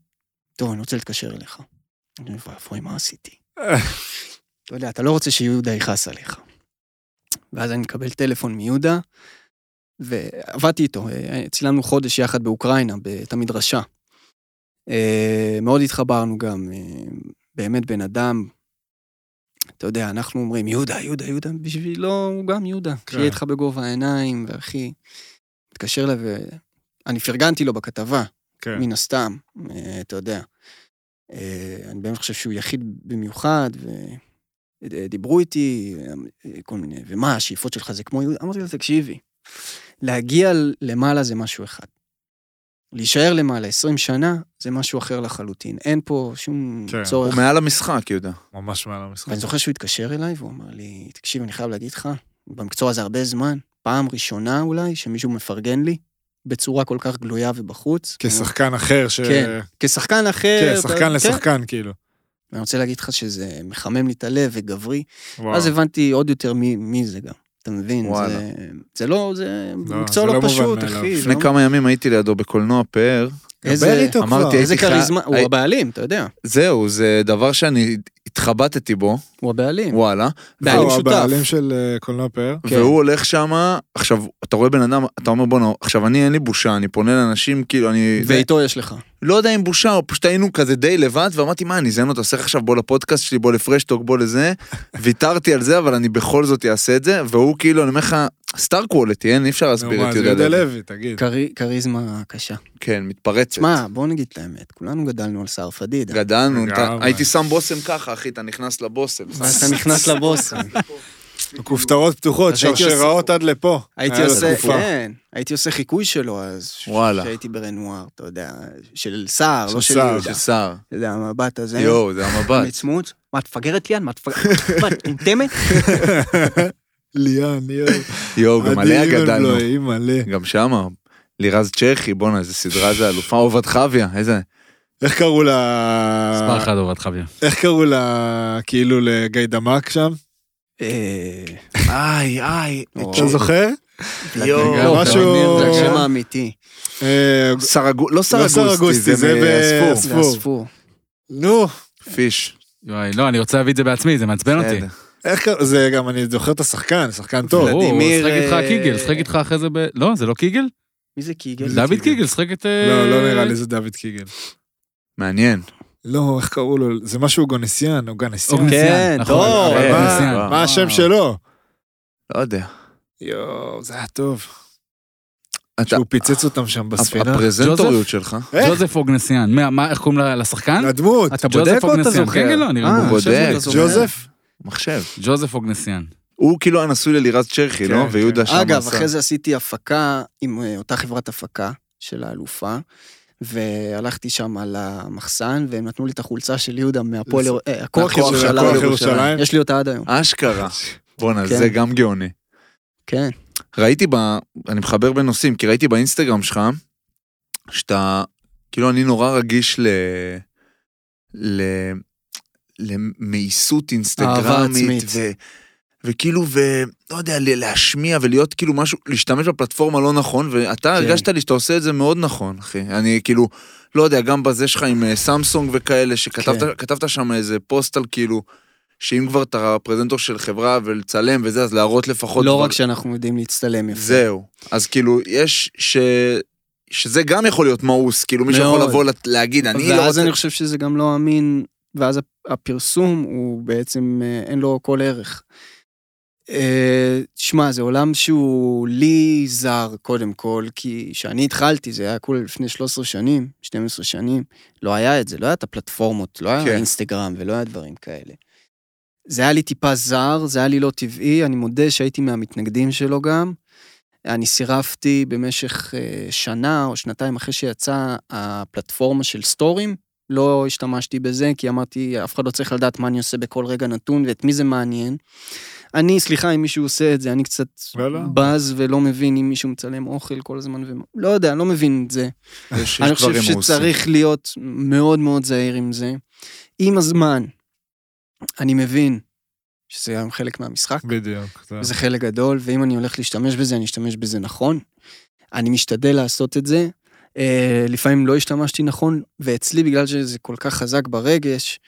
S4: טוב, אני רוצה להתקשר אליך. אני אומר, ואבוי, מה עשיתי? אתה יודע, אתה לא רוצה שיהודה יכעס עליך. ואז אני מקבל טלפון מיהודה, ועבדתי איתו, אה, צילמנו חודש יחד באוקראינה, את המדרשה. אה, מאוד התחברנו גם, אה, באמת בן אדם, אתה יודע, אנחנו אומרים, יהודה, יהודה, יהודה, בשבילו הוא גם יהודה. שיהיה איתך בגובה העיניים, והכי... מתקשר אליו, ואני פרגנתי לו בכתבה,
S2: כן.
S4: מן הסתם, אה, אתה יודע. אה, אני באמת חושב שהוא יחיד במיוחד, ודיברו איתי אה, אה, כל מיני, ומה, השאיפות שלך זה כמו יהודה? אמרתי לו, תקשיבי, להגיע למעלה זה משהו אחד. להישאר למעלה 20 שנה זה משהו אחר לחלוטין. אין פה שום
S2: כן.
S4: צורך.
S3: הוא מעל המשחק, יהודה.
S2: ממש מעל המשחק.
S4: ואני זוכר שהוא התקשר אליי והוא אמר לי, תקשיב, אני חייב להגיד לך, במקצוע הזה הרבה זמן, פעם ראשונה אולי שמישהו מפרגן לי בצורה כל כך גלויה ובחוץ.
S2: כשחקן אחר ש...
S4: כן. כשחקן אחר.
S2: כן,
S4: אתה-
S2: שחקן
S4: כן.
S2: לשחקן, כאילו.
S4: ואני רוצה להגיד לך שזה מחמם לי את הלב וגברי.
S2: וואו.
S4: אז הבנתי עוד יותר מי, מי זה גם. אתה מבין?
S3: וואלה.
S4: זה, זה לא, זה
S2: לא,
S4: מקצוע
S2: זה
S4: לא,
S2: לא מובן
S4: פשוט,
S2: מאליו.
S4: אחי.
S3: לפני
S4: לא-
S3: כמה ימים הייתי לידו בקולנוע פאר.
S4: איזה-
S6: איתו כבר.
S3: אמרתי,
S4: איזה
S3: הייתי חי-
S4: כריזמה, הוא
S3: הי-
S4: הבעלים, אתה יודע.
S3: זהו, זה דבר שאני התחבטתי בו,
S4: הוא הבעלים.
S3: וואלה.
S4: בעלים
S2: הוא
S4: שותף.
S2: הבעלים לא, של אה, קולנוע פאר.
S4: כן.
S3: והוא הולך שמה, עכשיו, אתה רואה בן אדם, אתה אומר בואנה, עכשיו אני אין לי בושה, אני פונה לאנשים, כאילו אני...
S4: ואיתו יש לך.
S3: לא יודע אם בושה, או פשוט היינו כזה די לבד, ואמרתי, מה, אני אזיין אותו, צריך עכשיו בוא לפודקאסט שלי, בוא לפרשטוק, בוא לזה. ויתרתי על זה, אבל אני בכל זאת אעשה את זה, והוא כאילו, אני אומר לך, סטאר קוולטי, אין, אי אפשר
S2: נו,
S3: להסביר
S2: מה,
S3: את
S2: זה
S3: יהודה לוי.
S2: לוי, תגיד.
S4: כרי- כריזמה קשה.
S3: כן, מתפרצת.
S4: תשמע, בוא נגיד את האמת, כולנו גדלנו על סער פדידה.
S3: גדלנו, אתה-
S2: לגמרי.
S3: הייתי שם בושם ככה, אחי, אתה נכנס לבושם.
S4: ואז אתה נכנס לבושם.
S2: כופתרות פתוחות,
S4: אז הייתי
S2: שרשראות עד לפה.
S4: הייתי
S2: היה לו
S4: עושה,
S2: תקופה.
S4: כן, הייתי עושה חיקוי שלו אז. ש-
S3: וואלה.
S4: כשהייתי ברנואר, אתה יודע, של סער,
S2: של
S4: לא של
S2: סער,
S4: יהודה.
S3: של סער.
S4: אתה יודע, המבט הזה.
S3: יואו, זה המבט.
S4: מצמוץ. מה, תפגרת ליאן? מה, תפגרת? מה, את מטומטמת?
S2: ליאן, יואו.
S3: יואו, גם עליה
S2: לא-
S3: גדלנו.
S2: היא מלא.
S3: גם שמה. לירז צ'כי, בואנה, איזה סדרה זה אלופה. עובד חביה, איזה...
S2: איך קראו לה... אה.
S5: מספר אחד עובד חביה.
S2: איך קראו לה, כאילו, לגיידמק שם?
S4: אה,
S3: איי, איי.
S2: אתה זוכר?
S3: יואו,
S4: לא,
S2: משהו-
S4: ולדימיר, זה השם האמיתי.
S2: אה,
S3: סרגו- לא סרגוסטי,
S2: סרגוסטי,
S3: זה
S2: זה ב-
S3: מהספור.
S4: זה הספור.
S2: נו,
S3: פיש.
S5: וואי, לא, אני רוצה להביא את זה בעצמי, זה מעצבן אותי.
S3: בסדר.
S2: איך קראו... זה גם, אני זוכר את השחקן, שחקן טוב.
S5: ברור,
S4: ולדימיר,
S5: הוא שחק איתך
S4: אה,
S5: קיגל, שחק איתך אחרי זה ב... לא, זה לא קיגל?
S4: מי זה קיגל?
S5: דוד קיגל, שחק את... אה,
S2: לא, לא נראה לי זה דוד קיגל.
S3: מעניין.
S2: לא, איך קראו לו? זה משהו אוגנסיאן, אוגנסיאן.
S5: אוגנסיאן,
S4: כן,
S5: נכון,
S4: טוב.
S5: אבל
S2: אה,
S5: אוגנסיאן.
S3: וואו.
S2: אוקיי, מה השם שלו?
S3: לא יודע.
S2: יואו, זה היה טוב.
S3: אתה-
S2: שהוא פיצץ אותם שם בספינה. אה,
S3: הפרזנטוריות שלך.
S2: איך?
S5: ג'וזף אוגנסיאן. מה- מה, איך קוראים ל- לשחקן?
S2: לדמות.
S5: אתה בודק או אתה זוכר? כן, כן, לא, נראה
S2: אה,
S5: לי.
S3: הוא בודק.
S4: אתה זוכר.
S2: ג'וזף?
S3: מחשב.
S5: ג'וזף אוגנסיאן. לא,
S3: הוא כאילו הנשוי ללירז צ'רחי,
S2: כן,
S3: לא?
S2: כן.
S3: ויהודה שם
S4: אגב,
S3: עשה.
S4: אחרי זה עשיתי הפקה עם אה, אותה חברת הפקה של האלופה, והלכתי שם על המחסן, והם נתנו לי את החולצה של יהודה מהפועל, ירושלים. אה, הכוח
S3: הכוח של
S4: ירושלים.
S3: הכוח
S2: ירושלים.
S4: יש לי אותה עד היום.
S3: אשכרה. בואנה,
S4: כן.
S3: זה גם גאוני.
S4: כן.
S3: ראיתי ב... אני מחבר בין נושאים, כי ראיתי באינסטגרם שלך, שאתה... כאילו, אני נורא רגיש ל... ל... למאיסות
S4: אהבה עצמית.
S3: אינסטגרמית, ו... וכאילו, ו... לא יודע, ל- להשמיע ולהיות כאילו משהו, להשתמש בפלטפורמה לא נכון, ואתה
S4: כן.
S3: הרגשת לי שאתה עושה את זה מאוד נכון, אחי. אני כאילו, לא יודע, גם בזה שלך עם אה, סמסונג וכאלה, שכתבת
S4: כן.
S3: כתבת שם איזה פוסט על כאילו, שאם כבר אתה פרזנטור של חברה ולצלם וזה, אז להראות לפחות...
S4: לא
S3: דבר-
S4: רק שאנחנו יודעים להצטלם יפה.
S3: זהו. אז כאילו, יש ש... שזה גם יכול להיות מאוס, כאילו מישהו
S4: מאוד.
S3: יכול לבוא לת- להגיד, אני לא
S4: ואז
S3: רוצה...
S4: אני חושב שזה גם לא אמין, ואז הפ- הפרסום הוא בעצם, אה, אין לו כל ערך. אה, שמע, זה עולם שהוא לי זר, קודם כל, כי כשאני התחלתי, זה היה כולה לפני 13 שנים, 12 שנים, לא היה את זה, לא היה את הפלטפורמות, לא היה
S3: כן.
S4: אינסטגרם ולא היה דברים כאלה. זה היה לי טיפה זר, זה היה לי לא טבעי, אני מודה שהייתי מהמתנגדים שלו גם. אני סירבתי במשך אה, שנה או שנתיים אחרי שיצאה הפלטפורמה של סטורים. לא השתמשתי בזה, כי אמרתי, אף אחד לא צריך לדעת מה אני עושה בכל רגע נתון ואת מי זה מעניין. אני, סליחה אם מישהו עושה את זה, אני קצת
S2: לא, לא.
S4: בז ולא מבין אם מישהו מצלם אוכל כל הזמן ומה... לא יודע, לא מבין את זה.
S3: יש
S4: אני
S3: יש
S4: חושב
S3: דברים מאוסים.
S4: שצריך להיות מאוד מאוד זהיר עם זה. עם הזמן, אני מבין שזה גם חלק מהמשחק,
S2: בדיוק. זה-
S4: זה חלק גדול, ואם אני הולך להשתמש בזה, אני אשתמש בזה נכון. אני משתדל לעשות את זה. אה, לפעמים לא השתמשתי נכון, ואצלי, בגלל שזה כל כך חזק ברגש,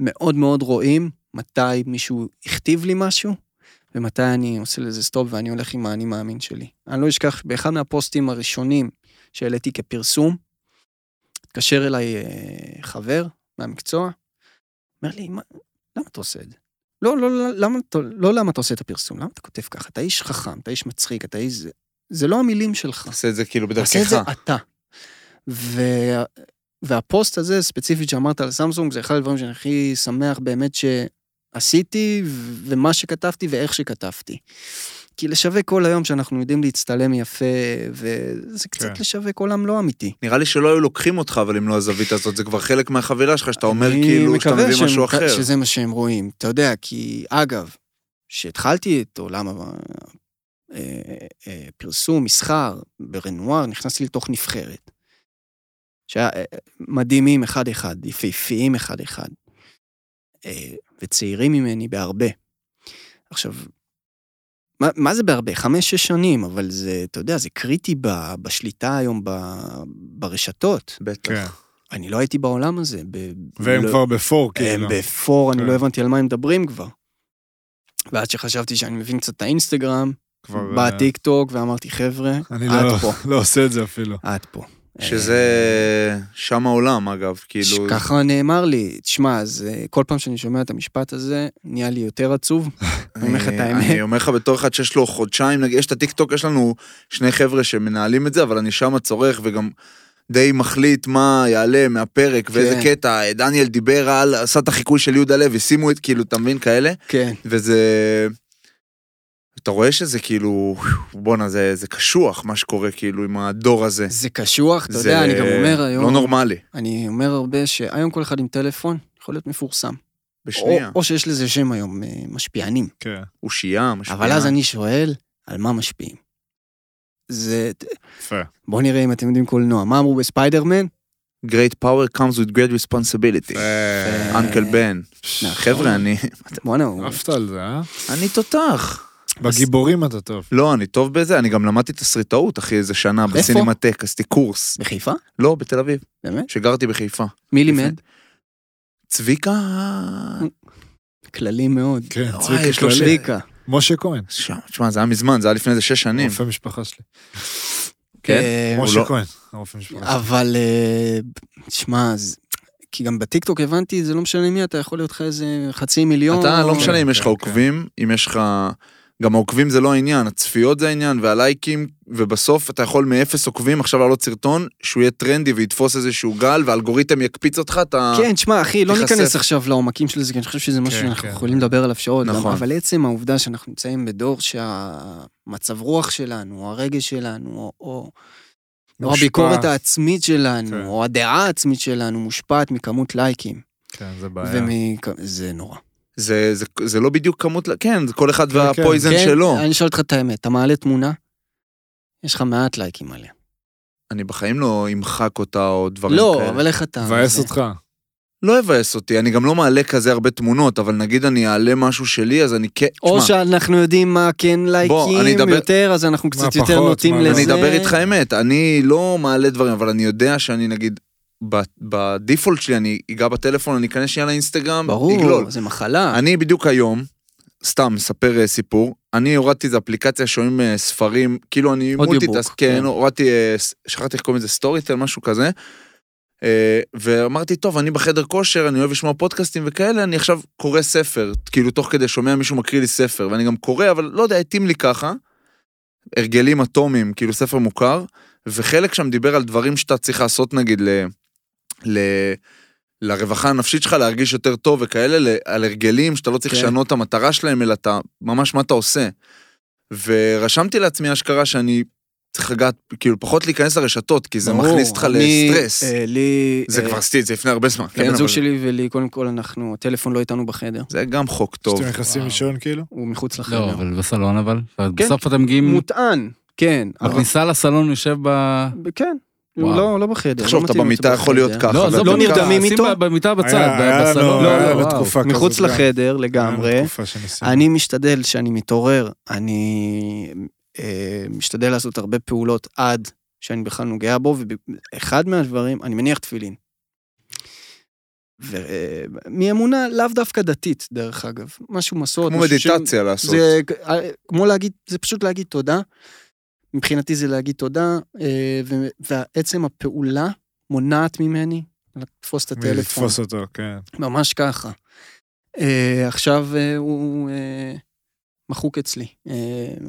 S4: מאוד מאוד רואים מתי מישהו הכתיב לי משהו, ומתי אני עושה לזה סטופ ואני הולך עם האני מאמין שלי. אני לא אשכח, באחד מהפוסטים הראשונים שהעליתי כפרסום, התקשר אליי אה, חבר מהמקצוע, אומר לי, "מה- למה אתה עושה את זה? לא, לא, לא, למה, אתה- לא למה אתה עושה את הפרסום, למה אתה כותב ככה? אתה איש חכם, אתה איש מצחיק, אתה איש... זה- זה לא המילים שלך.
S3: תעשה את זה כאילו
S4: תעשה את זה
S3: בדרכך.
S4: אתה. וה- והפוסט הזה, ספציפית שאמרת על סמסונג, זה אחד הדברים שאני הכי שמח באמת שעשיתי, ו- ומה שכתבתי ואיך שכתבתי. כי לשווק כל היום שאנחנו יודעים להצטלם יפה, וזה קצת
S2: כן.
S4: לשווק עולם לא אמיתי.
S3: נראה לי שלא היו לוקחים אותך, אבל אם לא הזווית הזאת, זה כבר חלק מהחבילה שלך, שאתה אומר
S4: אני
S3: כאילו שאתה
S4: מקווה
S3: מביא
S4: שהם-
S3: משהו אחר.
S4: שזה מה שהם רואים, אתה יודע, כי אגב, כשהתחלתי את עולם הפרסום, מסחר, ברנואר, נכנסתי לתוך נבחרת. שהיה אה, מדהימים אחד-אחד, יפהפיים אחד-אחד, אה, וצעירים ממני בהרבה. עכשיו, מה, מה זה בהרבה? חמש-שש שנים, אבל זה, אתה יודע, זה קריטי ב, בשליטה היום ב, ברשתות.
S2: כן.
S3: בטח.
S4: אני לא הייתי בעולם הזה. ב-
S2: והם
S4: לא-
S2: כבר בפור,
S4: הם
S2: כאילו.
S4: בפור, אני
S2: כן.
S4: לא הבנתי על מה הם מדברים כבר. ועד שחשבתי שאני מבין קצת את האינסטגרם,
S2: כבר, אה,
S4: בא טיק טוק ואמרתי, חבר'ה,
S2: אני
S4: עד פה,
S2: לא- לא עושה את זה אפילו.
S4: עד פה. אה,
S3: שזה שם העולם, אגב, כאילו...
S4: ככה נאמר לי, תשמע, אז אה, כל פעם שאני שומע את המשפט הזה, נהיה לי יותר עצוב. אני אומר לך את
S3: אה,
S4: האמת.
S3: אני אומר לך בתור אחד שיש לו חודשיים, נגיד, יש את הטיקטוק, יש לנו שני חבר'ה שמנהלים את זה, אבל אני שם צורך וגם די מחליט מה יעלה מהפרק ואיזה
S4: כן.
S3: קטע. אה, דניאל דיבר על, עשה את החיקוי של יהודה לוי, שימו את, כאילו, אתה מבין, כאלה?
S4: כן,
S3: וזה... אתה רואה שזה כאילו, בואנה, זה, זה קשוח מה שקורה כאילו עם הדור הזה.
S4: זה קשוח, אתה
S3: זה
S4: יודע, אני גם אומר
S3: לא
S4: היום,
S3: נורמלי,
S4: אני אומר הרבה שהיום כל אחד עם טלפון יכול להיות מפורסם.
S3: בשנייה.
S4: או- או שיש לזה שם היום, אה, משפיענים.
S2: כן.
S3: אושייה, משפיעה.
S4: אבל אז אני שואל, על מה משפיעים? זה...
S2: יפה.
S4: בואו נראה אם אתם יודעים קולנוע. מה אמרו בספיידרמן?
S3: Great power comes with great responsibility.
S2: אה,
S3: אנקל בן.
S4: נכון.
S3: חבר'ה, אני...
S4: בואנה, הוא...
S2: עפת על זה, אה?
S3: אני תותח.
S2: בגיבורים אתה טוב.
S3: לא, אני טוב בזה, אני גם למדתי תסריטאות, אחי, איזה שנה,
S4: איפה?
S3: בסינמטק, עשיתי קורס.
S4: בחיפה?
S3: לא, בתל אביב,
S4: באמת?
S3: שגרתי בחיפה.
S4: מי לימד?
S3: צביקה...
S4: כללי מאוד.
S2: כן,
S3: וואי,
S2: צביקי
S3: יש לו
S2: כללי.
S3: שריק.
S4: צביקה.
S2: משה כהן.
S3: שם, תשמע, זה היה מזמן, זה היה לפני איזה שש שנים.
S2: רופא משפחה שלי.
S3: כן?
S4: אה,
S3: הוא
S2: משה
S3: לא-
S2: כהן. הרופא משפחה שלי.
S4: אבל, אה, שמע, אז- כי גם בטיקטוק הבנתי, זה לא משנה מי, אתה יכול להיות לך איזה חצי מיליון.
S3: אתה, לא
S4: או-
S3: משנה אם יש לך
S2: כן,
S3: עוקבים, אם יש לך... גם העוקבים זה לא העניין, הצפיות זה העניין, והלייקים, ובסוף אתה יכול מאפס עוקבים עכשיו לעלות סרטון, שהוא יהיה טרנדי ויתפוס איזשהו גל, והאלגוריתם יקפיץ אותך, אתה...
S4: כן, תשמע, אחי, לא
S3: תיחשף.
S4: ניכנס עכשיו לעומקים של זה, כי אני חושב שזה משהו
S2: כן,
S4: שאנחנו
S2: כן.
S4: יכולים לדבר עליו שעות.
S3: נכון.
S4: נכון. אבל עצם העובדה שאנחנו נמצאים בדור שהמצב רוח שלנו, או הרגש שלנו, או- או או
S2: מושפע.
S4: הביקורת העצמית
S2: כן.
S4: שלנו, או הדעה העצמית שלנו, מושפעת מכמות לייקים.
S2: כן, זה בעיה.
S4: ומכ- זה נורא.
S3: זה, זה, זה לא בדיוק כמות, כן, זה כל אחד
S2: כן, כן.
S3: והפויזן
S4: כן,
S3: שלו.
S4: אני שואל אותך את האמת, אתה מעלה תמונה, יש לך מעט לייקים עליה.
S3: אני בחיים לא אמחק אותה או דברים כאלה.
S4: לא, אבל איך אתה...
S2: מבאס
S4: זה-
S2: אותך.
S3: לא יבאס אותי, אני גם לא מעלה כזה הרבה תמונות, אבל נגיד אני אעלה משהו שלי, אז אני כן...
S4: או
S3: תשמע,
S4: שאנחנו יודעים מה כן
S3: אני
S4: לייקים
S3: אדבר-
S4: יותר, אז אנחנו
S2: מה
S4: קצת יותר
S2: פחות,
S4: נוטים
S2: מה
S4: לזה.
S2: לא.
S3: אני אדבר איתך אמת, אני לא מעלה דברים, אבל אני יודע שאני נגיד, ב- בדיפולט שלי, אני אגע בטלפון, אני אכנס שנייה לאינסטגרם, אגלול.
S4: ברור, זה מחלה.
S3: אני בדיוק היום, סתם, מספר אה, סיפור, אני הורדתי איזו אפליקציה שומעים אה, ספרים, כאילו אני
S4: אודיובוק,
S3: מולטיטס,
S4: כן.
S3: כן, הורדתי, אה, ס- שכחתי איך קוראים לזה, סטוריטל, משהו כזה. אה, ואמרתי, טוב, אני בחדר כושר, אני אוהב לשמוע פודקאסטים וכאלה, אני עכשיו קורא ספר, כאילו תוך כדי שומע מישהו מקריא לי ספר, ואני גם קורא, אבל לא יודע, התאים לי ככה. הרגלים אטומיים, כאילו ספר מוכר, וחלק שם דיבר על דברים שאתה צריך לעשות נגיד ל... ל... לרווחה הנפשית שלך להרגיש יותר טוב וכאלה, ל- על הרגלים שאתה לא צריך
S4: כן.
S3: לשנות את המטרה שלהם, אלא אתה, ממש מה אתה עושה. ורשמתי לעצמי אשכרה שאני צריך לגעת, כאילו פחות להיכנס לרשתות, כי זה
S4: ברור,
S3: מכניס אותך
S4: אני,
S3: לסטרס.
S4: אה, לי...
S3: זה
S4: אה,
S3: כבר עשיתי את זה לפני הרבה זמן, כן,
S4: לבן
S3: אבל
S4: זוג שלי ולי, קודם כל, אנחנו, הטלפון לא איתנו בחדר,
S3: זה גם חוק טוב.
S2: שאתם נכנסים
S5: וואו.
S2: לישון כאילו?
S4: הוא מחוץ
S5: לא,
S4: לחדר.
S5: אבל בסלון אבל.
S4: כן.
S5: בסוף אתם מגיעים,
S4: מוטען, כן. אבל-
S5: בכניסה לסלון הוא יושב ב...
S4: כן,
S5: וואו.
S4: הוא לא- לא בחדר. לא
S3: תחשוב, אתה
S4: מתאים לו
S3: במיטה
S4: אותו
S3: יכול להיות
S4: בחדר.
S3: ככה.
S5: לא,
S3: ואתה
S5: עזוב,
S4: לא
S3: ככה.
S5: דווקא,
S4: נרדמים
S5: שים
S4: איתו?
S5: ב- במיטה בצד,
S2: היה- היה
S5: ב-
S2: לנו-
S5: בסלון. לא,
S2: היה לנו
S5: וואו.
S2: בתקופה כזאת
S4: מחוץ
S2: גם.
S4: לחדר
S3: אה,
S4: לגמרי.
S3: אוקיי,
S2: תקופה שניסינו.
S4: אני משתדל, כשאני מתעורר, אני אה, משתדל לעשות הרבה פעולות עד שאני בכלל נוגע בו, ואחד מהדברים, אני מניח תפילין. ו- אה, מאמונה לאו דווקא דתית, דרך אגב. משהו מסורת.
S3: כמו
S4: משהו ש-
S3: מדיטציה לעשות.
S4: זה אה, כמו להגיד, זה פשוט להגיד תודה. מבחינתי זה להגיד תודה, אה, ו- ועצם הפעולה מונעת ממני לתפוס את הטלפון.
S2: לתפוס אותו, כן.
S4: ממש ככה. אה, עכשיו אה, הוא אה, מחוק אצלי. אה,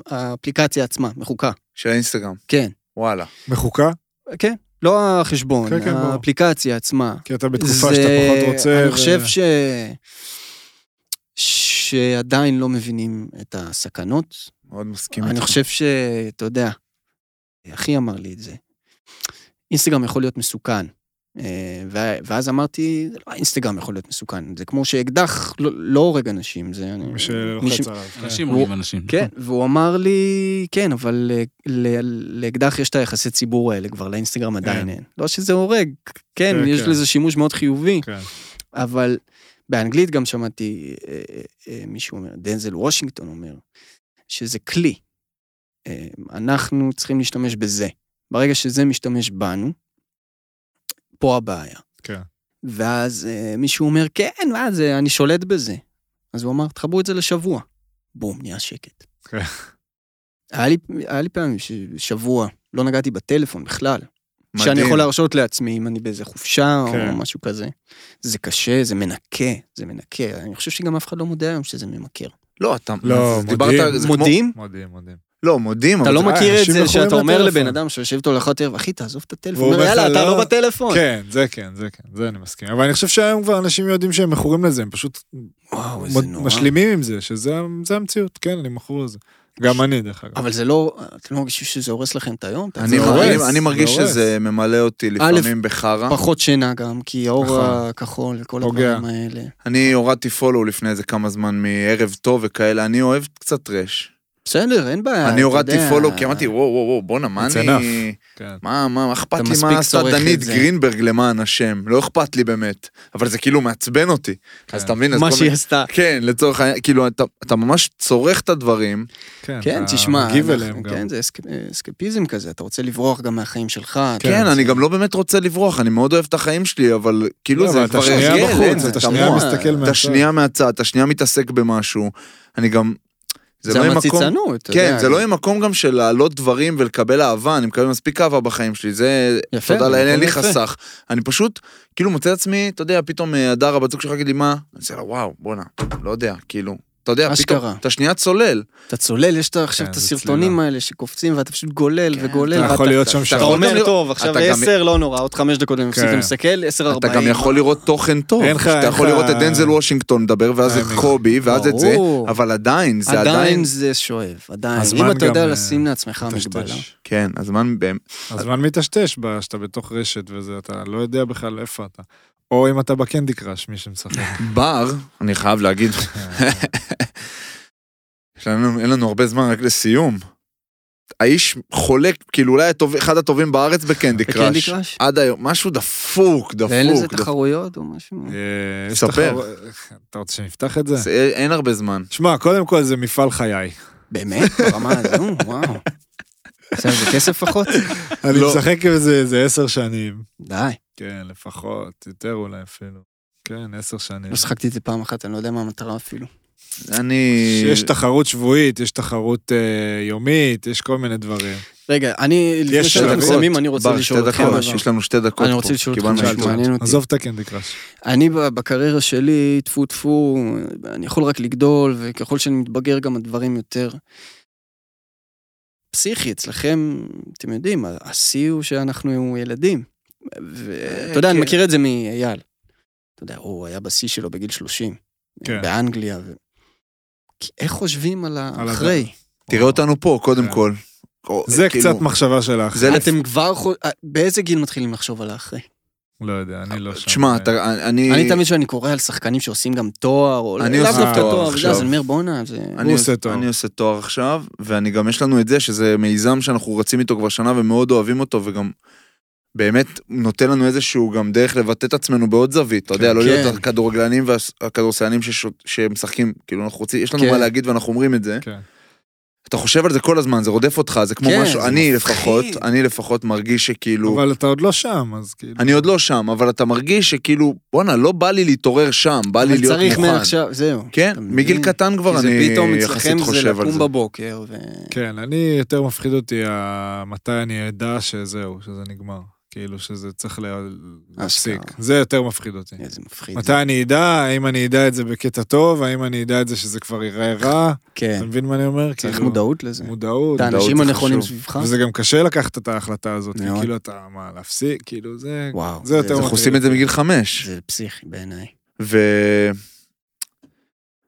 S4: האפליקציה עצמה, מחוקה.
S3: של האינסטגרם,
S4: כן,
S3: וואלה.
S2: מחוקה?
S4: כן. לא החשבון,
S2: כן, כן, ברור.
S4: האפליקציה עצמה.
S2: כי אתה בתקופה שאתה פחות רוצה.
S4: אני
S2: ו-
S4: חושב ש... שעדיין לא מבינים את הסכנות.
S3: מאוד מסכים
S4: אני
S3: איתך.
S4: חושב שאתה יודע, אחי אמר לי את זה. אינסטגרם יכול להיות מסוכן. אה, ו- ואז אמרתי, "לא, אינסטגרם יכול להיות מסוכן. זה כמו שאקדח לא- לא הורג אנשים, זה... אני-
S2: מי
S4: מי ש-
S2: שלוחץ עליו. כן.
S5: אנשים
S4: הוא-
S5: רואים אנשים.
S4: כן, והוא אמר לי, כן, אבל אה, ל- לאקדח יש את היחסי ציבור האלה כבר, לאינסטגרם עדיין אין. לא שזה הורג, כן,
S2: כן,
S4: יש
S2: כן.
S4: לזה שימוש מאוד חיובי,
S2: כן.
S4: אבל באנגלית גם שמעתי אה, אה, אה, מישהו אומר, דנזל וושינגטון אומר, שזה כלי. אה, אנחנו צריכים להשתמש בזה. ברגע שזה משתמש בנו, פה הבעיה.
S2: כן.
S4: ואז אה, מישהו אומר, כן, מה זה, אני שולט בזה. אז הוא אמר, תחברו את זה לשבוע. בום, נהיה שקט.
S2: כן.
S4: היה לי, היה לי פעמים ששבוע לא נגעתי בטלפון בכלל.
S3: מדהים.
S4: שאני יכול להרשות לעצמי אם אני באיזה חופשה
S2: כן.
S4: או משהו כזה. זה קשה, זה מנקה, זה מנקה. אני חושב שגם אף אחד לא מודה היום שזה ממכר.
S3: לא, אתה...
S2: לא,
S3: דיברת
S2: מודיעים.
S3: על- זה כמו-
S4: מודיעים?
S2: מדהים, מדהים.
S3: לא, מודים,
S4: אתה
S3: אבל
S4: לא
S3: זה-
S4: מכיר את
S2: אנשים
S4: זה
S2: מכורים
S4: שאתה אומר
S2: לטלפון.
S4: לבן אדם שיושב איתו לאחת ערב, אחי, תעזוב את הטלפון.
S2: והוא
S4: הוא אומר,
S2: אומר לך,
S4: יאללה, אתה
S2: לא."
S4: לא בטלפון.
S2: כן, זה כן, זה כן, זה אני מסכים. אבל אני חושב שהיום כבר אנשים יודעים שהם מכורים לזה, הם פשוט
S4: וואו,
S2: מוד-
S4: איזה נורא.
S2: משלימים עם זה, שזה זה המציאות, כן, אני מכור לזה. גם אני, דרך אגב.
S4: אבל זה לא, אתם לא מרגישים שזה הורס לכם את היום? אתם
S3: אני,
S4: צריכים-
S2: הורס,
S3: אני, אני מרגיש
S2: זה הורס.
S3: שזה ממלא אותי לפעמים בחרא.
S4: פחות שינה גם, כי האור
S2: נכון.
S4: הכחול וכל
S2: פוגע.
S4: הדברים האלה.
S3: אני הורדתי פולו לפני איזה כמה זמן מערב טוב וכאלה, אני אוהב קצת טרש.
S4: בסדר, אין בעיה.
S3: אני
S4: אה, אתה
S3: הורדתי
S4: יודע.
S3: פולו כי אמרתי, וואו, וואו, וואו, בואנה, מה
S2: It's
S3: אני...
S2: כן.
S3: מה, מה, מה אכפת
S4: אתה
S3: לי
S4: מספיק
S3: מה עשתה
S4: צורך את
S3: דנית
S4: זה.
S3: גרינברג למען השם? לא אכפת לי באמת. אבל זה כאילו מעצבן אותי.
S4: כן.
S3: אז אתה מבין, אז
S4: מה
S3: כל
S4: שהיא
S3: מיני-
S4: עשתה.
S3: כן, לצורך העניין, כאילו, אתה- אתה ממש צורך את הדברים.
S4: כן,
S2: אתה
S4: תשמע,
S2: מגיב
S4: אנחנו-
S2: אליהם גם.
S4: כן, זה אסק- אסקפיזם כזה, אתה רוצה לברוח גם מהחיים שלך. אתה
S3: כן,
S4: רוצה-
S3: אני גם לא באמת רוצה לברוח, אני מאוד אוהב את החיים שלי, אבל כאילו
S2: לא,
S3: זה
S2: אבל אתה
S3: כבר
S2: שנייה
S3: הרגל,
S2: בחוץ,
S3: אין,
S2: אתה שנייה
S3: מוח.
S2: מסתכל
S3: אתה
S2: מהצד.
S3: שנייה מהצד, אתה שנייה מתעסק במשהו. אני גם...
S4: זה
S3: לא יהיה מקום-
S4: המציצנות, אתה
S3: כן,
S4: יודע.
S3: זה לא יהיה מקום גם של להעלות דברים ולקבל אהבה, אני מקבל מספיק אהבה בחיים שלי, זה...
S4: יפה,
S3: תודה
S4: זה
S3: לאל, אין לי
S4: מקום יפה.
S3: חסך. אני פשוט, כאילו מוצא את עצמי, אתה יודע, פתאום אה, הדר, הבת זוג שלך, יגיד לי מה? אני עושה לה, וואו, בואנה, לא יודע, כאילו. אתה יודע, פתאום,
S4: אשכרה.
S3: אתה שנייה צולל.
S4: אתה צולל, יש את עכשיו
S2: כן,
S4: את
S2: זה
S4: הסרטונים האלה שקופצים, ואתה פשוט גולל
S3: כן,
S4: וגולל.
S2: אתה
S4: ואתה-
S2: יכול להיות שם
S4: אתה
S2: שעות.
S3: יכול גם
S4: אומר,
S3: לראות-
S4: טוב, עכשיו
S3: אתה גם-
S4: 10, לא נורא, עוד 5 דקות אני מפסיק
S2: כן.
S4: להסתכל, 10, 40.
S3: אתה גם יכול לראות תוכן טוב.
S2: אין לך-
S3: אתה
S2: אין
S3: יכול
S2: לך-
S3: לראות את דנזל וושינגטון מדבר, ואז
S2: אה,
S3: את
S2: מי-
S3: קובי, ואז את זה,
S4: ברור.
S3: אבל עדיין, זה עדיין...
S4: עדיין זה שואב, עדיין.
S2: הזמן
S4: אם אתה
S2: גם,
S4: יודע
S2: אה,
S4: לשים לעצמך
S2: מטשטש.
S4: מגבלה.
S3: כן, הזמן... באמת-
S2: הזמן מיטשטש ב- שאתה בתוך רשת וזה, אתה לא יודע בכלל איפה אתה. או אם אתה בקנדי קראש, מי שמשחק.
S3: בר, אני חייב להגיד, יש לנו- אין לנו הרבה זמן רק לסיום. האיש חולק, כאילו אולי הטוב, אחד הטובים בארץ בקנדי
S4: בקנדי
S3: קראש.
S4: קראש?
S3: עד היום, משהו דפוק, דפוק.
S4: ואין לזה
S3: דפוק.
S4: תחרויות או משהו?
S2: אה, יש
S3: ספר.
S2: תחרות- אתה רוצה שנפתח את זה?
S3: זה- אין- אין הרבה זמן.
S2: שמע, קודם כל זה מפעל חיי.
S4: באמת? ברמה הזו? וואו. עכשיו זה כסף פחות?
S2: אני
S3: לא.
S2: משחק בזה איזה עשר שנים.
S4: די.
S2: כן, לפחות, יותר אולי אפילו. כן, עשר שנים.
S4: לא שחקתי את זה פעם אחת, אני לא יודע מה המטרה אפילו.
S3: אני...
S2: יש תחרות שבועית, יש תחרות אה, יומית, יש כל מיני דברים.
S4: רגע, אני, לפני
S2: יש
S4: שאתם
S2: שאלות.
S4: מסיימים, אני רוצה
S3: בר,
S4: לשאול
S3: שתי
S4: אותך
S3: דקות,
S4: משהו.
S3: יש לנו שתי דקות
S4: אני
S3: פה,
S4: רוצה לשאול אותך
S3: קיבלנו
S4: משהו
S3: שתי דקות.
S4: מעניין אותי.
S2: עזוב את הקנדי קראש.
S4: אני ב- בקריירה שלי, טפו טפו, אני יכול רק לגדול, וככל שאני מתבגר גם הדברים יותר. פסיכי, אצלכם, אתם יודעים, השיא הוא שאנחנו ילדים. ואתה יודע, אני
S3: כן.
S4: מכיר את זה מאייל. אתה יודע, הוא היה בשיא שלו בגיל 30,
S2: כן.
S4: באנגליה. ו... כי איך חושבים על
S2: על
S4: האחרי?
S3: תראה אותנו פה, קודם
S2: כן.
S3: כל. או,
S2: זה
S3: כאילו,
S2: קצת מחשבה שלך.
S3: זה לפ-
S4: אתם כבר, חו- אה, באיזה גיל מתחילים לחשוב על האחרי?
S3: אה,
S2: לא יודע, אני לא שם.
S3: תשמע, אתה- אני...
S4: אני תמיד שאני קורא על שחקנים שעושים גם תואר, או
S3: אני
S4: לאו
S3: עושה
S4: דווקא
S3: תואר
S4: תואר,
S3: עכשיו.
S4: אז אני אומר, בואנה, זה...
S3: אני
S2: עושה תואר.
S3: אני עושה תואר עכשיו, ואני גם, יש לנו את זה שזה מיזם שאנחנו רצים איתו כבר שנה ומאוד אוהבים אותו, וגם באמת נותן לנו איזשהו גם דרך לבטא את עצמנו בעוד זווית, אתה יודע, לא
S4: כן.
S3: להיות הכדורגלנים והכדורסיינים ששוט- שמשחקים, כאילו אנחנו רוצים, יש לנו
S4: כן.
S3: מה להגיד ואנחנו אומרים את זה.
S2: כן.
S3: אתה חושב על זה כל הזמן, זה רודף אותך, זה כמו
S4: כן,
S3: משהו,
S4: זה
S3: אני
S4: מפחיד.
S3: לפחות, אני לפחות מרגיש שכאילו,
S2: אבל אתה עוד לא שם, אז כאילו...
S3: כאילו- אני עוד לא שם, אבל אתה מרגיש שכאילו, בואנה, לא בא לי להתעורר שם, בא לי
S4: אבל
S3: להיות
S4: צריך
S3: מוכן.
S4: מעכשיו, זהו.
S3: כן,
S4: אתה
S3: מגיל
S4: מבין?
S3: קטן כבר
S4: כי זה
S3: אני
S4: פתאום
S3: יחסית
S4: אצלכם זה
S3: חושב על
S4: לקום
S3: זה.
S4: בבוקר, ו...
S2: כן, אני יותר מפחיד אותי ה- מתי אני אדע שזהו, שזה נגמר. כאילו שזה צריך לה- להפסיק. זה יותר מפחיד אותי.
S4: איזה מפחיד.
S2: מתי אני אדע, האם אני אדע את זה בקטע טוב, האם אני אדע את זה שזה כבר ייראה רע,
S4: כן,
S2: אתה מבין מה אני אומר?
S4: צריך
S2: כאילו,
S4: מודעות לזה.
S2: מודעות.
S4: את האנשים
S3: זה
S4: הנכונים
S3: חשוב.
S4: סביבך.
S2: וזה גם קשה לקחת את ההחלטה הזאת, כי
S4: מאוד.
S2: כאילו אתה, מה, להפסיק? כאילו זה...
S4: וואו,
S2: זה יותר
S3: אנחנו עושים את זה מגיל חמש,
S4: זה פסיכי בעיניי.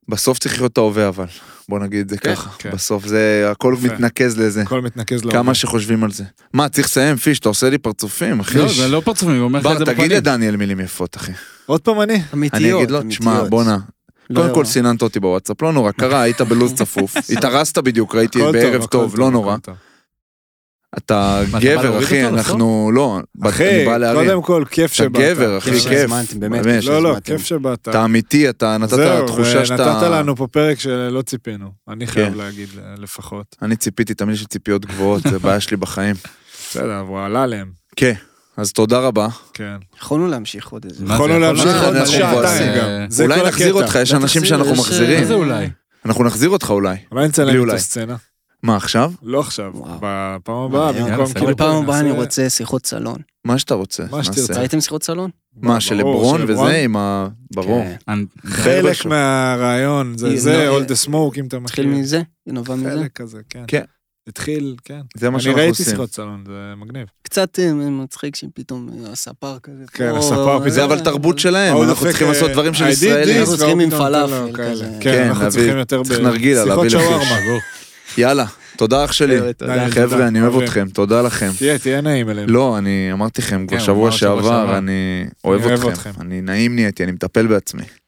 S3: ובסוף צריך להיות ההווה אבל, בוא נגיד את זה
S2: כן,
S3: ככה,
S2: כן.
S3: בסוף זה, הכל
S2: יפה. לא
S3: מתנקז לזה,
S2: הכל מתנקז לעולם.
S3: כמה שחושבים על זה. מה, צריך לסיים, פיש, אתה עושה לי פרצופים, אחי.
S5: לא, זה לא פרצופים, הוא אומר לך את
S3: בר,
S5: זה
S3: תגיד
S5: בפנים.
S3: לדניאל מילים יפות, אחי.
S2: עוד פעם אני?
S3: אני
S4: אמיתיות,
S3: אגיד לו, תשמע,
S4: אמיתיות.
S3: בואנה,
S4: לא
S3: קודם כל
S4: נורא.
S3: סיננת אותי בוואטסאפ, לא נורא, קרה, היית בלוז צפוף, התארסת בדיוק, ראיתי
S2: הכל
S3: בערב
S2: הכל
S3: טוב, לא
S2: הכל
S3: נורא.
S2: טוב.
S3: אתה
S5: בא
S3: גבר,
S5: להוריד
S3: אחי,
S5: אותו לסוף?
S3: אנחנו, לא, אני
S2: אחי,
S3: בא להרים.
S2: קודם כל, כיף
S3: אתה
S2: שבאת. כן,
S3: גבר, אחי,
S4: כיף
S3: כיף.
S4: שהזמנתם, באמת,
S3: באמת.
S2: לא, לא,
S4: שהזמנתם.
S2: כיף שבאת.
S3: אתה אמיתי, אתה נתת
S2: זהו, אה,
S3: תחושה שאתה...
S2: נתת לנו פה פרק שלא ציפינו. אני חייב
S3: כן.
S2: להגיד אה, לפחות.
S3: אני ציפיתי תמיד של ציפיות גבוהות, זה בעיה שלי בחיים.
S2: בסדר, אבל הוא עלה להם.
S3: כן, אז תודה רבה.
S2: כן.
S4: יכולנו להמשיך עוד איזה...
S5: מה זה,
S2: יכולנו להמשיך
S5: יכול להיות?
S2: עוד
S3: אנחנו
S2: שעתיים
S5: מבואסים.
S2: גם. זה
S3: אה, אולי
S2: כל
S3: נחזיר
S2: הקטע.
S3: אותך, יש
S4: לא
S3: אנשים
S4: תחזיר,
S3: שאנחנו
S4: יש,
S5: מה
S3: מחזירים.
S5: זה אולי?
S3: אנחנו נחזיר אותך אולי.
S2: אולי
S3: בלי
S2: נצלם את
S3: אולי.
S2: הסצנה.
S3: מה עכשיו?
S2: לא עכשיו,
S4: וואו.
S2: בפעם הבאה,
S4: יאללה,
S2: במקום
S5: בסדר.
S2: כאילו...
S4: כל פעם הבאה אני
S2: נעשה-
S4: רוצה שיחות סלון.
S3: מה שאתה רוצה.
S2: מה
S3: נעשה.
S2: שתרצה.
S4: ראיתם שיחות סלון?
S3: מה, של לברון וזה עם ה... ברור.
S4: כן.
S5: אני-
S3: חבר'ה
S2: חלק
S3: שלו.
S2: מהרעיון,
S4: היא-
S2: זה זה,
S4: לא,
S2: all the smoke, אם אתה
S4: התחיל
S2: מכיר.
S4: מזה? זה נובע מזה?
S2: חלק כזה, כן.
S3: כן.
S2: התחיל, כן.
S3: זה מה
S2: אני
S3: שאנחנו
S2: ראיתי
S3: עושים.
S2: שיחות סלון, זה מגניב.
S4: קצת אה, מצחיק שפתאום אה, הספר כזה.
S2: כן,
S4: פה,
S2: הספר
S4: אה,
S2: פתאום.
S3: זה אבל תרבות שלהם,
S2: All the
S3: כן, אנחנו
S2: fake,
S3: צריכים
S2: אה,
S3: לעשות דברים של
S2: I did
S3: ישראלים.
S2: this,
S4: אנחנו צריכים עם
S2: והוא פתאום נותן לו
S4: פלאפל
S2: כאלה.
S4: כזה.
S2: כן,
S3: כן,
S2: אנחנו
S3: להביא-
S2: צריכים יותר
S3: צריך נרגילה, להביא
S2: שיחות
S3: לחיש.
S2: שווארמה.
S3: יאללה, תודה אח שלי.
S4: אה, תודה.
S2: די,
S3: חבר'ה,
S2: תודה.
S3: אני אוהב
S2: אוהבים.
S3: אתכם, תודה לכם.
S2: תהיה, תהיה נעים אלינו.
S3: לא, אני אמרתי לכם כבר
S5: כן, הוא
S3: שבוע
S5: אמר שבוע שעבר.
S3: שעבר, אני אוהב
S2: אני אוהב
S3: אתכם.
S2: אתכם.
S3: אני נעים נהייתי, אני מטפל בעצמי.